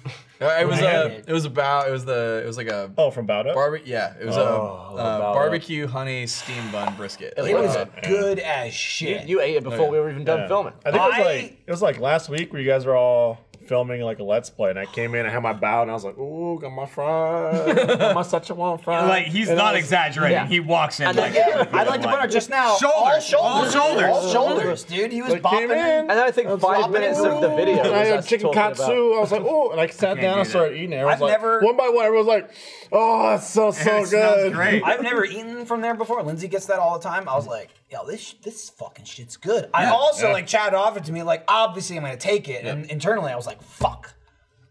It was I had a. It was about. It was the. It was like a. Oh, from Bowdo? Barbecue. Yeah, it was Oh, a uh, Bowdo. barbecue honey steam bun brisket. Uh, Oh, It was good as shit. You, Oh, ate it before we were even done Yeah. filming. I think it was like it was like last week where you guys were all filming like a let's play, and I came in, I had my bow, and I was like, "Ooh, got my fries, got my such a one fry." Like he's And I not was- exaggerating. He walks in. And then, like, yeah, I'd like to put out just now. Shoulders, all all shoulders, shoulders. all shoulders, dude. He was Like, bopping came in, And then I think five flopping minutes it of the through. video. And I was had us chicken talking about- katsu. I was like, oh, and I sat down do and that. started eating it. I was I've like, never- one by one, everyone was like, oh, that's so, so smells good. great. I've never eaten from there before. Lindsay gets that all the time. I was like, yo, this this fucking shit's good. I Yeah. also Yeah. like Chad offered to me, like, obviously I'm gonna take it. And internally I was like, fuck.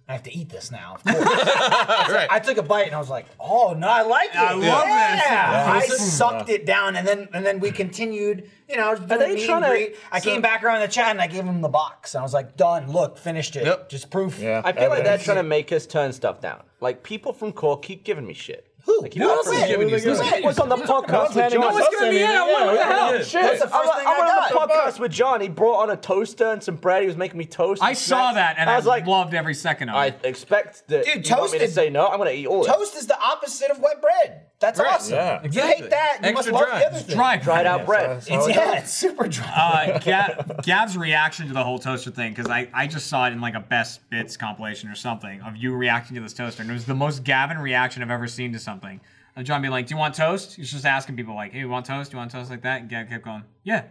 I have to eat this now. Of course. I took a bite and I was like, "Oh no, I like it. I love yeah. this. Yeah. I sucked it down, and then and then we continued. You know, doing they meet trying and to- greet. I came back around the chat and I gave him the box. And I was like, "Done. Look, finished it. Yep. Just proof." Yeah. I feel like they're evidence. trying to make us turn stuff down. Like people from core keep giving me shit. Who? Like, Who offered was me it? shit. Giving you Who was stuff. it? What's on the podcast with John? one's gonna be out. What the hell? Shit. That's the first I'm, thing I'm I got. on the podcast with John. He brought on a toaster and some bread. He was making me toast. I and saw snacks. that and I I, was like, loved every second of I it. expect that Dude, you want me to toasted- say no. I'm gonna eat all of it. Toast is the opposite of wet bread. That's awesome. If you hate that, you must Extra love dry. the other It's thing. dry bread. Yeah, It's, so- so it yeah, is. it's super dry. Uh, Gab, Gab's reaction to the whole toaster thing, because I, I just saw it in like a best bits compilation or something of you reacting to this toaster, and it was the most Gavin reaction I've ever seen to something. Of John being like, "Do you want toast?" He's just asking people like, "Hey, you want toast? Do you want toast like that?" And Gab kept going, "Yeah,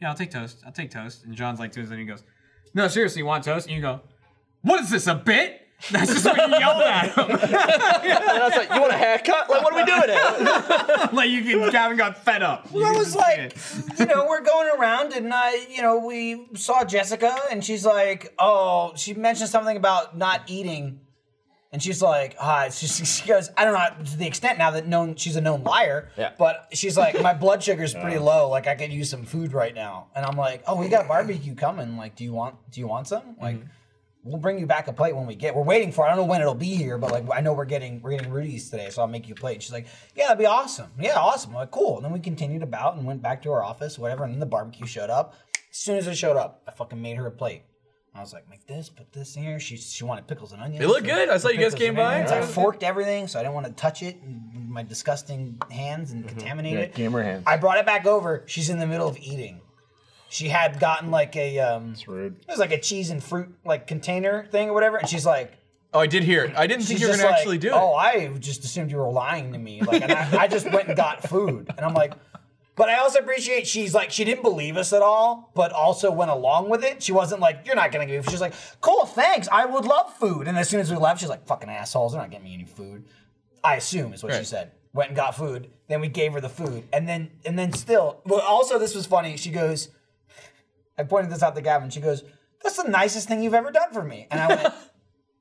yeah, I'll take toast. I'll take toast." And John's like, to his and he goes, "No, seriously, you want toast?" And you go, "What is this a bit?" That's just what you yelled at him. and I was like, "You want a haircut? Like, what are we doing here?" like you can, Gavin got fed up. Well, I was like, you know, we're going around, and I, you know, we saw Jessica, and she's like, oh, she mentioned something about not eating, and she's like, hi, she, she goes, I don't know to the extent now that known she's a known liar, Yeah. but she's like, my blood sugar's pretty low, like I could use some food right now, and I'm like, oh, we got barbecue coming, like, do you want, do you want some, like. Mm-hmm. We'll bring you back a plate when we get. We're waiting for. it. I don't know when it'll be here, but like I know we're getting we're getting Rudy's today, so I'll make you a plate. She's like, "Yeah, that'd be awesome. Yeah, awesome. I'm like, cool." And then we continued about and went back to our office, whatever. And then the barbecue showed up. As soon as it showed up, I fucking made her a plate. I was like, "Make this, put this in here." She she wanted pickles and onions. They look good. I saw you guys Pickles came and by. onions. I Yeah. forked everything, so I didn't want to touch it. And my disgusting hands and contaminate Yeah, it. gamer hands. I brought it back over. She's in the middle of eating. She had gotten like a um It was like a cheese and fruit like container thing or whatever, and she's like Oh, I did hear it. I didn't think she's you were just gonna like, actually do it. Oh, I just assumed you were lying to me. Like and I, I just went and got food. And I'm like but I also appreciate she's like she didn't believe us at all, but also went along with it. She wasn't like, "You're not gonna give me." food." She's like, "Cool, thanks. I would love food." And as soon as we left, she's like, "Fucking assholes, they're not getting me any food." I assume is what she Right. said. Went and got food. Then we gave her the food, and then and then still. But also, this was funny. She goes, I pointed this out to Gavin. She goes, "That's the nicest thing you've ever done for me," and I went,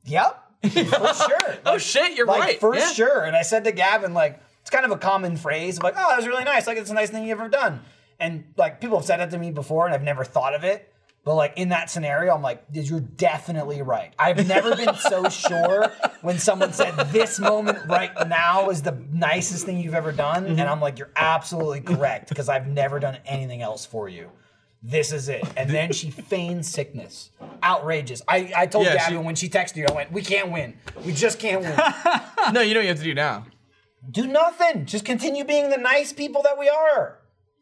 "Yep." for sure. Oh shit, you're like, right. For yeah. sure. And I said to Gavin, like, it's kind of a common phrase of like, oh, that was really nice. Like, it's the nice thing you've ever done. And like, people have said it to me before and I've never thought of it. But like, in that scenario, I'm like, dude, you're definitely right. I've never been so sure when someone said, this moment right now is the nicest thing you've ever done. Mm-hmm. And I'm like, you're absolutely correct because I've never done anything else for you. This is it. And then she feigns sickness. Outrageous. I, I told Yeah, she- Gavin when she texted you, I went, we can't win. We just can't win. No, you know what you have to do now. Do nothing. Just continue being the nice people that we are.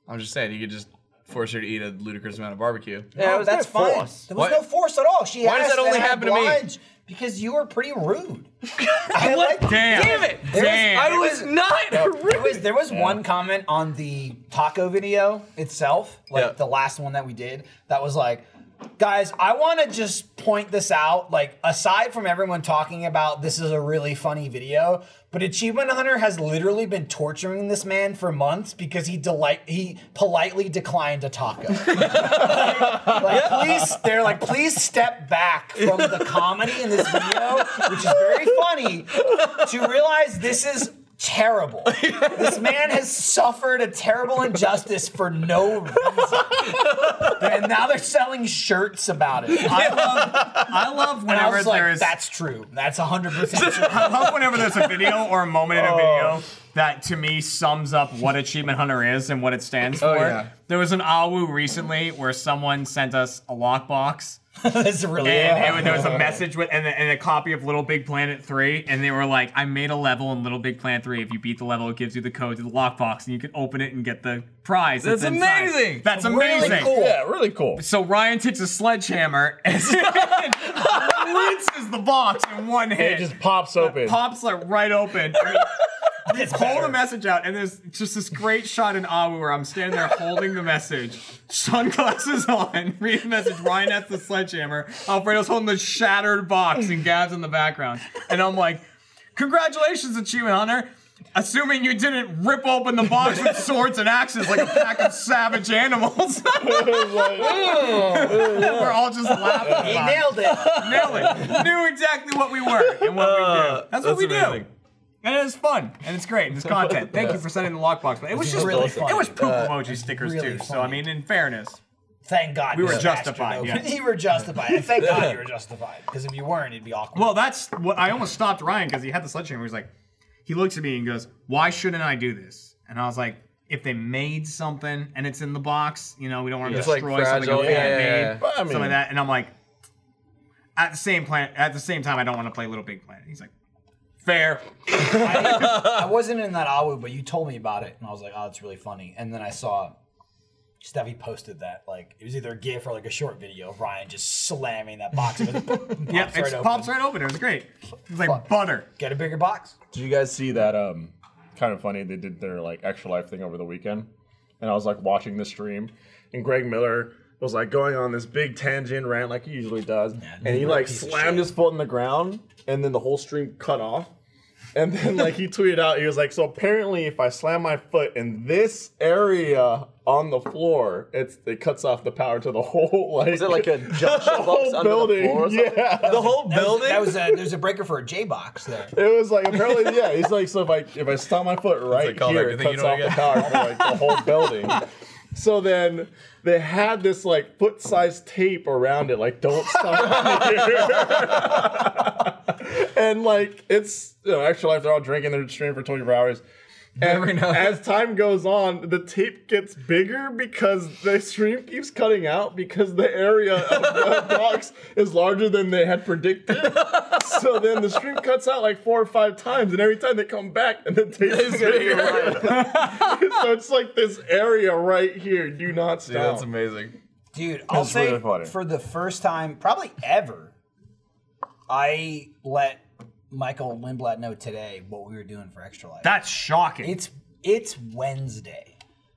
I'm just saying, you could just force her to eat a ludicrous amount of barbecue. No, Oh, that's fine. There was Why- no force at all. She Why does asked that only and I happen to me? obliged Because you were pretty rude. I like- Damn. Damn it! There was- Damn. I was not No, rude. there was, there was one comment on the taco video itself, like Yeah. the last one that we did, that was like, guys, I want to just point this out. Like, aside from everyone talking about this is a really funny video, but Achievement Hunter has literally been torturing this man for months because he delight he politely declined a taco. Like, please, they're like, please step back from the comedy in this video, which is very funny, to realize this is terrible. This man has suffered a terrible injustice for no reason. And now they're selling shirts about it. I love, I love and I whenever was there like, is. that's true. That's 100% true. I love whenever there's a video or a moment Oh. in a video that to me sums up what Achievement Hunter is and what it stands for. Oh, yeah. There was an AWU recently where someone sent us a lockbox. that's really And it was- there was a message with and a, and a copy of Little Big Planet 3, and they were like, I made a level in Little Big Planet 3. If you beat the level, it gives you the code to the lockbox, and you can open it and get the prize. That's inside." amazing. That's amazing. Really cool. Yeah, really cool. So Ryan takes a sledgehammer and rinses the box in one hit. It just pops open. pops like right open. Just pull the message out, and there's just this great shot in Awu where I'm standing there holding the message, sunglasses on, reading the message. Ryan has the sledgehammer. Alfredo's holding the shattered box, and Gab's in the background. And I'm like, "Congratulations, achievement hunter! Assuming you didn't rip open the box with swords and axes like a pack of savage animals." We're all just laughing. He about it. nailed it. Nailed it. Knew exactly what we were and what we do. That's, what we do. And it's fun, and it's great, and it's content. Thank you for sending the lockbox. But it was just really It funny. was poop emoji stickers really too. So funny. I mean, in fairness, Thank God. We were you justified, bastard. yeah. You were justified. And thank God you were justified. Because if you weren't, it'd be awkward. well, that's what I almost stopped Ryan because he had the sledgehammer. He's like, he looks at me and goes, "Why shouldn't I do this?" And I was like, "If they made something and it's in the box, you know, we don't want to It's, like, destroy something fragile. that we Yeah, had yeah, made, yeah. But, I something like mean- that." And I'm like, at the same plan, at the same time, I don't want to play Little Big Planet. He's like, Fair. I, I wasn't in that Awu, but you told me about it, and I was like, oh, it's really funny. And then I saw Steffi posted that, like, it was either a GIF or like a short video of Ryan just slamming that box. and it pops Yeah, it right open. pops right open. It was great. It's like butter. Get a bigger box. Did you guys see that? Um, kind of funny. They did their like extra life thing over the weekend, and I was like watching the stream, and Greg Miller was like going on this big tangent rant like he usually does, and he he's a like piece of slammed his foot in the ground, and then the whole stream cut off. And then like he tweeted out, he was like, "So apparently, if I slam my foot in this area on the floor, it's it cuts off the power to the whole like Is it like a junction the box whole under the building? floor or something? yeah, the whole building. That was a, there's a breaker for a J box there. it was like apparently, yeah. He's like, so if I if I stop my foot right callback. here, You it think you cuts know off the power what I for like the whole building. So then they had this like foot sized tape around it, like don't stop here. and like it's you know, extra life. They're all drinking. They're streaming for twenty four hours. And as time goes on, the tape gets bigger because the stream keeps cutting out because the area of the box is larger than they had predicted. so then the stream cuts out like four or five times, and every time they come back, and the tape is bigger. so it's like this area right here. Do not stop. Dude, that's amazing. Dude, I'll That's say really funny. for the first time, probably ever, I let Michael Lindblad know today what we were doing for Extra Life. That's shocking. It's it's Wednesday.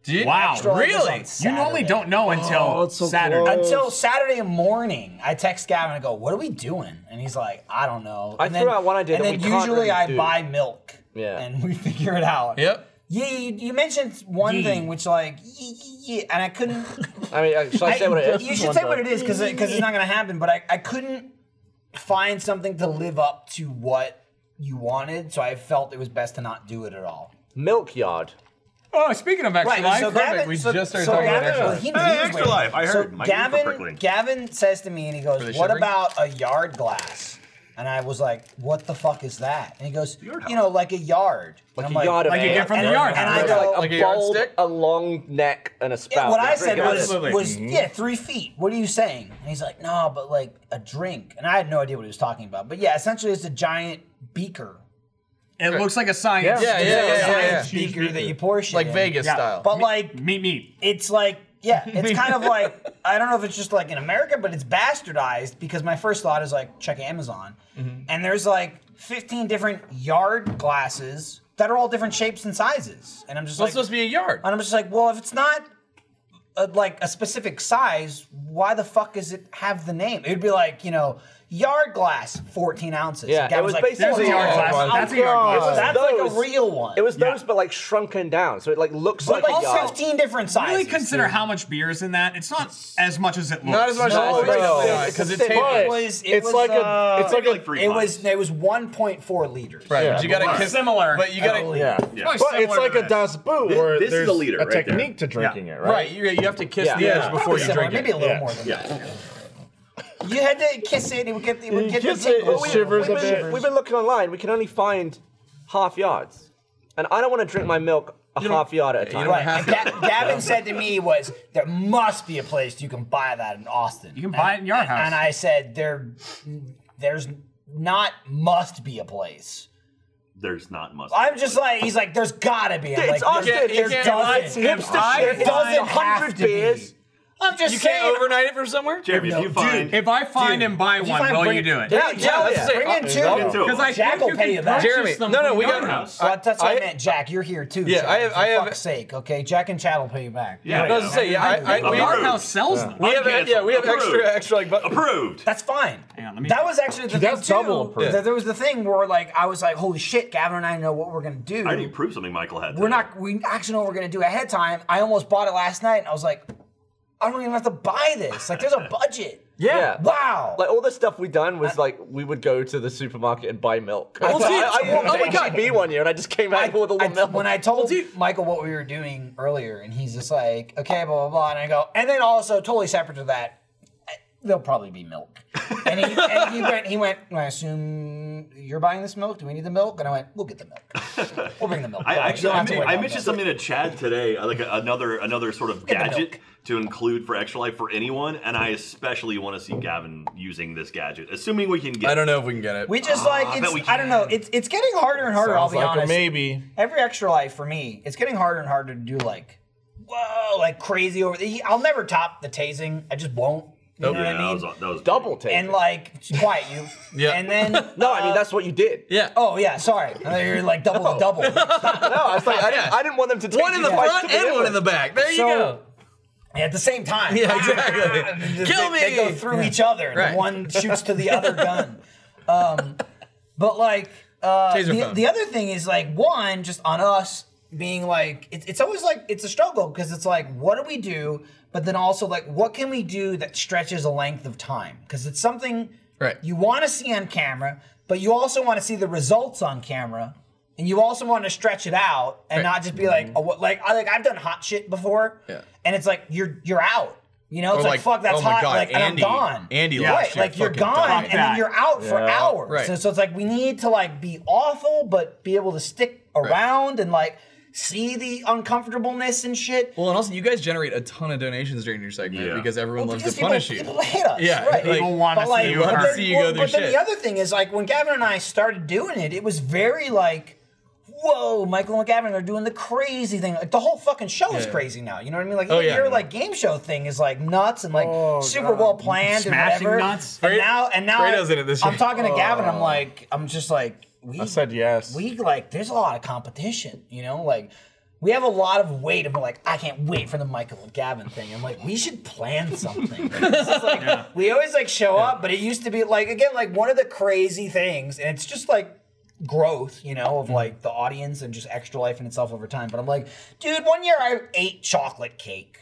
wow, Extra Life is on You normally Saturday. don't know until Oh, Saturday. Until Saturday morning, I text Gavin and go, "What are we doing?" And he's like, "I don't know." I and threw out one idea And that then we can't usually really I do. buy milk. Yeah. And we figure it out. Yep. Yeah, you, you mentioned one Yee. thing, which like, yeah, yeah, and I couldn't. I mean, uh, should I say what it is? You should say what it is because it's not going to happen. But I, I couldn't find something to live up to what you wanted, so I felt it was best to not do it at all. Milk yard. Oh, speaking of extra life, so Gavin, We so, just started so talking about Gavin, Extra Life. Well, he knew Hey, he was Extra waiting. Life. I heard So my ears were Gavin, prickling. Gavin says to me, and he Are goes, they "What shivering? about a yard glass?" And I was like, "What the fuck is that?" And he goes, Yard "You know, like a yard." Like And a I'm yard of like you ale. get from and- the yard. and I Like, go- like a Like a bulb, yardstick? a long neck, and a spout. Yeah, what Yeah, I said pretty was, good. Absolutely. was Mm-hmm. yeah, three feet. What are you saying? And he's like, no, but like a drink. And I had no idea what he was talking about. But yeah, essentially, it's a giant beaker. it looks like a science. Yeah, yeah, yeah, a yeah, giant yeah. beaker that you pour shit Like in. Vegas Yeah. style. But like, Meet me. it's like, yeah, it's kind of like I don't know if it's just like in America, but it's bastardized because my first thought is like check Amazon, and there's like 15 different yard glasses that are all different shapes and sizes, and I'm just Well, it's like, supposed to be a yard. and I'm just like, well, if it's not a, like a specific size, why the fuck does it have the name? It would be like, you know, yard glass, 14 ounces. Yeah, Gavin's it was like, basically- There's a yard "Oh, glass. God. That's a yard It was glass. That's like Those- a real one. It was Yeah. those, but like shrunken down, so it like looks but like a like yard. 15 different sizes. Really consider how much beer is in that. It's not as much as it looks. Not as much No, as no. because it's It's a it thick- taped. was, it it's was, like a- uh, it's like a- like three it pints. was, it was 1.4 liters. Oh, Right, Yeah, but you gotta but kiss similar. Oh, But you gotta Yeah. Yeah. Probably But it's similar like to a this. das boot Thi- where this is there's the leader a right there. technique to drinking it, right? right. You you have to kiss Yeah. the edge Yeah. before you Similar, drink maybe it. a little Yeah. more than Yeah. that. You had to kiss it, it would get, it would You get kiss the it, it tingle. shivers We've a bit. been, we've been looking online. We can only find half yards, and I don't want to drink my milk a half yard at a time. don't Right. and Ga- Gavin said to me was there must be a place you can buy that in Austin. You can buy it in your and, house. And I said there there's not must be a place. There's not much. I'm just like he's like there's gotta be. I'm It's like, Austin. there- It's- there it's doesn't. hipster I shit. It There doesn't doesn't have hundred to be. beers. I'm just You saying. can't overnight it from somewhere. Jeremy, if you find If I find and buy If one, find- will bring you do it? Yeah, Yeah, yeah, yeah. Bring in Bring in two. two. Because I Jack think will you pay can you back. purchase Jeremy, them no, no, from we your got- house. Well, that's what I, I- meant, Jack. You're here too. Yeah, Jack, I have- For I have- fuck's sake, okay. Jack and Chad will pay you back. Yeah, I was gonna say, yeah, I, I, The we, yard Approved. house sells them. we have, Uncanceled. yeah, we have extra, Approved. extra like. But, approved. That's fine. Hang on, let me- That was actually the That's thing too. double approved. that there was the thing where like I was like, holy shit, Gavin and I know what we're gonna do. I already proved something Michael had. we're today. not. We actually know what we're gonna do ahead of time. I almost bought it last night, and I was like, I don't even have to buy this. Like, there's a budget. Yeah. Wow. Like all the stuff we done was like we would go to the supermarket and buy milk. Well, see, I, I, I walked oh oh my God. HEB one year and I just came out I- with all the I- little milk. when I told Michael what we were doing earlier, and he's just like, okay, blah blah blah, and I go, and then also totally separate to that, They'll probably be milk. And he, and he went, he went, I assume you're buying this milk? Do we need the milk? And I went, we'll get the milk. We'll bring the Oh, milk. I Don't- actually, don't I, have to men- worry I about mentioned milk. something to Chad today, uh, like a, another another sort of gadget to include for extra life for anyone, and I especially want to see Gavin using this gadget, assuming we can get. Ah, I don't know if we can get it. We just like it's, I, don't know. It's it's getting harder and harder. Sounds I'll be like a honest. maybe. every extra life for me, it's getting harder and harder to do like whoa, like crazy over. The, I'll never top the tasing. I just won't. You know what I mean? double take. and like just quiet you. yeah. And then no, I mean that's what you did. Yeah. Oh yeah. Sorry. I thought you were like double the double. No, I was like, I, didn't, I didn't want them to take One in you the guys front to and one in the back. There you So- go. At the same time. Yeah, exactly. Kill they, They go me. through each other. and Right. One shoots to the other gun. Um, but like uh, Taser the, phone. the other thing is like one just on us being like it's it's always like it's a struggle because it's like what do we do, but then also like what can we do that stretches a length of time because it's something right. you want to see on camera, but you also want to see the results on camera. And you also want to stretch it out and not just be like, oh, what, like, I, like I've done hot shit before, Mm-hmm. Yeah. and it's like you're you're out. You know, it's Or like, like, fuck, that's oh my hot, God, like, Andy- and I'm gone. Andy yeah. last right, year like you're fucking gone, died. and then you're out for Yeah. hours. Right. So, so it's like we need to like be awful, but be able to stick around and like see the uncomfortableness and shit. Well, and also you guys generate a ton of donations during your segment because everyone loves because to punish people- you. people hate us, Yeah, right. like, People wanna But, like, you, but then- go well, through But then shit. the other thing is, like, when Gavin and I started doing it, it was very like, whoa, Michael and Gavin are doing the crazy thing. Like, the whole fucking show is Yeah. crazy now. You know what I mean? Like, Oh, even yeah. your like game show thing is like nuts and like Oh, super God. well planned and Uh, Smashing whatever. nuts? And Fredo- now, and now, Fredo's I, in it this I'm year. talking to Gavin. I'm Oh. like, I'm just like, we, I said yes. We like, there's a lot of competition. You know, like. We have a lot of weight, and we're like, I can't wait for the Michael and Gavin thing. I'm like, we should plan something. This is like- we always like show up, but it used to be like again, like one of the crazy things, and it's just like growth, you know, Mm-hmm. of like the audience and just extra life in itself over time. But I'm like, dude, one year I ate chocolate cake.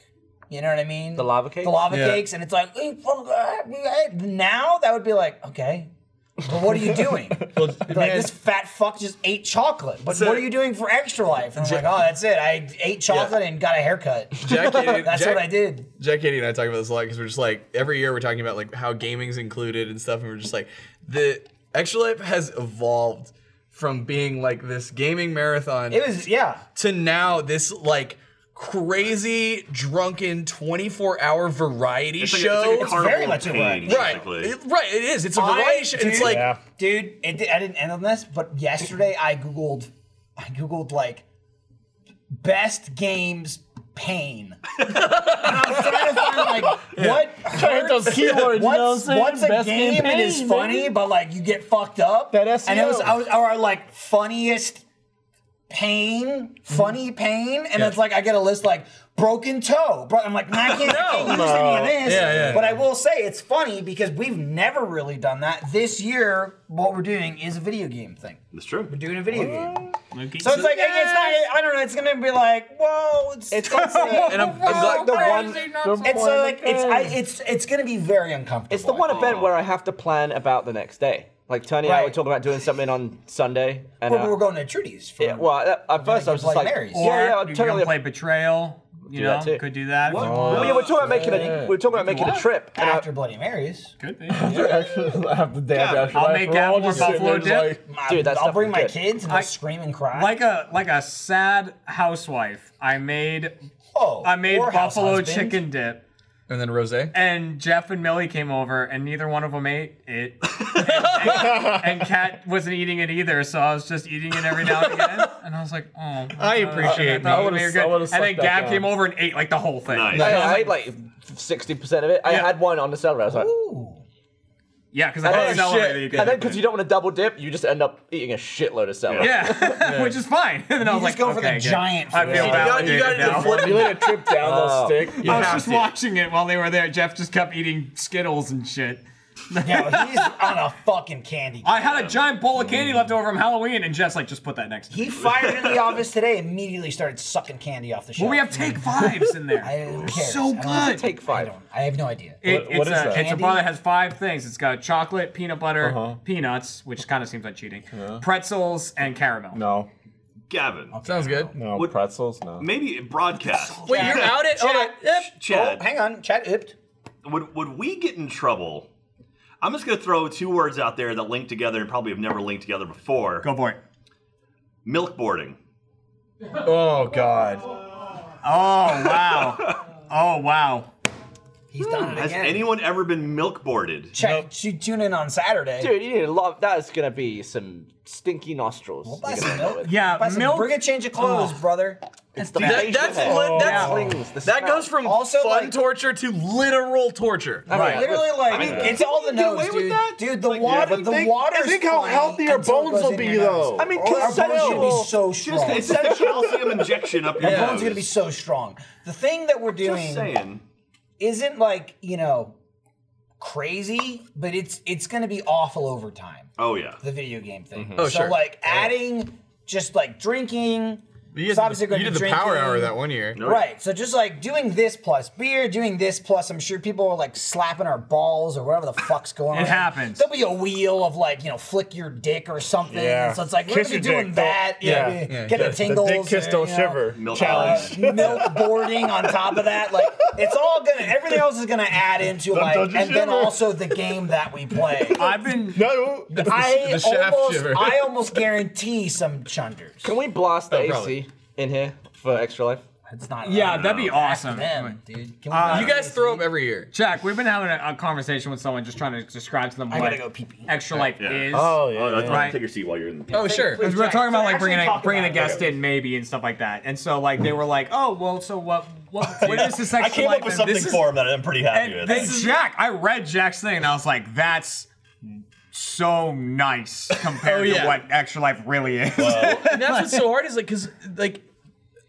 You know what I mean? The lava cakes. The lava Yeah. cakes, and it's like "Eh, fuck, ah, eh." now that would be like, okay. But what are you doing? like this fat fuck just ate chocolate. But So- what are you doing for extra life? And I'm like, oh, that's it. I ate chocolate and got a haircut. Jack hated- that's Jack- what I did. Jack Katie and I talk about this a lot because we're just like every year we're talking about like how gaming's included and stuff, and we're just like the Extra Life has evolved from being like this gaming marathon. It was yeah. To now this like crazy drunken 24 hour variety It's like a- it's like show. a carnival It's very much a of pain, variety. Right. basically. It- right. It is. It's a I- variety show. and It's dude- like dude, it, di- I didn't end on this, but yesterday I googled, I googled like best games pain. and I was trying to find like what Trying hurts, those keywords, you know what's, what I'm what's a saying? Best game, game and is pain, funny, baby. E but like you get fucked up. That And it was SEO. I was or like funniest Mm-hmm. pain, funny pain, and Yeah. it's like I get a list like broken toe. Bro, I'm like, nah, I can't, I can't No. use any of this. Yeah, yeah. But I will say it's funny because we've never really done that. This year, what we're doing is a video game thing. That's true. We're doing a video game. So it's like it's not. I don't know. It's gonna be like, whoa, it's It's like the- And I'm- I'm it's glad- like the one- the It's uh, one like it's I, thing. it's it's gonna be very uncomfortable. It's the one event where I have to plan about the next day. Like Tony and I were talking about doing something on Sunday, and Well, uh, we were going to Trudy's. For, yeah, well, at- at first I was just Bloody like, Marys. yeah, yeah, Or I'm you totally can play Betrayal. You Do know, that too. could do that. if you want. Well, Oh, yeah, we're talking about making a we're talking about making a trip. And I, after Bloody Marys. Good thing. have the day after Yeah, Extra I'll Life, make we're that all more just sitting buffalo there just dip. like- I'll bring my kids and they'll scream and cry. Like a like a sad housewife, I made oh, I made or buffalo househusband. chicken dip. And then rosé. And Jeff and Millie came over, and neither one of them ate it. and, and Kat wasn't eating it either, so I was just eating it every now and again. And I was like, oh, I appreciate that. that. would I be would've- good. I And would've then sucked that Gab down. came over and ate like the whole thing. I, I ate like sixty percent of it. I Yeah. had one on the celery. I was like, yeah, because and I then, accelerated. you and could- then because you don't want to double dip, you just end up eating a shitload of celery. Yeah, which is fine. And then I was like, go for the okay, good. giant I food. feel You got- validated you got it to now. flip- you let it trip down the Oh. stick. You I was have just to. watching it while they were there. Jeff just kept eating Skittles and shit. yeah, he's on a fucking candy. I had a giant bowl of candy left over from Halloween, and Jeff's like, just put that next. to He me." fired in the office today. Immediately started sucking candy off the shelf. Well, we have Take Fives in there. So good. Take Five. I, have no idea. It, it's, a, it's a bar that has five things. It's got chocolate, peanut butter, peanuts, which kind of seems like cheating, pretzels, and caramel. No. Gavin. Sounds good. No pretzels. No. Maybe broadcast. Wait, you're out at. Chad, Oh, Chad. hang on, Chad ipped. would would we get in trouble? I'm just gonna throw two words out there that link together and probably have never linked together before. Go for it. Milkboarding. Oh God. Oh wow. oh wow. He's done it Has again. anyone ever been milkboarded? Check. tu- Tune in on Saturday. Dude, you need to love. That's gonna be some stinky nostrils. buy you're some gonna milk. deal with. Yeah, Buy some- milk- Bring a change of clothes, Oh. brother. It's the That- facial that's hair. lit- that's- Slings, the That smell. goes from Also, fun like- torture to literal torture. I mean, literally, like it's all the can you get nose, away with dude. that? Dude, the yeah, water, but the think- water's think how fine healthy our until it bones goes will in be, your nose. I mean, our bones should be consensual. so Just strong. it's a calcium injection up your Our nose. bones are gonna be so strong. The thing that we're Just doing saying. isn't like you know crazy, but it's it's gonna be awful over time. Oh yeah. The video game thing. Oh, so sure. like adding, just like drinking. You, it's guys obviously did the, gonna you be did the power drinking. hour that one year. Right. So just like doing this plus beer, doing this plus, I'm sure people are like slapping our balls or whatever the fuck's going on. It happens. There'll be a wheel of like, you know, flick your dick or something. Yeah. So it's like, we're Kiss gonna be your doing dick, that. don't- yeah. yeah, yeah. Get The- the the tingles. dick kiss, or, don't you know, shiver. Milk Uh, boarding. milk boarding on top of that. Like, it's all gonna, everything else is gonna add into like, don't and you then shiver. also the game that we play. I've been No, I, the shaft almost, shiver. I almost guarantee some chunders. Can we blast the Oh, probably. AC in here for extra life? It's not. Yeah, that'd be awesome. Them, dude. Can we Uh, not- You guys throw up every year. Jack, we've been having a, a conversation with someone just trying to describe to them I what gotta go pee pee. extra life Yeah. is. Oh, that's- Right. Take your seat while you're in the. Oh sure. Because we were talking about like bringing actually a, talk bringing a about it. guest in maybe and stuff like that, and so like they were like, oh well, so what what, what is this I extra came life? up with and something this is- for him that I'm pretty happy with. And then Jack, I read Jack's thing and I was like, that's so nice compared Oh, yeah. to what extra life really is. and that's what's so hard is like because like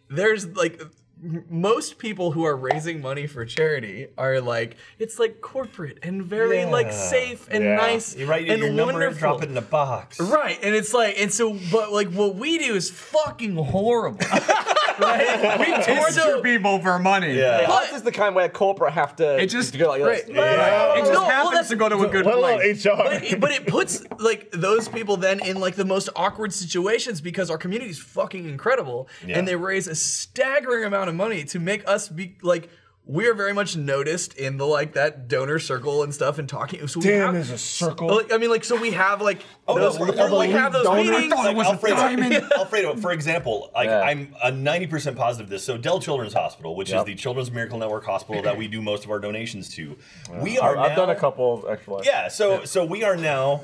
there's like m- most people who are raising money for charity are like it's like corporate and very like safe and nice You write in and your wonderful. number and drop it in a box. Right, and it's like, and so, but like, what we do is fucking horrible. right? We Torture torture people. people for money. Hey, But- ours is the kind where corporate have to. It just- to go like Right. this. It No, just well, happens that's- to go to a good Let alone place. HR. But, but it puts like those people then in like the most awkward situations because our community is fucking incredible and they raise a staggering amount of money to make us be like we are very much noticed in the like that donor circle and stuff and talking. So we Damn, have, there's a circle. Like, I mean, like so we have like those, we're- we we're like Oh, the have those lead meetings. donor. I thought it was a Alfredo, diamond. Alfredo, for example, like I'm a 90% positive this. So Dell Children's Hospital, which is the Children's Miracle Network hospital that we do most of our donations to, we are. I've now- done a couple of extra life. Yeah, so so we are now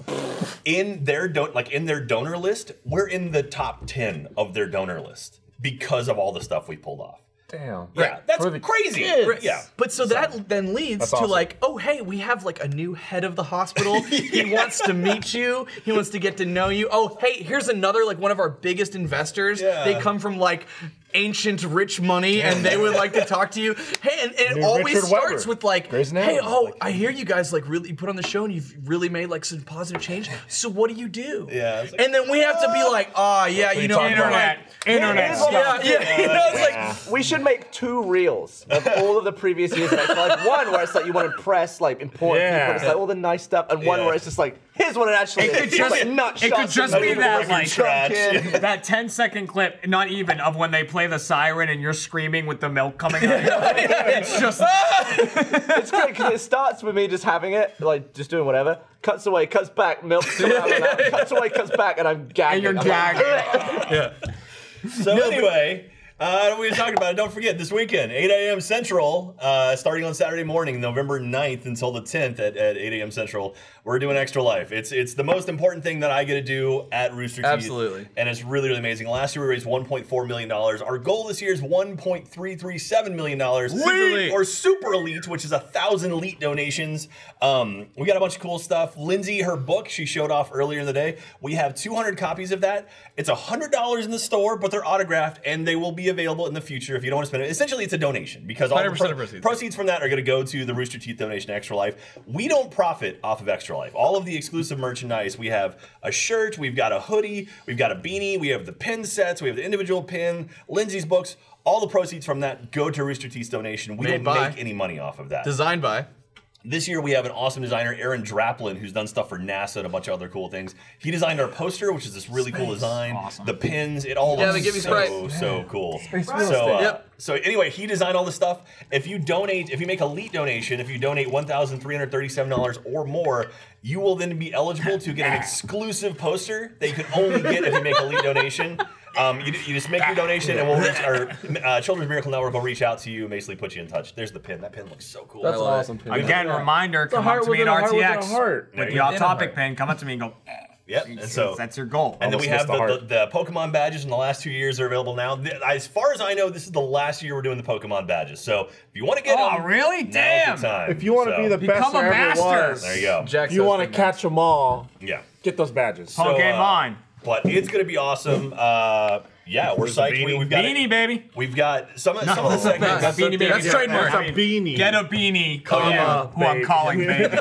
in their don- like in their donor list. We're in the top 10 of their donor list because of all the stuff we pulled off. Damn. Yeah, that's For the crazy. Right. Yeah. But so that then leads That's to awesome. like, oh hey, we have like a new head of the hospital. He wants to meet you. He wants to get to know you. Oh hey, here's another like one of our biggest investors. Yeah. They come from like ancient rich money and they would like to talk to you. Hey, and, and it New always Richard starts Weber. with like, Grey's Anatomy. hey, oh, Like- I hear you guys like really you put on the show and you've really made like some positive change. So what do you do? Yeah, it's like, and then we have to be like, ah, yeah, you know, talking we're Internet. like- Internet. Here's what stuff. yeah, yeah, you know, it's like. We should make two reels of all of the previous years. Like, like one where it's like you want to impress like important Yeah. people, it's like all the nice stuff, and one Yeah. where it's just like here's what it actually It is. could It's just- like nut it could shots just and be little that, fucking like, drunk trash. kid. that 10 second clip, not even of when they play the siren and you're screaming with the milk coming out. of your mouth. It's just It's great because it starts with me just having it, like just doing whatever. Cuts away, cuts back, milks coming out of my mouth, Cuts away, cuts back, and I'm and gagging. you're I'm like, gagging. So anyway, uh, we were talking about it. Don't forget this weekend, 8 a.m. Central, uh, starting on Saturday morning, November 9th until the 10th at, at 8 a.m. Central. We're doing Extra Life. It's it's the most important thing that I get to do at Rooster Teeth. Absolutely. And it's really really amazing. Last year we raised 1.4 million dollars. Our goal this year is 1.337 million dollars. Elite. Or super elite, which is a thousand elite donations. Um, we got a bunch of cool stuff. Lindsay, her book she showed off earlier in the day. We have 200 copies of that. It's hundred dollars in the store, but they're autographed and they will be available in the future if you don't want to spend it. Essentially, it's a donation because all the 100% of pro- proceeds. proceeds from that are going to go to the Rooster Teeth donation to Extra Life. We don't profit off of Extra Life. All of the exclusive merchandise, we have a shirt, we've got a hoodie, we've got a beanie, we have the pin sets, we have the individual pin, Lindsay's books. All the proceeds from that go to Rooster Teeth's donation. We Made don't by- make any money off of that. Designed by. This year we have an awesome designer, Aaron Draplin, who's done stuff for NASA and a bunch of other cool things. He designed our poster, which is this really cool design. The pins, it all Yeah, they looks give me so Sprite. so cool. Space so uh, real estate. yep. so anyway, he designed all this stuff. If you donate, if you make a elite donation, if you donate one thousand three hundred thirty-seven dollars or more, you will then be eligible to get an exclusive poster that you can only get if you make a elite donation. Um, you, you just make your donation, and we'll reach, our uh, Children's Miracle Network will reach out to you, and basically put you in touch. There's the pin. That pin looks so cool. That's an awesome pin. Again, reminder, It's a come heart up to me at within a heart within a RTX heart. There with you the go. off-topic pin. Come up to me and go. "Eh, Yep. And so that's your goal. And then we have the, the, the Pokemon badges in the last two years. They're available now. Th- As far as I know, this is the last year we're doing the Pokemon badges. So if you want to get Oh, them, really? now's Damn. the time. If you wanna So- be the Become best a there ever master. was, There you go. If you want to catch them all, yeah, get those badges. So, uh, but it's gonna be awesome. Uh, yeah, we're There's a psyched. We, beanie. have got Beanie, baby. We've got some, of No, some of the segments. that's beanie baby. Yeah. beanie. Get a beanie, comma, yeah, who I'm baby. calling baby. There's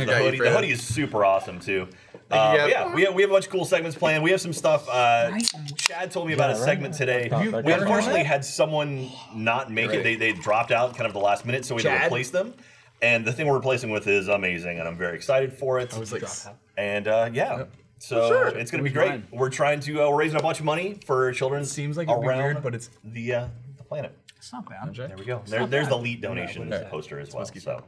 the got you, hoodie. The Fred. hoodie is super awesome too. Uh, you, but Gab. yeah, we have, we have a bunch of cool segments planned. We have some stuff. Uh, Chad told me about Yeah, a right. segment today. Have you- we Have you- unfortunately had someone not make it. They, they dropped out kind of the last minute, so we had Chad? to replace them. And the thing we're replacing with is amazing, and I'm very excited for it. I was like, and uh, yeah. So Sure. it's going to be Who's great. mine? We're trying to uh, we're raising a bunch of money for children. Seems like it'd be around weird, but it's the uh, the planet. It's not bad. There we go. It's There, not there's bad. the lead donation poster as well. So,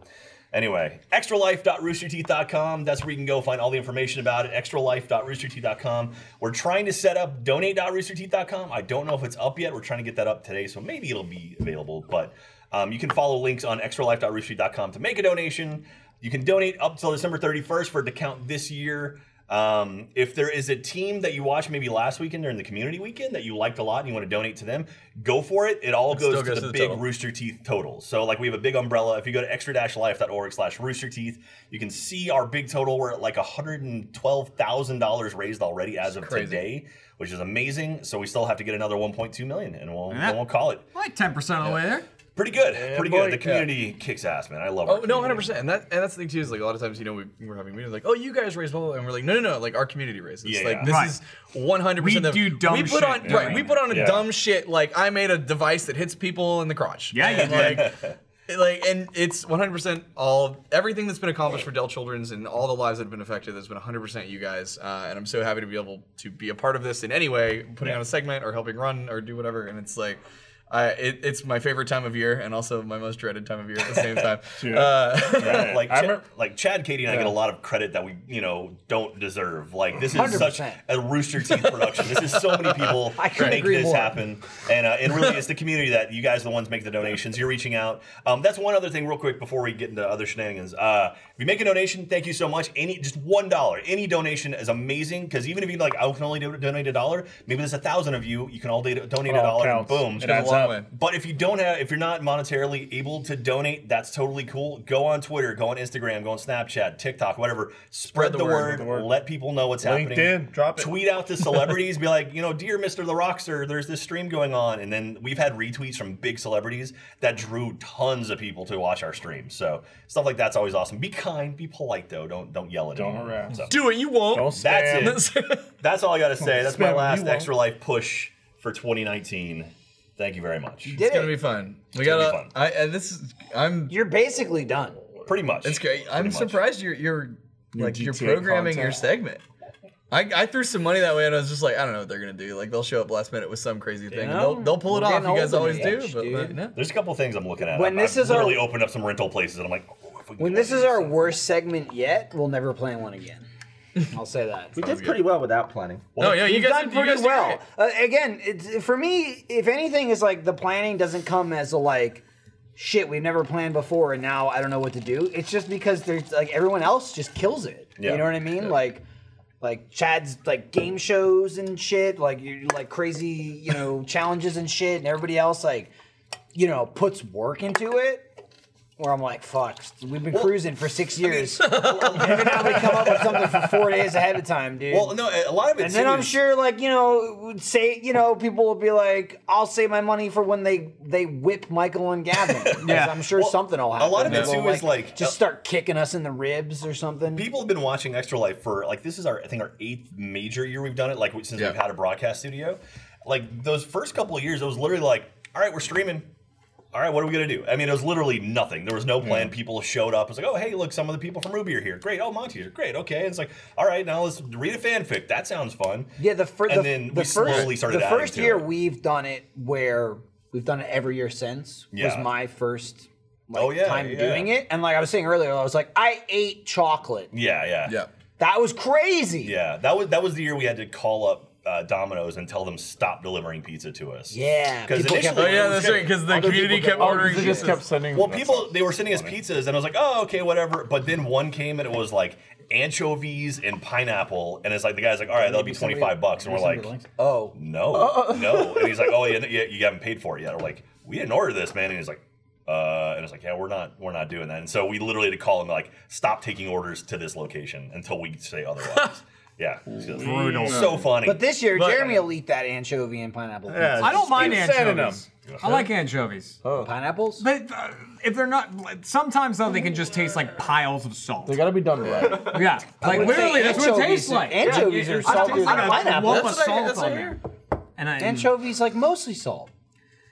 anyway, extralife.roosterteeth.com. That's where you can go find all the information about it. Extralife.roosterteeth.com. We're trying to set up donate.roosterteeth.com. I don't know if it's up yet. We're trying to get that up today, so maybe it'll be available. But um, you can follow links on extralife.roosterteeth.com to make a donation. You can donate up till December 31st for it to count this year. Um, if there is a team that you watched maybe last weekend during the community weekend that you liked a lot and you want to donate to them, go for it. It all It goes, still to goes the, to the big total. Rooster Teeth total. So like we have a big umbrella. If you go to extra-life.org slash rooster teeth, you can see our big total. We're at like $112,000 raised already as of crazy. today, which is amazing. So we still have to get another 1.2 million and we'll, Yeah. and we'll call it. Like 10% of the way there. Pretty good. Yeah, Pretty boy. good. The community kicks ass, man. I love Oh no, hundred percent, and that and that's the thing too is like a lot of times you know we, we're having meetings like oh you guys raise blah blah, blah and we're like no no no like our community raises Yeah, like yeah. this Right. is one hundred percent We do dumb we put shit, on man. right we put on a Yeah. dumb shit like I made a device that hits people in the crotch Yeah, you And, did. like, like and it's one hundred percent all everything that's been accomplished for Dell Children's and all the lives that have been affected has been one hundred percent you guys uh, and I'm so happy to be able to be a part of this in any way putting Yeah. on a segment or helping run or do whatever and it's like. I, it, it's my favorite time of year and also my most dreaded time of year at the same time. Uh, Yeah, like, I Chad, remember- like Chad, Katie, and I Yeah. get a lot of credit that we, you know, don't deserve. Like this is such 100%. a Rooster Teeth production. This is so many people I couldn't make agree this more. happen, and uh, it really is the community that you guys are the ones make the donations. You're reaching out. Um, that's one other thing, real quick, before we get into other shenanigans. Uh, if you make a donation, thank you so much. Any just one dollar, any donation is amazing because even if you like, I can only do- donate a dollar. Maybe there's a thousand of you. You can all do- donate a Oh, dollar, and counts. boom, It adds up. but if you don't have, if you're not monetarily able to donate, that's totally cool. Go on Twitter, go on Instagram, go on Snapchat, TikTok, whatever. Spread, the, word, Let people know what's happening. LinkedIn, drop it. Tweet out to celebrities. be like, you know, dear Mr. The Rockster, there's this stream going on, and then we've had retweets from big celebrities that drew tons of people to watch our stream. So stuff like that's always awesome. Be kind, be polite though. Don't don't yell at Don't anyone. harass. So- Do it, you won't. That's it. That's all I gotta say. That's my Spam, you last won't. extra life push for 2019. Thank you very much. it's gonna be fun. We gonna gotta. I, and this is. I'm. You're basically done. Pretty much. It's great. I'm Pretty much. surprised you're you're New like you're GTA programming your content. segment. I, I threw some money that way, and I was just like, I don't know what they're gonna do. Like they'll show up last minute with some crazy thing. and Yeah. they'll they'll pull it We're off. getting You guys old always in do. the age, but dude. but no. There's a couple things I'm looking at. When I've- this I've is our- literally opened up some rental places, and I'm like, oh, if we When this is our worst segment yet, we'll never plan one again. I'll say that. We did pretty well without planning. No, yeah, you We've guys done did- you pretty guys did well. Uh, again, it's, for me, if anything, is like the planning doesn't come as a like shit we've never planned before, and now I don't know what to do. It's just because there's like everyone else just kills it. Yeah. You know what I mean? Like. Like Chad's like game shows and shit, like you like crazy, you know, challenges and shit, and everybody else like, you know, puts work into it. Where I'm like, fuck, we've been cruising for six years. Every now we come up with something for four days ahead of time, dude. Well, no, a lot of it And then too I'm is- sure, like you know, say you know, people will be like, I'll save my money for when they they whip Michael and Gavin. 'Cause Yeah. I'm sure Well, something will a happen. lot of it They'll, too is, like, just uh, start kicking us in the ribs or something. People have been watching Extra Life for like this is our I think our eighth major year we've done it. Like since we've had a broadcast studio, like those first couple of years, it was literally like, all right, we're streaming. all right, what are we going to do? I mean, it was literally nothing. There was no plan. People showed up. It's like, oh, hey, look, some of the people from Ruby are here. Great. Oh, Monty's here. Great. Okay. And it's like, all right, now let's read a fanfic. That sounds fun. Yeah, the first And then we slowly started The adding first to year it. we've done it, where we've done it every year since, Yeah. was my first like, Oh, yeah, time yeah. doing it. And like I was saying earlier, I was like, I ate chocolate. Yeah, yeah. Yeah. That was crazy. Yeah. That was that was the year we had to call up uh, Domino's and tell them stop delivering pizza to us. Yeah. Because People kept- initially, Oh, it yeah, was that's good. right, 'cause the Other community people kept kept- oh, 'cause ordering they just pizzas. kept sending- Well, that's people they were sending us pizzas, and I was like, oh, okay, whatever. But then one came and it was like anchovies and pineapple, and it's like the guy's like, all right, that'll be twenty five bucks, and we're like, oh, no, Uh, uh. no. And he's like, oh, yeah, yeah, you haven't paid for it yet. We're like, we didn't order this, man. And he's like, uh, and it's like, yeah, we're not, we're not doing that. And so we literally had to call him like, stop taking orders to this location until we say otherwise. yeah, Brutal. So funny. But this year, Jeremy will eat that anchovy and pineapple. Yeah, pizza. I don't mind anchovies. I like anchovies. Oh. Pineapples? But uh, if they're not, sometimes though they can just taste like piles of salt. They gotta be done right. Yeah, I like would say literally, that's what it anchovies tastes are- like. anchovies are I don't- saltier I than got a pineapple. lump of That's what I- salt that's on what I there. hear. And I, Anchovies like mostly salt.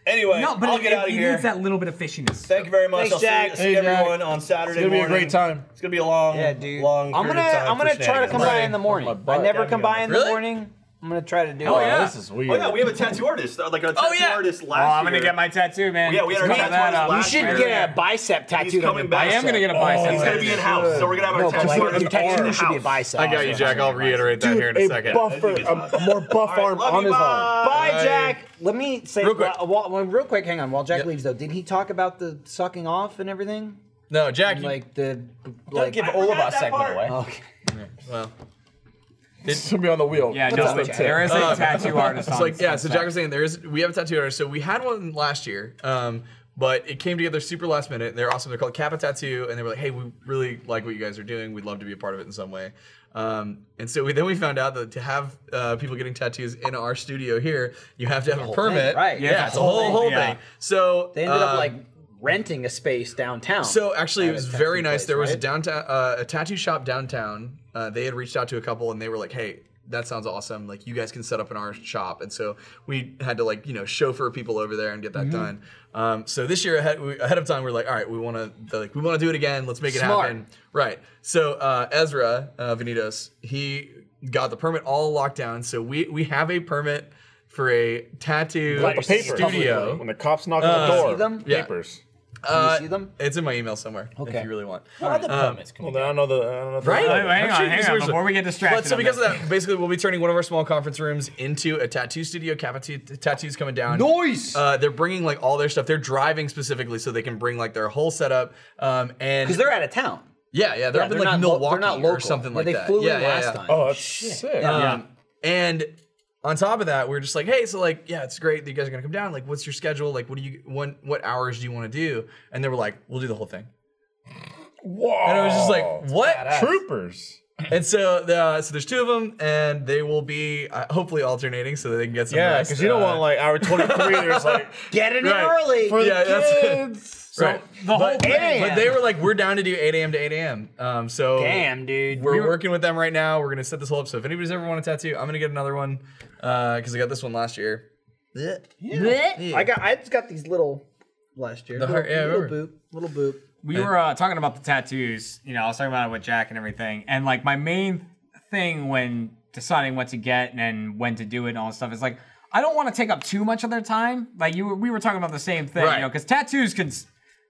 Anyway, no, but I'll it, get it- outta it here. needs that little bit of fishiness. Thank you very much. Thanks, I'll see- Jack. see, Hey, Jack. everyone on Saturday It's gonna be a morning. great time. It's gonna be a long, Yeah, dude. long. I'm gonna period of time I'm for gonna try to come by in shenanigans. the morning. I never come by in the morning. I'm gonna try to do Oh, it. yeah. Oh, yeah, we have a tattoo artist, uh, like a tattoo artist last Oh, I'm gonna year. get my tattoo, man. Yeah, we had Let's our cover tattoo that artist up. last You should year. get a bicep tattoo. He's coming back. I am gonna get a Oh, bicep. He's gonna be in house, so we're gonna have No, our but tattoo like, artist. your tattoo in should be house. bicep. I got you, Jack. I'll reiterate that here in a second. buffer, a more buff arm on his arm. Bye, Bye. Jack. Let me say Real quick. Well, well, well, real quick. Hang on. While Jack leaves, though, did he talk about the sucking off and everything? No, Jack. Like the like give I all of forgot our that segment part. away. Okay. Well. It's gonna be on the wheel. Yeah, no, but there is a tattoo artist Uh, Um, It's on- like, yeah, on so staff. Jack was saying there is we have a tattoo artist. So we had one last year, um, but it came together super last minute. They're awesome. They're called Kappa Tattoo, and they were like, hey, we really like what you guys are doing. We'd love to be a part of it in some way. Um, and so we, then we found out that to have uh, people getting tattoos in our studio here, you have to have a whole permit. thing, right? Yeah, it's a whole whole thing. So they ended Uh, um, up like renting a space downtown. So actually, it at a was tattoo very nice. place, there was a right? downtown, uh, a tattoo shop downtown. Uh, they had reached out to a couple, and they were like, "Hey, that sounds awesome. Like, you guys can set up in our shop." And so we had to like you know chauffeur people over there and get that Mhm. done. Um, so this year ahead we, ahead of time, we are like, "All right, we want to like we want to do it again. Let's make it Smart. happen." Right. So uh, Ezra uh, Venitos, he got the permit all locked down. So we we have a permit. For a tattoo Like the papers. studio, When the cops Uh, knock on the door, see them? Yeah. papers. Can you see them? It's in my email somewhere. If you really want. Um, Well, then I don't know the. I don't know the Right? I'm sure you can switch it. But- But so because of that, basically we'll be turning one of our small conference rooms into a tattoo studio. Kappa t- tattoos coming down. Noise. Uh, they're bringing like all their stuff. They're driving specifically so they can bring like their whole setup. Um, and because they're out of town. Yeah, yeah, they're Yeah, up they're in like not lo- they're Milwaukee not or local. something Yeah, like they that. flew in yeah, yeah, last yeah. time. Oh, that's Shit. sick. Yeah. Um, and on top of that, we are just like, hey, so like, yeah, it's great that you guys are gonna come down. Like, what's your schedule? Like, what do you when what hours do you want to do? And they were like, we'll do the whole thing. Whoa. And I was just like, what? Troopers. And so, the, uh, so there's two of them, and they will be uh, hopefully alternating so that they can get some Yeah, rest, because you don't uh, want like hour 23. There's like Get in Right. early For the Yeah, that's- kids. Right. the but, whole thing. But they were like, we're down to do 8 a.m. to 8 a.m. Um, so Damn, dude. We're We were- working with them right now. We're gonna set this whole up. So if anybody's ever want a tattoo, I'm gonna get another one because I got this one last year. Yeah. I got I just got these little last year. The heart- yeah, I little, remember. boop, little boop. we were uh, talking about the tattoos. You know, I was talking about it with Jack and everything. And like my main thing when deciding what to get and, and when to do it and all this stuff is like I don't want to take up too much of their time. Like you, were, we were talking about the same thing, Right. you know, because tattoos can s-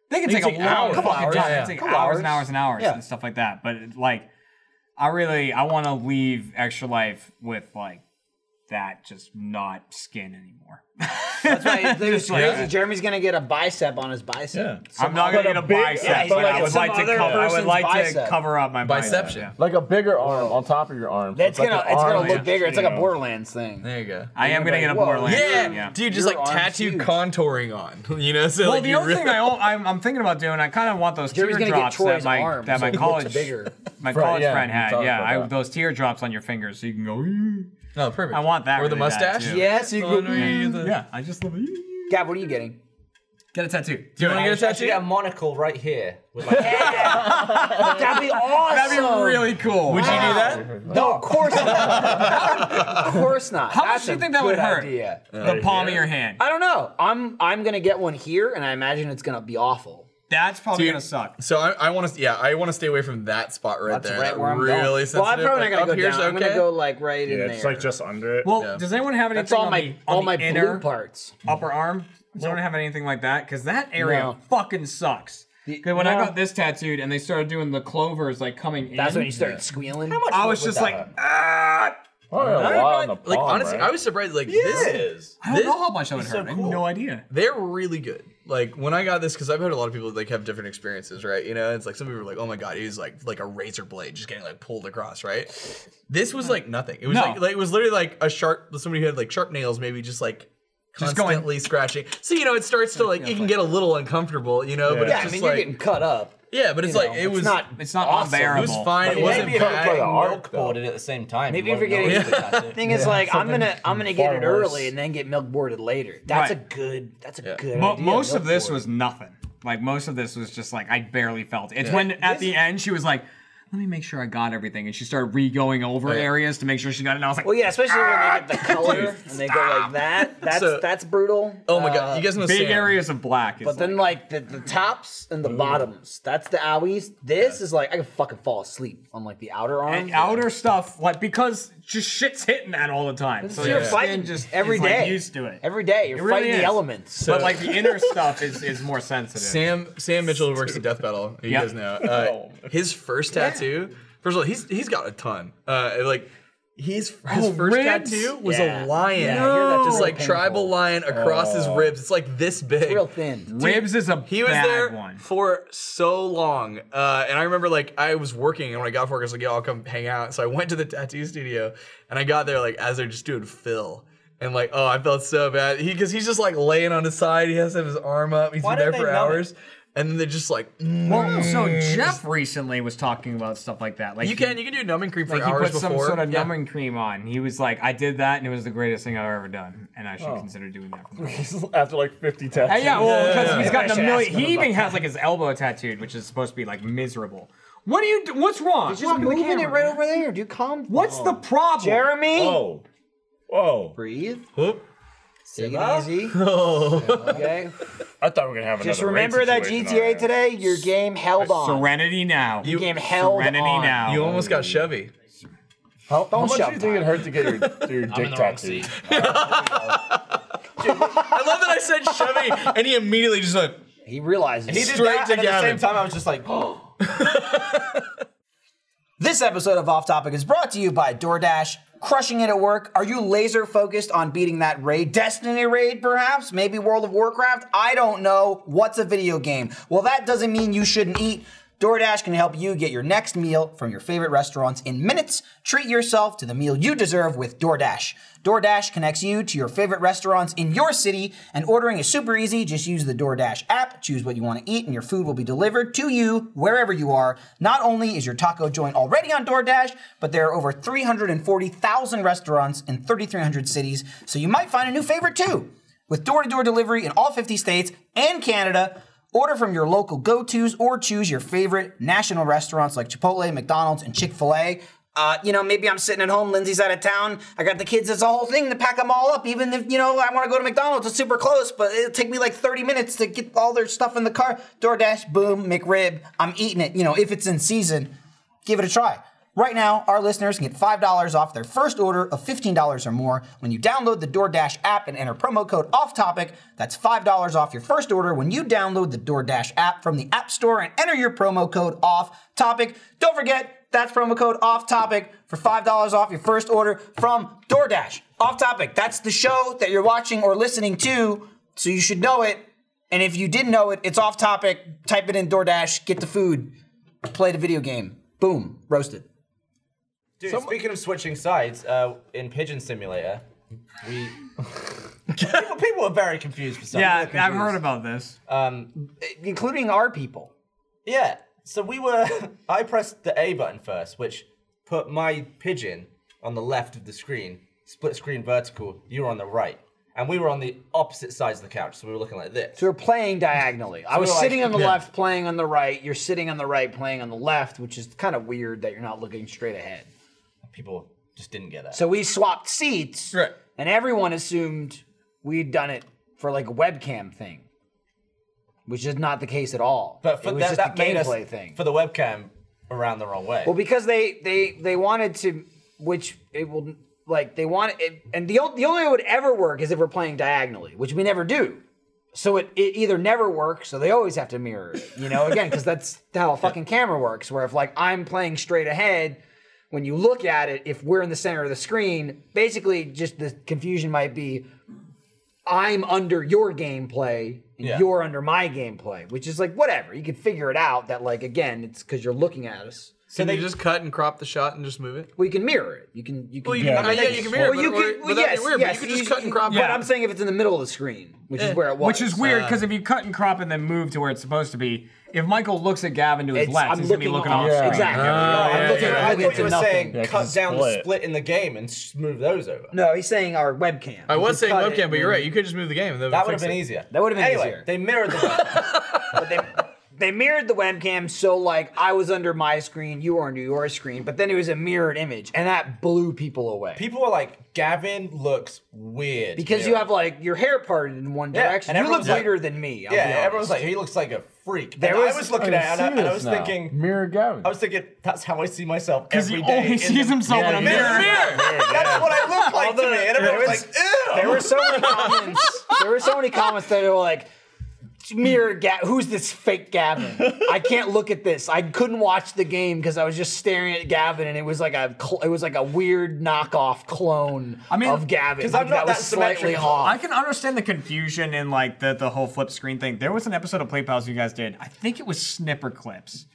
they can They take, take a long hours. fucking Couple hours, time. yeah. They take Couple hours and hours. hours and hours Yeah. and stuff like that. But it, like, I really I want to leave extra life with like that just not skin anymore. That's right. There's Just like- crazy. Jeremy's gonna get a bicep on his bicep. I'm not gonna get a bicep, Yeah, but like I would some like to other cover. I would person's like bicep. to cover up my bicep. Biception. Like a bigger arm on top of your arm. So That's like gonna an it's arm gonna look that, bigger. It's you like a know. Borderlands thing. There you go. I am gonna get a Borderlands. Yeah, Yeah. dude, just Your like arm's tattoo contouring on. You know, so well, like the you only really- thing I, own- I'm, I'm thinking about doing, I kind of want those Jerry's gonna get teardrops Troy's that my arm, that so my it looks college bigger. my Right, college yeah, friend we had. talked Yeah, about I, that. those teardrops on your fingers, so you can go. Oh, perfect. I want that. Or the really bad, mustache? too. Yes, you Oh, could- no, Yeah. yeah, I just love it. Gab, what are you getting? Get a tattoo. Do you you want to get a I should tattoo? get a monocle right here. With like That'd be awesome. That'd be really cool. Would you do that? No, of course not. of course not. How much That's do you a think that would good hurt? idea. The palm of your hand. I don't know. I'm I'm gonna get one here, and I imagine it's gonna be awful. That's probably Dude, gonna suck. So I, I want to, yeah, I want to stay away from that spot right That's there. right that where I'm really going. Well, I'm sensitive. probably like, not gonna up go here's down. I'm gonna okay. go, like, right in Yeah, it's, there. like, just under it. Well, Yeah. does anyone have anything That's all on my- the, all on my the blue inner parts? Upper arm? Does anyone have anything like that? Because that area No. fucking sucks. 'Cause when I no. got this tattooed and they started doing the clovers like coming in. That's when you started squealing. How much I was just like, uh, I ah. don't know, like, honestly, I was surprised. Like this is. I don't know how much that would hurt. I have no idea. They're really good. Like when I got this, because I've heard a lot of people like have different experiences, right? You know, it's like some people were like, "Oh my god, it was like like a razor blade just getting like pulled across," right? This was like nothing. It was No. like, like it was literally like a sharp somebody who had like sharp nails, maybe just like Just going- constantly scratching. So you know, it starts to like it can get a little uncomfortable, you know. But Yeah, it's I just mean, you're like getting cut up. Yeah, but it's You like know, it it's was not- it's not awesome. unbearable. It was fine. But it it wasn't might be a good bad. play. Milk though. boarded at the same time. Maybe You if you're won't getting know if the it's- thing is Yeah, like I'm something gonna I'm gonna far get it early worse. and then get milk boarded later. That's Right. a good that's a good But idea, most milk of this board. was nothing. Like most of this was just like I barely felt it. It's Yeah. when at the This- end she was like, "Let me make sure I got everything," and she started re-going over Yeah. areas to make sure she got it. And I was like, Well yeah, especially when they get the color and they go like that. That's So- that's brutal. Oh my God, you guys know know Big Sam. areas of black. But then like the, the tops and the bottoms. That's the owies. This is like I could fucking fall asleep on like the outer arm. and outer stuff like because just shit's hitting that all the time. So you're your fighting skin just every is, like, day. used to it. Every day you're It really fighting is. the elements. but like the inner stuff is is more sensitive. Sam Sam Mitchell works at Death Battle. You Yep. guys know. Oh. Uh, his first tattoo. First of all, he's he's got a ton. Uh, and, like he's his Oh, first ribs? tattoo was Yeah. a lion. Yeah, I hear that's just really like painful. tribal lion across his Oh. ribs. It's like this big. real thin. Ribs is a he was bad there one. for so long, uh, and I remember like I was working, and when I got for, I was like, "Yo, I'll come hang out." So I went to the tattoo studio, and I got there like as they're just doing fill. And like, oh, I felt so bad. He because he's just like laying on his side. He has to have his arm up. He's Why been there didn't they for numb hours, and then they're just like, mm. Well, so Jeff recently was talking about stuff like that. Like you he- can you can do numbing cream for like he hours put before. some sort of Yeah. numbing cream on. He was like, "I did that, and it was the greatest thing I've ever done, and I should Oh. consider doing that." For After like 50 tests. Uh, yeah, well, because he's gotten a million. He even has like his elbow tattooed, which is supposed to be like miserable. What do you? do- What's wrong? He's just moving it right over there, dude. Calm down. Oh. What's the problem? Jeremy? Whoa. Whoa. Breathe. Whoop. Take Huh? it easy. Oh. Okay. I thought we were gonna have Just another raid remember that situation on GTA here. today, your game held on. Serenity now. Your game held on. You almost got Chevy. How, How don't much do shout you think it hurt to get your, your dick tattooed? I love that I said Chevy, and he immediately just like he realizes he straight to and at the Gavin. same time, I was just like, oh. This episode of Off Topic is brought to you by DoorDash. Crushing it at work? Are you laser focused on beating that raid? Destiny raid, perhaps? Maybe World of Warcraft? I don't know. What's a video game? Well, that doesn't mean you shouldn't eat. DoorDash can help you get your next meal from your favorite restaurants in minutes. Treat yourself to the meal you deserve with DoorDash. DoorDash connects you to your favorite restaurants in your city, and ordering is super easy. Just use the DoorDash app, choose what you want to eat, and your food will be delivered to you wherever you are. Not only is your taco joint already on DoorDash, but there are over 340,000 restaurants in 3,300 cities, so you might find a new favorite too. With door to door delivery in all 50 states and Canada, order from your local go tos or choose your favorite national restaurants like Chipotle, McDonald's, and Chick fil A. Uh, you know, maybe I'm sitting at home, Lindsay's out of town. I got the kids, it's a whole thing to pack them all up. Even if, you know, I want to go to McDonald's, it's super close, but it'll take me like 30 minutes to get all their stuff in the car. DoorDash, boom, McRib, I'm eating it. You know, if it's in season, give it a try. Right now, our listeners can get $5 off their first order of $15 or more when you download the DoorDash app and enter promo code OFFTOPIC. That's $5 off your first order when you download the DoorDash app from the App Store and enter your promo code OFFTOPIC. Don't forget, that's promo code OFFTOPIC for $5 off your first order from DoorDash. Off Topic, that's the show that you're watching or listening to, so you should know it. And if you didn't know it, it's off topic. Type it in DoorDash, get the food, play the video game. Boom, roasted. Dude, speaking of switching sides, uh, in Pigeon Simulator, we people, people are very confused for some reason. about this. Um, including our people. Yeah. So we were. I pressed the A button first, which put my pigeon on the left of the screen, split screen vertical. You were on the right. and we were on the opposite sides of the couch, so we were looking like this. So we were playing diagonally. I So was we're like- sitting on the Yeah. left, playing on the right. You're sitting on the right, playing on the left, which is kind of weird that you're not looking straight ahead. People just didn't get that. So we swapped seats, right. and everyone assumed we'd done it for like a webcam thing, which is not the case at all. but for it was that, just that a made us gameplay thing. for the webcam around the wrong way. Well, because they they they wanted to, which it will like they want it, and the on- the only way it would ever work is if we're playing diagonally, which we never do. So it, it either never works, so they always have to mirror it, you know, again, because that's how a fucking camera works. Where if like I'm playing straight ahead, when you look at it, if we're in the center of the screen, basically just the confusion might be I'm under your gameplay and Yeah. you're under my gameplay, which is like whatever. You can figure it out that like again, it's because you're looking at us. So they just cut and crop the shot and just move it. Well, you can mirror it. You can you can. Well, you do can- that. yeah, you can mirror it, Well, you but- can. but Well, that'd be yes, weird, but you yes, could just cut and crop But it. I'm saying if it's in the middle of the screen, which Eh, is where it was. Uh, Which is weird because if you cut and crop and then move to where it's supposed to be, if Michael looks at Gavin to his It's- left, I'm he's gonna be looking looking off- off. screen. exactly. I Oh, yeah, thought you- yeah, I yeah. thought you were Nothing. saying Yeah, 'cause cut it's down the split. split in the game and s- move those over. no, he's saying our webcam. I You was can saying cut it webcam, but you're and- right. You could just move the game. And then That fix would've been it. easier. That would have been Anyway, easier. they mirrored the but they they mirrored the webcam so like I was under my screen, you were under your screen, but then it was a mirrored image, and that blew people away. People were like, Gavin looks weird. because you have like your hair parted in one Yeah, direction. and you look everyone's like- weirder than me. I'll yeah, be everyone's like, honest. he looks like a freak. There and was- I was looking I at it and I, and I was see this now. thinking, mirror Gavin. I was thinking, that's how I see myself Because every he day only in sees the himself in a mirror. mirror. That's what I look like to me. And there everyone's was- like, ew. There were so many comments. There were so many comments that were like, "Mirror, Ga- who's this fake Gavin? I can't look at this. I couldn't watch the game because I was just staring at Gavin, and it was like a cl- it was like a weird knockoff clone I mean, of Gavin. like, was slightly off. I can understand the confusion in like the the whole flip screen thing. There was an episode of Play Pals you guys did. I think it was Snipper Clips,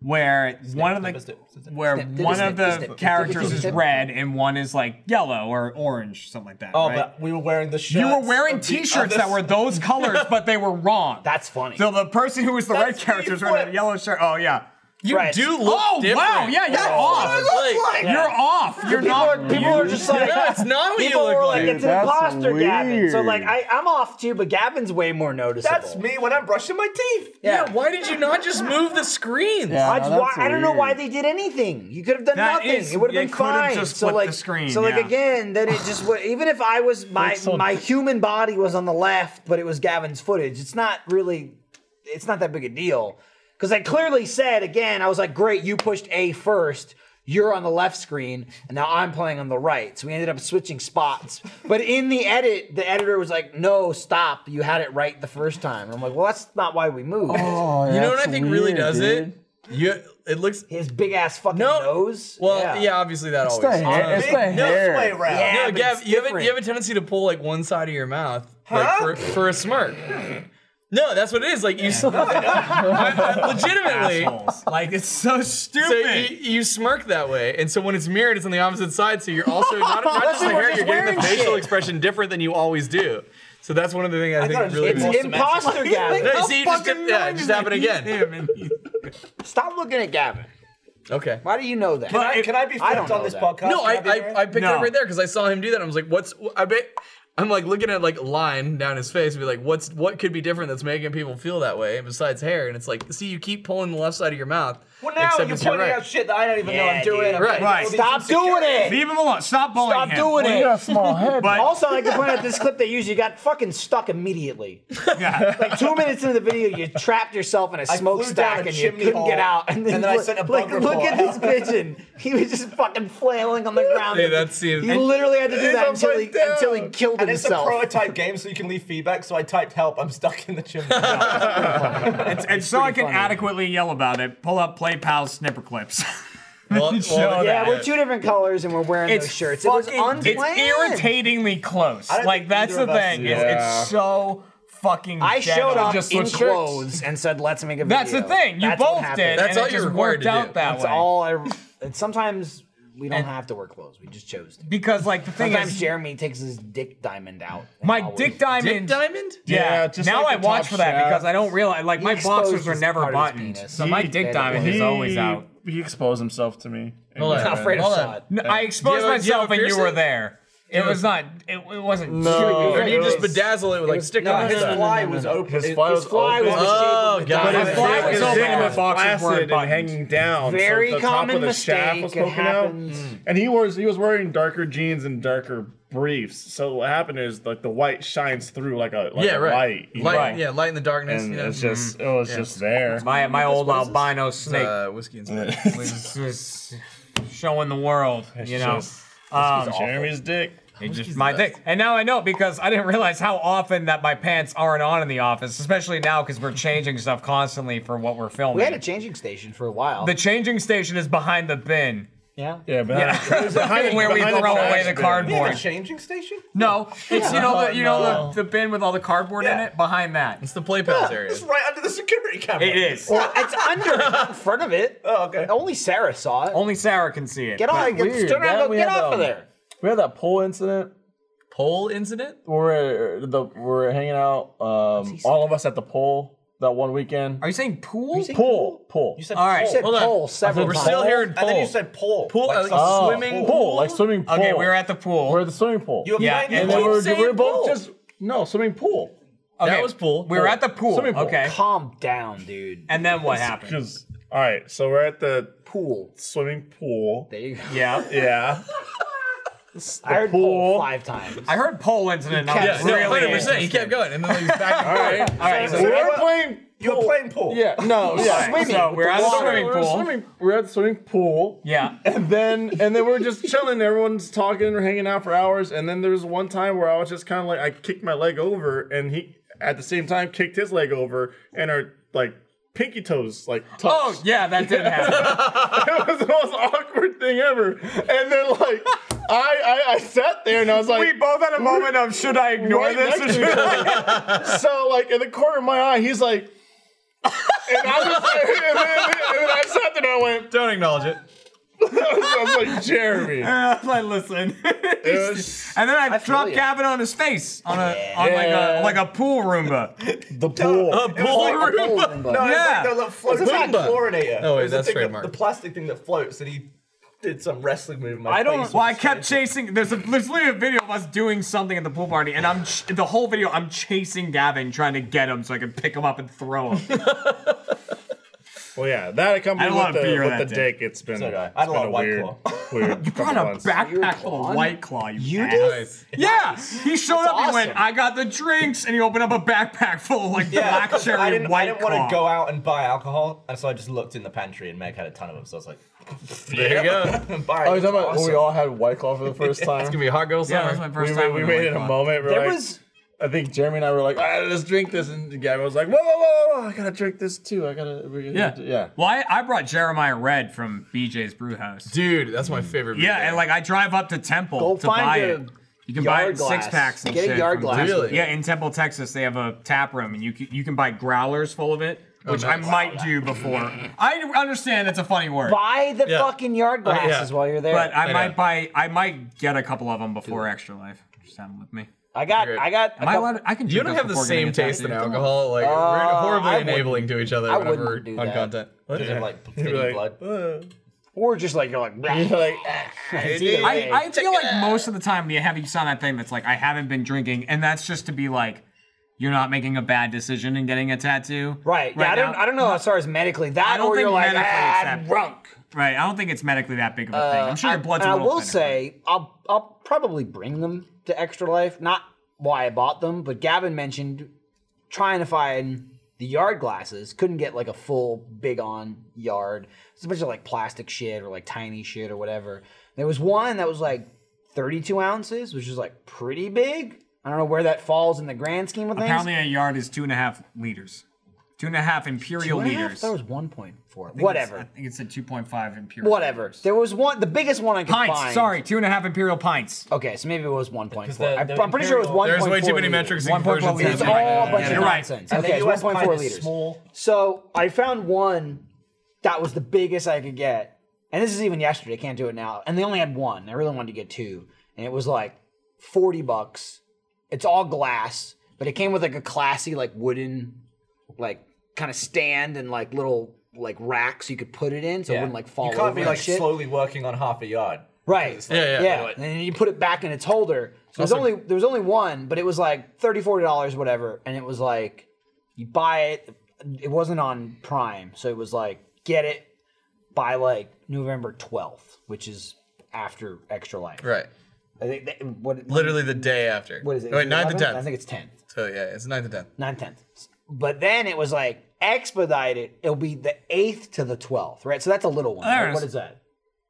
where one of the where snip, one snip, of the snip, snip, characters snip, is snip. red and one is like yellow or orange, something like that. Oh, right? but we were wearing the shirts. You were wearing of the T-shirts other- that were those colors, but they were wrong. That's funny. So the person who was the red character was wearing a yellow shirt. Oh yeah, You Right. do look Oh wow, different. yeah, you're That's off. what I look like. You're off. You're people not. Are, people are just like, Yeah, it's not what you people look were like. It's an That's imposter, Gavin. So weird. like, I, I'm off too, but Gavin's way more noticeable. That's me when I'm brushing my teeth. Yeah. Why did you not just move the screens? I, just- why- I don't know why they did anything. You could have done That nothing. is- it would they have been could have fine. just so flipped like, the screen, so like yeah. again, then it just would. Even if I was my Like so- my human body was on the left, but it was Gavin's footage. It's not really. It's not that big a deal because I clearly said again. I was like, great, you pushed A first. You're on the left screen, and now I'm playing on the right. So we ended up switching spots. But in the edit, the editor was like, "No, stop! You had it right the first time." And I'm like, "Well, that's not why we moved." Oh, you know what I think really does it? You, it looks his big ass fucking nose. Well, yeah, obviously that It's the always. hair- it's the big nose hair. way round. Yeah, no, but Gav, it's you have a, you have different. a tendency to pull like one side of your mouth like, for, for a smirk. No, that's what it is. Like you, s- I- I- legitimately, like it's so So stupid. you, you smirk that way, and so when it's mirrored, it's on the opposite side. So you're also not, not just the We're hair, just you're getting the wearing facial shit. expression different than you always do. So that's one of the things I, think really. it's imposter Gavin. No, see, you just did, yeah, it just happened again. Stop looking at Gavin. Okay. Why do you know that? Can I- can I be flipped I don't on know this that. No, I, I, I picked it No. up right there because I saw him do that. I was like, what's I bet I'm like looking at like line down his face and be like, what's what could be different that's making people feel that way besides hair? And it's like, see, you keep pulling the left side of your mouth. Well, now except you're it's your pointing right. out shit that I don't even know I'm Yeah, doing. dude. I'm Right. making all Right. these Stop doing it. Leave him alone. Stop bullying Stop him. doing it. But- also, I can point out this clip they used. You got fucking stuck immediately. like two minutes into the video, you trapped yourself in a I flew down smokestack a and you chimney couldn't get hole, out. And then, and then I look, sent a like, bunker look ball at this out. pigeon. He was just fucking flailing on the ground. Dude, that scene- He literally had to do It's that upside until he, until he killed and himself. it's a prototype game, so you can leave feedback. So I typed "help." I'm stuck in the chimney. and, and so I can adequately yell about it. Pull up Play Pals snipper clips. Well, And show yeah, that. we're two different colors and we're wearing It's those shirts. it was fucking- unplanned. It's irritatingly close. I don't Like think that's either the of us thing. knew It's, that. it's so fucking. I showed ghetto. up Just in looks- clothes and said, "Let's make a video." That's the thing. You That's what both happened. did, That's and all it you're just required worked to do. out that That's way. all I. And sometimes we don't have to wear clothes. We just chose to. Because like the thing sometimes is, Jeremy takes his dick diamond out. my dick diamond. diamond. Yeah. Yeah, just now like I the watch top for that shaft. because I don't realize. Like He my boxers exposed were his never part of his buttoned, penis. so my He- dick diamond is always out. He exposed himself to me. Hold on, Yeah. hold on. No, I exposed Do you have a- do you have myself a and you were piercing? there. It was not. It, it wasn't. No, shooting. Or do you just bedazzle it with, like, sticker on it? No, no, no, no. His fly was open. Oh, got it. His fly was open. and His his boxes boxes weren't and buttoned. hanging down. Very so the common top of the Shaft was mistake. It poking out. Mm. happens. And he was he was wearing darker jeans and darker briefs. So what happened is like the white shines through like a like yeah, a right. light. you light, know? Yeah, light in the darkness. And you know. it's just it was Yeah. just there. My my old albino snake Uh, whiskey and was, was showing the world, It's you know. just- it's Jeremy's dick. It's just my dick, and now I know because I didn't realize how often that my pants aren't on in the office, especially now because we're changing stuff constantly for what we're filming. We had a changing station for a while. The changing station is behind the bin. yeah. Yeah, Yeah, where we throw away the cardboard. changing station? No, it's you know the you know No. the, the bin with all the cardboard in it behind that. It's the play pals area. It's right under the security camera. It is. Well, it's under it, not in front of it. Oh, okay. Only Sarah saw it. Only Sarah can see it. Get on, That's get, weird. turn around, That go, we get had, off um, of there. We had that pole incident. Pole incident? Where the we're hanging out, um, all of us at the pole that one weekend. Are you saying pool? pool, pool. You said All right. pole. Hold on. pole I several We're times. still here in And then you pole. said pole. Pool, Like uh, like some- Oh, swimming pool. pool? like swimming pool. Okay, we were at the pool. We're at the swimming pool. You Yeah, applied- you and and then keep we're, saying we're both pole. just no swimming pool. Okay, That was pool. We were at the pool. Swimming pool. Okay, Calm down, dude. and then what happened? Because all right, so we're at the pool, swimming pool. There you go. Yeah, Yeah, I heard pool. pole five times. I heard pole incident. and I Yeah, was no, really 100%. He kept going, and then he was back. All right. All right, so, we're playing. You were playing pool. Yeah, no, yeah. Swimming. so we're at the Water. swimming We're at pool. swimming- We're at the swimming pool. Yeah. And then and then we're just chilling. Everyone's talking or hanging out for hours. And then there was one time where I was just kind of like I kicked my leg over, and he at the same time kicked his leg over, and our like pinky toes like touched. Oh yeah, that did happen. it was the most awkward thing ever. And then like I I, I sat there and I was like we both had a moment of should I ignore right this? next to each other. so like in the corner of my eye, he's like. and I was like, and then, and then I sat there and I went, Don't acknowledge it. I was like, Jeremy. I'm like, listen. It was- and then I, feel dropped ya. Gavin on his face on a on Yeah. like a like a pool Roomba. the pool. Like a pool room, No, but- Yeah. yeah. it's like the little floating It's not- chlorinator. Oh, No, Oh, wait, It was the that's thing that- trademark. The plastic thing that floats, and he did some wrestling move. in My I face don't. Well, I was kept chasing. There's a there's literally a video of us doing something at the pool party, and I'm ch- the whole video. I'm chasing Gavin, trying to get him so I can pick him up and throw him. Well, yeah, that I accompanied had a lot with of the, beer with that the day. dick. It's been, So did I. it's I had a been lot a of White weird, Claw. weird. You Brought a backpack full of White Claw. You, You ass. did? Yeah, he showed That's up. He went. awesome. I got the drinks, and he opened up a backpack full of like Yeah, black cherry I and didn't, White I didn't Claw. want to go out and buy alcohol, and so I just looked in the pantry, and Meg had a ton of them. So I was like, There you go. buy Oh, you're it. talking about Awesome. when we all had White Claw for the first time? It's gonna be a hot girl summer. Yeah, that was my we first made- time. we with a made White it a Claw. moment. We're There like, was- I think Jeremy and I were like, ah, let's drink this. And Gavin was like, whoa, whoa, whoa, whoa, I gotta drink this too. I gotta. we gotta Yeah, do-" yeah. Well, I, I brought Jeremiah Red from BJ's Brewhouse. Dude, that's my favorite. Yeah, beer. and like I drive up to Temple Go to find buy a it. You can buy it yard in six glass. packs and Get a shit yard from glass. Really? Yeah, in Temple, Texas, they have a tap room, and you can, you can buy growlers full of it, Oh, which I nice. might do before. I understand it's a funny word, Buy the Yeah. fucking yard Uh, yeah. glasses while you're there. but I Yeah. might buy I might get a couple of them before Extra Life. Just have them with me. I got, Great. I got. Am a I couple- allowed? to- I can. You drink don't those have the before same getting attacked. taste in alcohol. Like we're Uh, I horribly wouldn't- enabling to each other I whenever wouldn't do on that. content. Does it have like You'd be thingy blood? like, "Uh." Or just like you're like, You're like, it's I, either way. I feel like most of the time you have you sound that thing that's like I haven't been drinking, and that's just to be like you're not making a bad decision and getting a tattoo. right. Yeah, I don't, now. I don't know as far as medically that, I don't or think you're like, medically ah, it's I'm that- drunk. Right. I don't think it's medically that big of a thing. I'm sure your Uh, I- blood's. and a I little will thinner. say, I'll I'll probably bring them to Extra Life. Not why I bought them, but Gavin mentioned trying to find the yard glasses. Couldn't get like a full big on yard. It's a bunch of like plastic shit or like tiny shit or whatever. There was one that was like 32 ounces, which is like pretty big. I don't know where that falls in the grand scheme of things. apparently a yard is two and a half liters, two and a half imperial Two and a half? liters. There was 1.4. I think it's- Whatever. I think it's a two point five imperial. Whatever. There was one. The biggest one I could Pints. find. Sorry, two and a half imperial pints. Okay, so maybe it was 1.4. the- I- the I'm pretty sure it was 1.4. There's way too many liters. metrics One and point four conversions. liters. It's happening all right now. a bunch Yeah. of You're right. nonsense. And Okay, the it's US 1.4 pint is liters. small. So I found one that was the biggest I could get, and this is even yesterday. Can't do it now. And they only had one. I really wanted to get two, and it was like forty bucks. It's all glass, but it came with like a classy, like wooden, like kind of stand and like little like rack so you could put it in, so it Yeah. wouldn't like fall You can't over be and like shit. slowly working on half a yard. Right. It's like, Yeah, yeah, I know it. And then you put it back in its holder. So there's Also- only there was only one, but it was like 30 dollars, whatever. And it was like you buy it. It wasn't on Prime, so it was like get it by like November 12th, which is after Extra Life. Right. I think that, what Literally the day after. What is it? Wait, 9th and 11th? 10th. I think it's 10th. So yeah, it's 9th and 10th. 9th, 10th. But then it was like expedited. It'll be the 8th to the 12th, right? So that's a little one. There right? it What is. is that?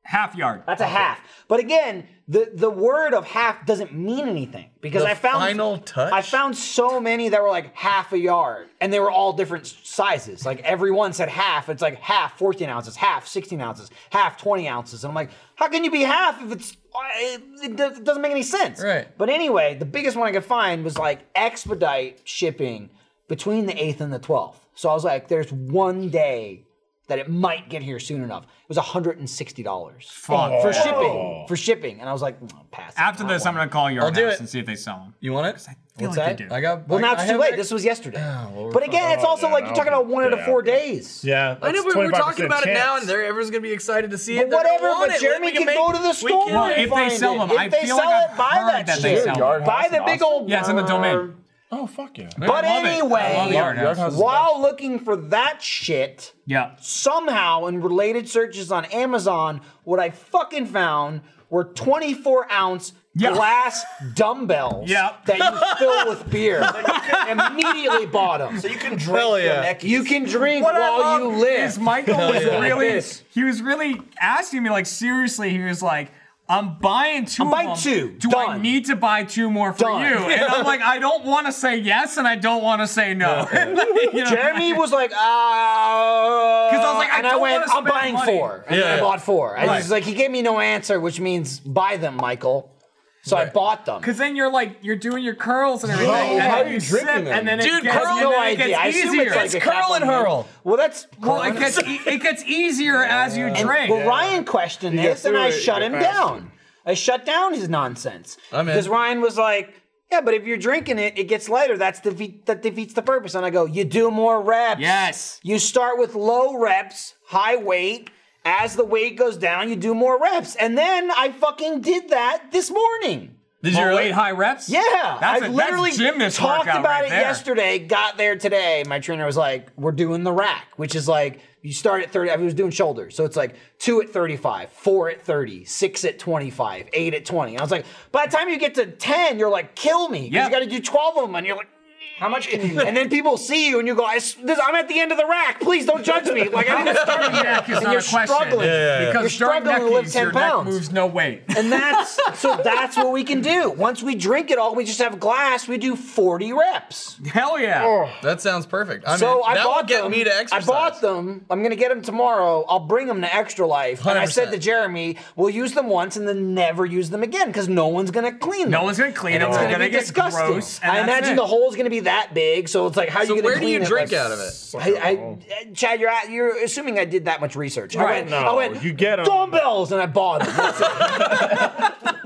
Half yard. That's a half. But again, the the word of half doesn't mean anything because The I found final touch? I found so many that were like half a yard, and they were all different s- sizes. Like everyone said half. It's like half 14 ounces, half 16 ounces, half 20 ounces, and I'm like, how can you be half if it's it, it does- it doesn't make any sense? Right. But anyway, the biggest one I could find was like expedite shipping between the 8th and the 12th. So I was like, there's one day that it might get here soon enough. It was $160 Fuck. for Oh. shipping. For shipping. And I was like, "Mm, I'll pass. it. After this, I'm gonna call your I'll do house it. and see if they sell them. You want it? I feel What's like that? they do. I got. Well, now I it's too have late. it. This was yesterday. we're but again, fucking- it's also oh, like yeah, you're talking I'll- about one out of yeah. four days. Yeah, I know, that's but we're talking about it now, and there everyone's gonna be excited to see But whatever, but Jeremy can go to the store Well, and if they find sell it. them, If I they feel sell like I've it, buy heard that, that they shit. sell them. Buy the Yard House big in old. Yeah, it's in the domain. bird. Oh fuck yeah! But anyway, Yard House. is awesome. while looking for that shit, yeah, somehow in related searches on Amazon, what I fucking found were 24 ounce glass dumbbells that you fill with beer. immediately bought them. So you can drink Hell your yeah. neckies. You can drink What I while love you live. Is Michael was Like really this. he was really asking me like seriously. He was like, "I'm buying 2 I'm buying of them. two. Do I need to buy two more for Done. you?" And I'm like, "I don't want to say yes, and I don't want to say no." You know? Jeremy was like, ah. Because Uh, I was like, I and don't went, wanna I'm spend buying money." four. And then Yeah. I bought four. And Right. he's like, he gave me no answer, which means buy them, Michael. So I bought them. Because then you're like you're doing your curls and everything, No, and how then are you, you sip, drinking them? and then Dude, it gets, curl- and no then idea. It gets I assume easier. it's like It's a curl and Kaplan hurl. Well, that's well, curl it and- gets e- it gets easier as you And- drink. Well, Ryan questioned You get this, and through I it, shut you him get past down. I shut down his nonsense I'm in. because Ryan was like, "Yeah, but if you're drinking it, it gets lighter. That's defeat that defeats the purpose." And I go, "You do more reps. Yes. You start with low reps, high weight." As the weight goes down, you do more reps. And then I fucking did that this morning. Did you Low really? weight, high reps? Yeah. That's I a- that's literally gymnast talked workout about right it there. yesterday, got there today. My trainer was like, we're doing the rack, which is like, you start at 30. I was doing shoulders. So it's like two at 35, four at 30, six at 25, eight at 20. I was like, by the time you get to 10, you're like, kill me. 'cause You got to do 12 of them. And you're like, how much can you? And then people see you and you go, I, s- this, I'm at the end of the rack. Please don't judge me. Like, I didn't start Starting here. neck is And not you're a question. struggling. Because you're starting struggling to neck live is 10 your neck pounds. moves no weight. And that's so that's what we can do. Once we drink it all, we just have a glass, we do 40 reps. Hell yeah. That sounds perfect. I so mean, I that bought will get them. me to exercise. I bought them. I'm gonna get them tomorrow. I'll bring them to Extra Life. And I said 100%. to Jeremy, we'll use them once and then never use them again because no one's gonna clean them. No one's gonna clean And them. It's They're gonna gonna be get disgusting. gross, and I that's imagine it. the hole's gonna be that big, so it's like how So you gonna where do clean you it? drink Like, out of it? I, I, Chad, you're at, you're assuming I did that much research. I Right. went, I No, went, you get 'em. dumbbells, and I bought them.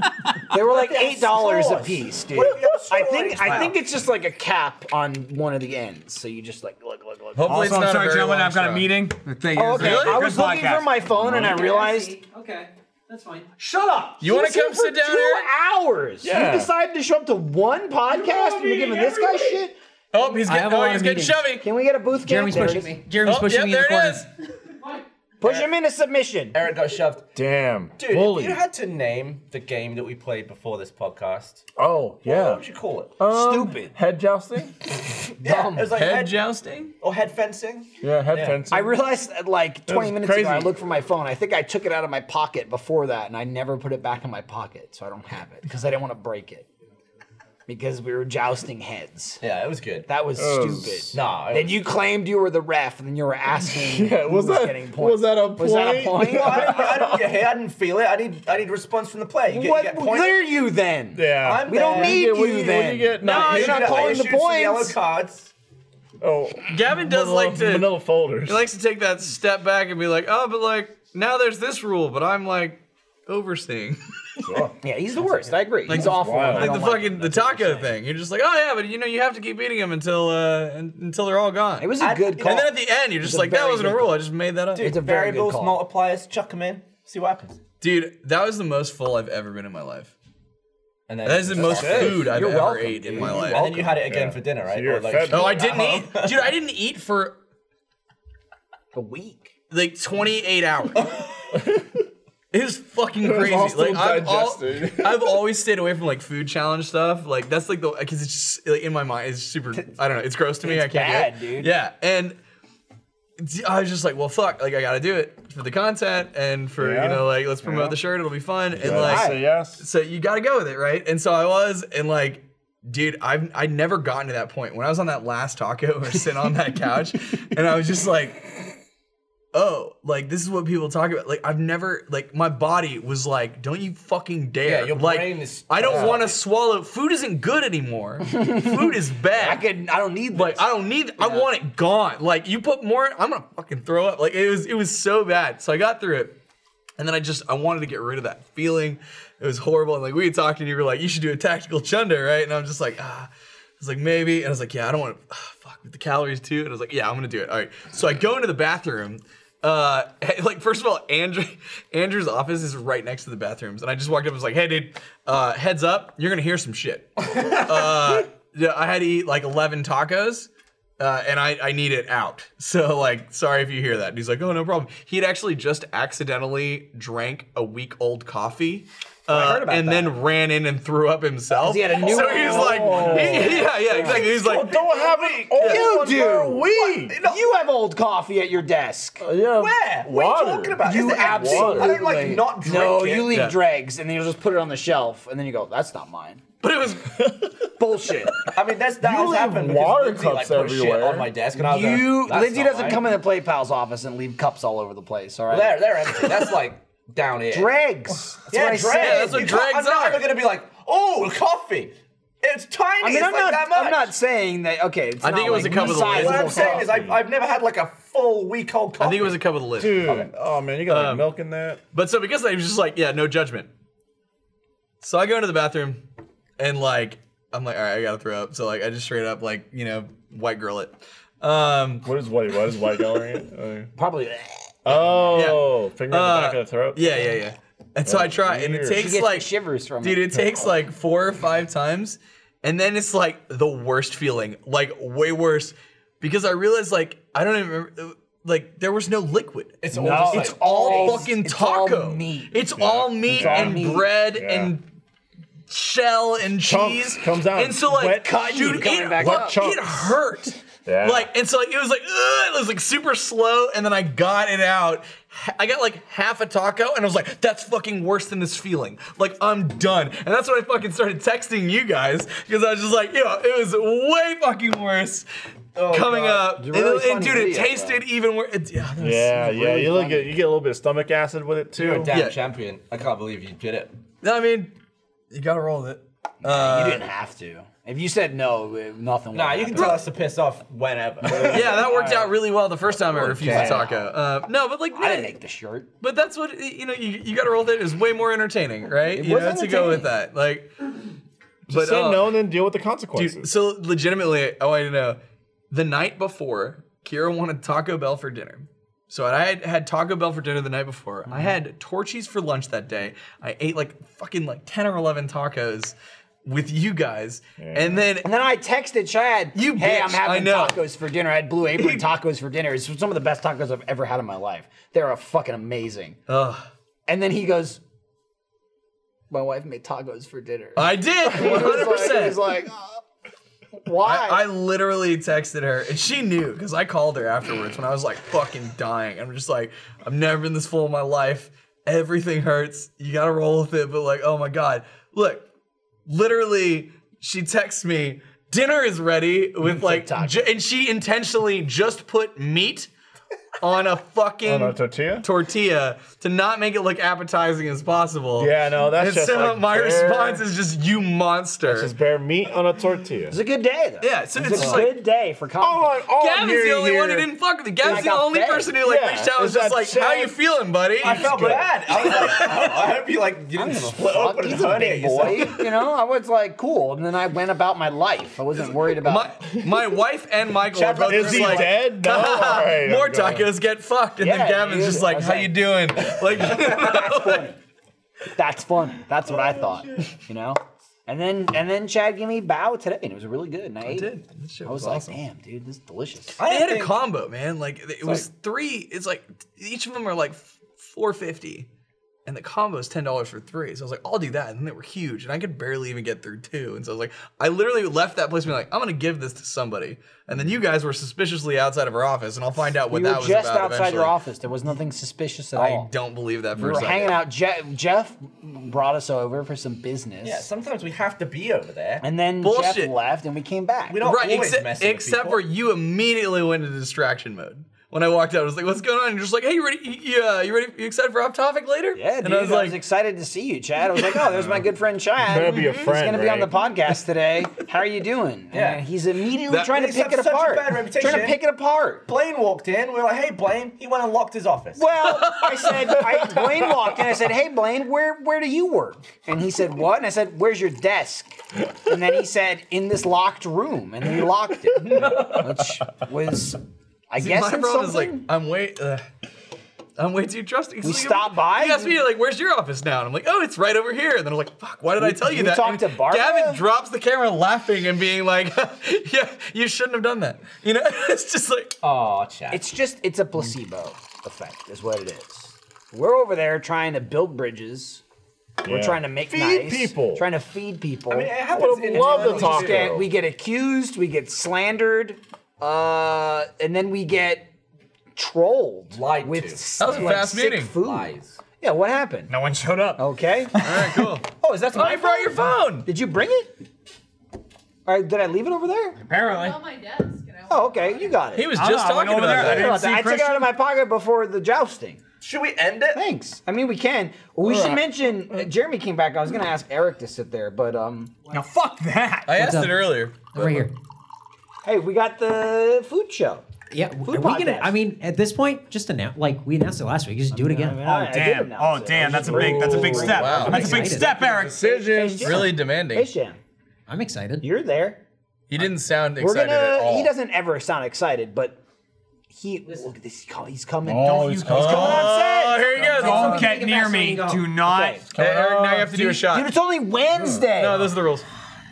They were like eight dollars a straws? piece, dude. What if you have I think straws? I think it's just like a cap on one of the ends, so you just like look, look, look. Hopefully Also, it's I'm not a sorry, very gentlemen, long I've got a straw. meeting. The thing Oh, is- okay. Really? I was Good looking podcast. for my phone and I Okay, I realized. Okay, that's fine. Shut up! You wanna He was come here for sit down two here? hours. Yeah. You decided to show up to one podcast and you're giving this guy shit. Oh, he's I getting. have a Oh, lot he's of getting meetings. shovy. Can we get a booth cam? Jeremy's There it pushing is. me. Jeremy's Oh, pushing yep, me in the there it is. Push him into submission. Eric got shoved. Damn. Dude, bully. if you had to name the game that we played before this podcast, oh, yeah. what would you call it? Stupid. Um, Head jousting? Yeah, it was like Head jousting or head fencing. Yeah, head Yeah. fencing. I realized that like That 20 was minutes crazy. ago, I looked for my phone. I think I took it out of my pocket before that, and I never put it back in my pocket, so I don't have it because I didn't want to break it. Because we were jousting heads. Yeah, it was good. That was It stupid. was- Nah, it Then was- you claimed you were the ref, and then you were asking. Yeah, who was was, that- getting points. was that a Was that a point? point? No, I didn't- I didn't get hit. I didn't feel it. I need I need response from the player. You get, What you get were points. you then? Yeah. I'm We don't there. need What do you what do then. you get? No, I you're not shoot- I calling the shoot some points. Yellow cards. Oh, Gavin does Manila- like to manila folders. He likes to take that step back and be like, oh, but like now there's this rule, but I'm like overseeing. yeah, he's the worst. I agree. Like, he's awful. I Like don't the like fucking the taco thing. You're just like, oh yeah, but you know you have to keep eating them until uh un- until they're all gone. It was a good And call. then at the end, you're It just was a like, that very wasn't a good rule. call. I just made that up. Dude, variables, multipliers, chuck them in. See what happens. Dude, that was the most full I've ever been in my life. And that is the most food I've ever ate in my life. And then you had it again for dinner, right? Or like- oh, I didn't eat, dude. I didn't eat for a week, like 28 hours. it was fucking It was crazy. all like still I've, al- digesting. I've always stayed away from like food challenge stuff. Like that's like the because it's just like in my mind it's super. I don't know. It's gross to me. It's I can't bad, do it. dude. Yeah, and d- I was just like, well, fuck. Like I gotta do it for the content and for Yeah. you know like let's promote Yeah. the shirt. It'll be fun. And gotta like say yes. So you gotta go with it, right? And so I was and like. Dude, I've I'd never gotten to that point. When I was on that last taco or sitting on that couch, and I was just like, oh, like this is what people talk about. Like I've never like my body was like, don't you fucking dare. Yeah, your like brain is- I don't Yeah. want to swallow. Food isn't good anymore. Food is bad. I could I don't need like I don't need I want it gone. Like you put more I'm going to fucking throw up. Like it was it was so bad. So I got through it. And then I just I wanted to get rid of that feeling. It was horrible. And like we had talked and you were like, you should do a tactical chunder, right? And I'm just like, ah. I was like, maybe. And I was like, yeah, I don't want to fuck with the calories too. And I was like, yeah, I'm gonna do it. All right. So I go into the bathroom. Uh, like first of all, Andrew, Andrew's office is right next to the bathrooms, and I just walked up and was like, "Hey, dude, uh, heads up, you're gonna hear some shit." uh, yeah, I had to eat like 11 tacos, uh, and I, I need it out. So, like, sorry if you hear that. And he's like, oh, no problem. He had actually just accidentally drank a week old coffee. I heard uh, about and that. then ran in and threw up himself. he had a new so he's like, Oh. yeah, yeah, exactly. He's like, don't have any You do. We. You have old coffee at your desk. yeah. Where? What are you talking about? Uh, You It's the empty. I don't like absolutely- not drink No, it. you leave Yeah. dregs, and then you'll just put it on the shelf, and then you go, "That's not mine." But it was bullshit. I mean, that's that You has leave happened because water Lindsay, like, cups put shit everywhere. on my desk, and I was you, like, that's Lindsay not doesn't mine. come into Play Pal's office and leave cups all over the place. All right, They're they're empty. That's like down here. dregs. That's yeah, what I dregs. said. You can't- I'm not ever gonna be like, oh, coffee. It's tiny. I mean, it's I'm like not. that much. I'm not saying that. Okay, it's I think not it was like a cup of the sizable What I'm saying is, coffee. I've, I've never had like a full week old coffee. I think it was a cup of the lid. Dude, oh man, you got like, Um, milk in that. But so because I was just like, yeah, no judgment. So I go into the bathroom and like I'm like, all right, I gotta throw up. So like I just straight up like, you know, white girl it. Um What is white? What is white girling it? Probably Oh, finger in the back Uh, of the throat. Yeah, yeah, yeah. And so I try, and it Weird. takes She gets the like shivers from dude. It it. takes like four or five times, and then it's like the worst feeling, like way worse, because I realized like I don't even remember. uh, Like there was no liquid. It's all just, it's like, all eggs. fucking It's all taco. meat. It's all meat all and meat. bread Yeah. and shell and Chunks cheese comes out, And so like, wet cotton dude, coming it, back look, up. it Chunks. hurt. Yeah. Like, and so like, it was like, ugh, it was like super slow, and then I got it out. Ha- I got like half a taco, and I was like, that's fucking worse than this feeling. Like, I'm done. And that's when I fucking started texting you guys because I was just like, yo, it was way fucking worse coming Oh, God. up. You're And- really funny and, dude, it video, tasted even worse. It- yeah, that was- Yeah, it was yeah. really you look funny. at you get a little bit of stomach acid with it too. You're a damn Yeah. champion. I can't believe you did it. I mean, you gotta roll with it. uh, you didn't have to. If you said no, eh, nothing. Nah, would you can happen. tell us to piss off whenever. yeah, that worked out really well the first time I refused damn. the taco. Uh, no, but like I didn't make the shirt. But that's what you know. You, you got to roll with it. It's way more entertaining, right? It you was know, to go with that. entertaining. Like, uh, Just say no and then deal with the consequences. dude. So legitimately, I wanted to know. The night before, Kira wanted Taco Bell for dinner. So I had had Taco Bell for dinner the night before. Mm-hmm. I had Torchies for lunch that day. I ate like fucking like ten or eleven tacos with you guys, and then And then I texted Chad, You hey, bitch, I'm having I know. tacos for dinner. I had Blue Apron tacos for dinner. It's some of the best tacos I've ever had in my life. They're fucking amazing. Ugh. And then he goes, my wife made tacos for dinner. I did He one was like- hundred percent. he was like, uh, Why? I, I literally texted her, and she knew because I called her afterwards when I was like fucking dying. I'm just like, I've never been this full in my life. Everything hurts. You gotta roll with it. But like, oh my god, look, literally, she texts me, dinner is ready with like, ju- and she intentionally just put meat. On a fucking On a tortilla? tortilla to not make it look appetizing as possible. Yeah, no, that's and just so like my bare- response is just you monster. It's just bare meat on a tortilla. It's a good day though. Yeah, so it's, a just good like day for content. Gavin's the only one who didn't fuck with it. Gavin's Like, the I'm only fed. person who like Yeah, reached out and was it's just that like, "How you feeling, buddy?" I felt Good. bad. I was like, oh, I hope you like you didn't split open He's and a honey big boy, you know. I was like, cool, and then I went about my life. I wasn't worried about. My wife and Michael are Chad's both like, "Is just he like, dead? No? All right, more I'm going." tacos us get fucked. And Yeah, then Gavin's dude. just I like, was how like- you doing? Like, That's funny. That's what I thought. You know. And then and then Chad gave me bow today, and it was really good. And I, ate did. It. shit I was, was like, awesome. damn, dude, this is delicious. they had a combo, man. Like it was like- three. It's like each of them are like four fifty, and the combo is ten dollars for three. So I was like, I'll do that. And then they were huge, and I could barely even get through two. And so I was like, I literally left that place being like, I'm gonna give this to somebody. And then you guys were suspiciously outside of our office, and I'll find out what we that were was just about outside eventually. your office. There was nothing suspicious at I all. don't believe that We for a were second. hanging out. Jeff, Jeff brought us over for some business. Yeah, sometimes we have to be over there. And then Bullshit. Jeff left, and we came back. We right, except, except for you immediately went into distraction mode. When I walked out, I was like, "What's going on?" And you're just like, "Hey, you ready? Yeah, you ready? You excited for off topic later?" Yeah, and dude, I was, excited to see you, Chad. I was like, oh, there's my good friend Chad. Better be a He's friend, gonna be on the right? podcast today. How are you doing? Yeah. And he's immediately That- trying to He's pick got it such a apart. bad reputation. Trying to pick it apart. Blaine walked in. We were like, "Hey, Blaine." He went and locked his office. Well, I said, I, Blaine walked in. I said, "Hey, Blaine, where where do you work?" And he said, "What?" And I said, "Where's your desk?" And then he said, "In this locked room," and he locked it, which was, I See, guess, my it's problem something. is like I'm way, uh, I'm way too trusting. We So you- stopped by? You asked me like, "Where's your office now?" And I'm like, "Oh, it's right over here." And then I'm like, "Fuck, why did I We- tell you we that?" talked And to Barbara? Gavin drops the camera, laughing and being like, "Yeah, you shouldn't have done that." You know, it's just like, "Oh, Chad." It's just it's a placebo effect, is what it is. We're over there trying to build bridges. We're Yeah. trying to make Feed nice, people. Trying to feed people. I mean, it happens Would've in loved to we talk just to get, them. we get accused. We get slandered. Uh, and then we get trolled. Lied with s- That was a like fast sick meeting. Food. Lies. Yeah. What happened? No one showed up. Okay. All right. Cool. oh, is that? Oh, I brought your phone. Did you bring it? All right. Did I leave it over there? Apparently. Oh, okay. You got it. He was just talking about that. I, took it out of my pocket before the jousting. Should we end it? Thanks. I mean, we can. We should mention uh, Jeremy came back. I was gonna ask Eric to sit there, but um. Now fuck that. I What's asked up? it earlier. Over here. Hey, we got the food show. Yeah, w- Food are we podcast. gonna? I mean, at this point, just announce like we announced it last week. Just do it again. Oh damn! Oh damn! That's a big. That's a big step. Wow. That's a big Excited. step, Eric. Decisions really demanding. I'm excited. You're there. He didn't sound We're excited at gonna. all. He doesn't ever sound excited, but he. Look at this. He's co- He's coming. Oh, Don't he's you- on set. Oh, here he goes. Don't get near me. Do not. Hey, Eric, now you have to do a shot. Dude, it's only Wednesday. No, those are the rules.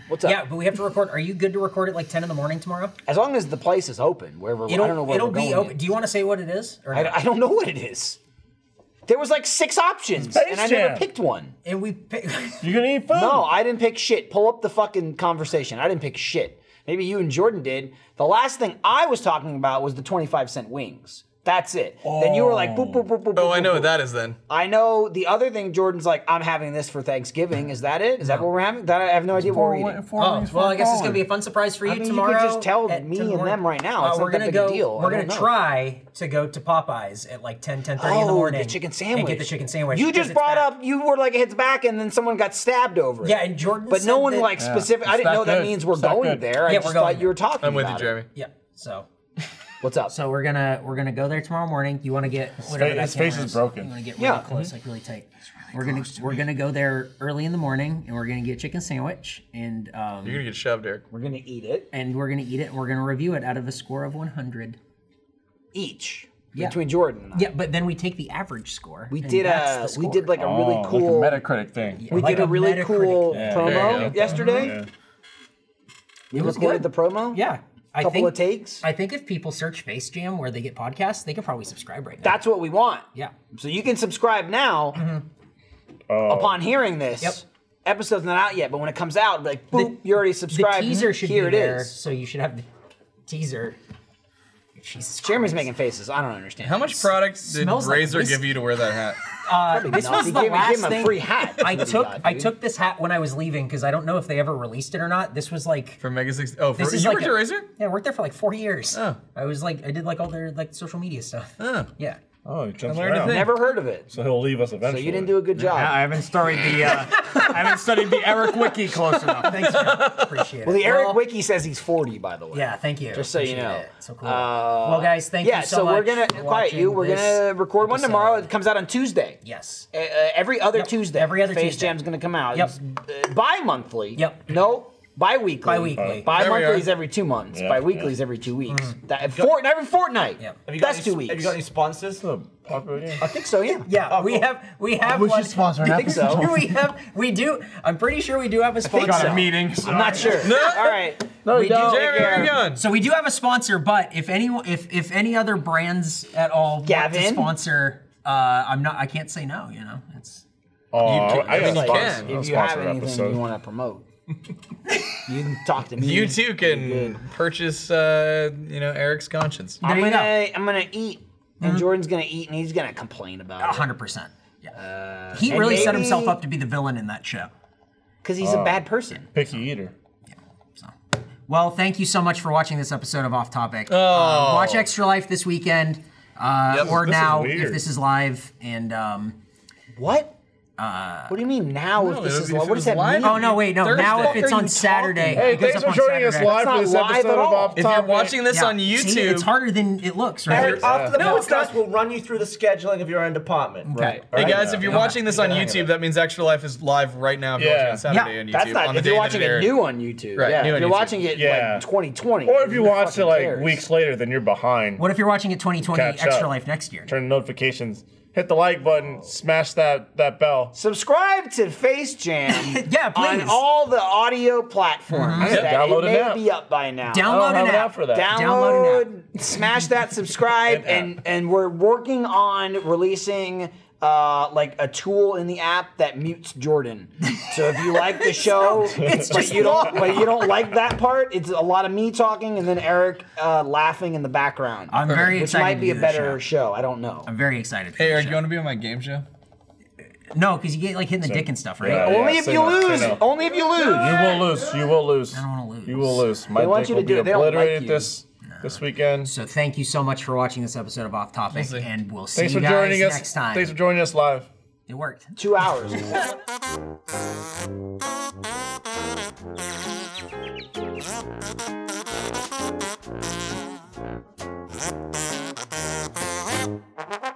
What's up? Yeah, but we have to record. Are you good to record at like 10 in the morning tomorrow? As long as the place is open, wherever. I It'll, don't know where it'll we're be going open. Do you want to say what it is? Or I, I don't know what it is. There was like six options, Space and I Jam. never picked one. And we pick. You gonna eat food? No, I didn't pick shit. Pull up the fucking conversation. I didn't pick shit. Maybe you and Jordan did. The last thing I was talking about was the twenty-five cent wings. That's it. Then you were like, boop, boop, boop, boop. Oh, boop, I know boop, what boop. that is then. I know the other thing. Jordan's like, I'm having this for Thanksgiving. Is that it? Is that what we're having? That I have no idea what we're eating. oh, well, I guess it's gonna be a fun surprise for you I mean, tomorrow. You could just tell me at 10 in the and morning. them right now. Uh, It's we're not that gonna big go. a deal. I We're gonna don't know. try to go to Popeyes at like 10, 10:30 in the Oh, morning. the chicken And sandwich. get the chicken sandwich. You because just it's brought back. up you were like it's back, and then someone got stabbed over it. Yeah, and Jordan But no said one that- like Yeah, specific. I it's didn't not know that good. means we're It's not going good. there. I Yeah, we're just going thought you were talking. I'm with you, about it. Jeremy. Yeah. So. What's up? So we're gonna we're gonna go there tomorrow morning. You want to get whatever fa- that his face camera is broken. You want to get really Yeah. close, Mm-hmm. Mhm. like really tight. we're gonna we're gonna go there early in the morning, and we're gonna get chicken sandwich, and um, You're gonna get shoved, Eric. We're gonna eat it. and we're gonna eat it, and we're gonna review it out of a score of 100 each yeah. between Jordan and I. Yeah, but then we take the average score. We and did that's the a we score. did like Uh-huh. a really cool Metacritic thing. we like did a a really Metacritic. cool Yeah, there you promo go. yesterday. Yeah. We It was recorded good. the promo. Yeah, I Couple think, of takes. I think if people search Face Jam where they get podcasts, they can probably subscribe right now. That's what we want. Yeah. So you can subscribe now. Mm-hmm. Upon hearing this, episode's not out yet, but when it comes out, like boop, you're already subscribed. The teaser should Here be it there, is. so you should have the teaser. Jesus Jeremy's making faces. I don't understand. How much product did Smells like Razor whiskey. give you to wear that hat? Uh, Probably this not. was He the gave- he last gave him a thing. free hat. I What do took you got, I dude? took this hat when I was leaving because I don't know if they ever released it or not. This was like for Mega Six. Oh, for, this you worked at Razor. Yeah, I worked there for like four years. Oh. I was like I did like all their like social media stuff. Oh. Yeah. Oh, he jumps learned a around. thing. Never heard of it. So he'll leave us So eventually. you didn't do a good job. I haven't studied the. Uh, I haven't studied the Eric Wiki close enough. Thanks, man. Appreciate Well, it. the Eric Wiki says he's 40, by the way. Yeah, thank you. Just so you Appreciate know. Uh, it. So cool. Well, guys, thank you yeah, so so we're much gonna for quiet you. watching We're gonna this record one episode. tomorrow. It comes out on Tuesday. Yes. Uh, uh, every other Tuesday. Every other Face Tuesday. Jam's gonna come out. Yep. It's, uh, bi-monthly. Yep. No, Bi-weekly. Bi-weekly. Bi-monthly There we is are. every two months. Yeah, Bi-weekly yeah. is every two weeks. Mm-hmm. Mhm. That, fort, every fortnight. Have you got That's any, two weeks. Have you got any sponsors? I think so. Yeah. Oh, Yeah, we have we have We should one. sponsor an I think so. episode. we have we do. I'm pretty sure we do have a I think sponsor. so. I'm not sure. All right. we do. Jerry, where you going? So we do have a sponsor, but if any if if any other brands at all want to Gavin? sponsor, uh, I'm not. I can't say no. You know, it's. Oh, You I can- mean, you can. If you have anything you want to promote, you can talk to me. You too can purchase, uh, you know, Eric's conscience. I'm gonna, I'm gonna eat, Mm-hmm. and Jordan's gonna eat, and he's gonna complain about uh, it. hundred percent. Yeah. Uh, He really set himself up to be the villain in that show. because he's Oh. a bad person. Oh. Picky eater. Well, thank you so much for watching this episode of Off Topic. Oh. Uh, watch Extra Life this weekend, uh, Yep, or this is now if weird. this is live. And um, what? Uh, what do you mean now? if this is li- live, what does that mean? Oh no, wait, no. Now if it's on Saturday. Hey, it goes thanks up for on joining us Saturday. live for It's not this live at episode of all. Off If you're Topic. watching this Yeah. on See, YouTube- it's harder than it looks, right? Eric, after the No, it's podcast, we'll run you through the scheduling of your own department. Right. Hey guys, if you're watching this on YouTube, that means Extra Life is live right now. If you're Yeah. watching it Saturday Yeah. on YouTube, That's not- on the if day you're that watching it it aired. new on YouTube. Right, Yeah. new If on you're YouTube. watching it Yeah. like 2020, Or if you who watch it fucking like cares? weeks later, then you're behind. What if you're watching it 2020 Catch Extra up. Life next year? Turn the notifications. Hit the like button. Smash that that bell. Subscribe to Face Jam. yeah, On all the audio platforms, Mhm. Yeah, that download it an may app. be up by now. Download I don't have an an app app. for that. Download, smash that subscribe, and and we're working on releasing. Uh, like a tool in the app that mutes Jordan. So if you like the show, It's but just you long. don't, but you don't like that part, it's a lot of me talking and then Eric uh, laughing in the background. I'm very which excited might to be do a this better show. I don't know. I'm very excited. Hey, Eric, you want to be on my game show? No, because you get like hitting the dick and stuff, right? Yeah, yeah, say no, say no. Only if you lose. You will lose. You will lose. I don't want to lose. You will lose. My They want dick you to will be do it. They don't like obliterated you. this this weekend. So thank you so much for watching this episode of Off Topic, We'll see. and we'll see Thanks you for guys joining us. next time. Thanks for joining us live. It worked. Two hours. Thank you.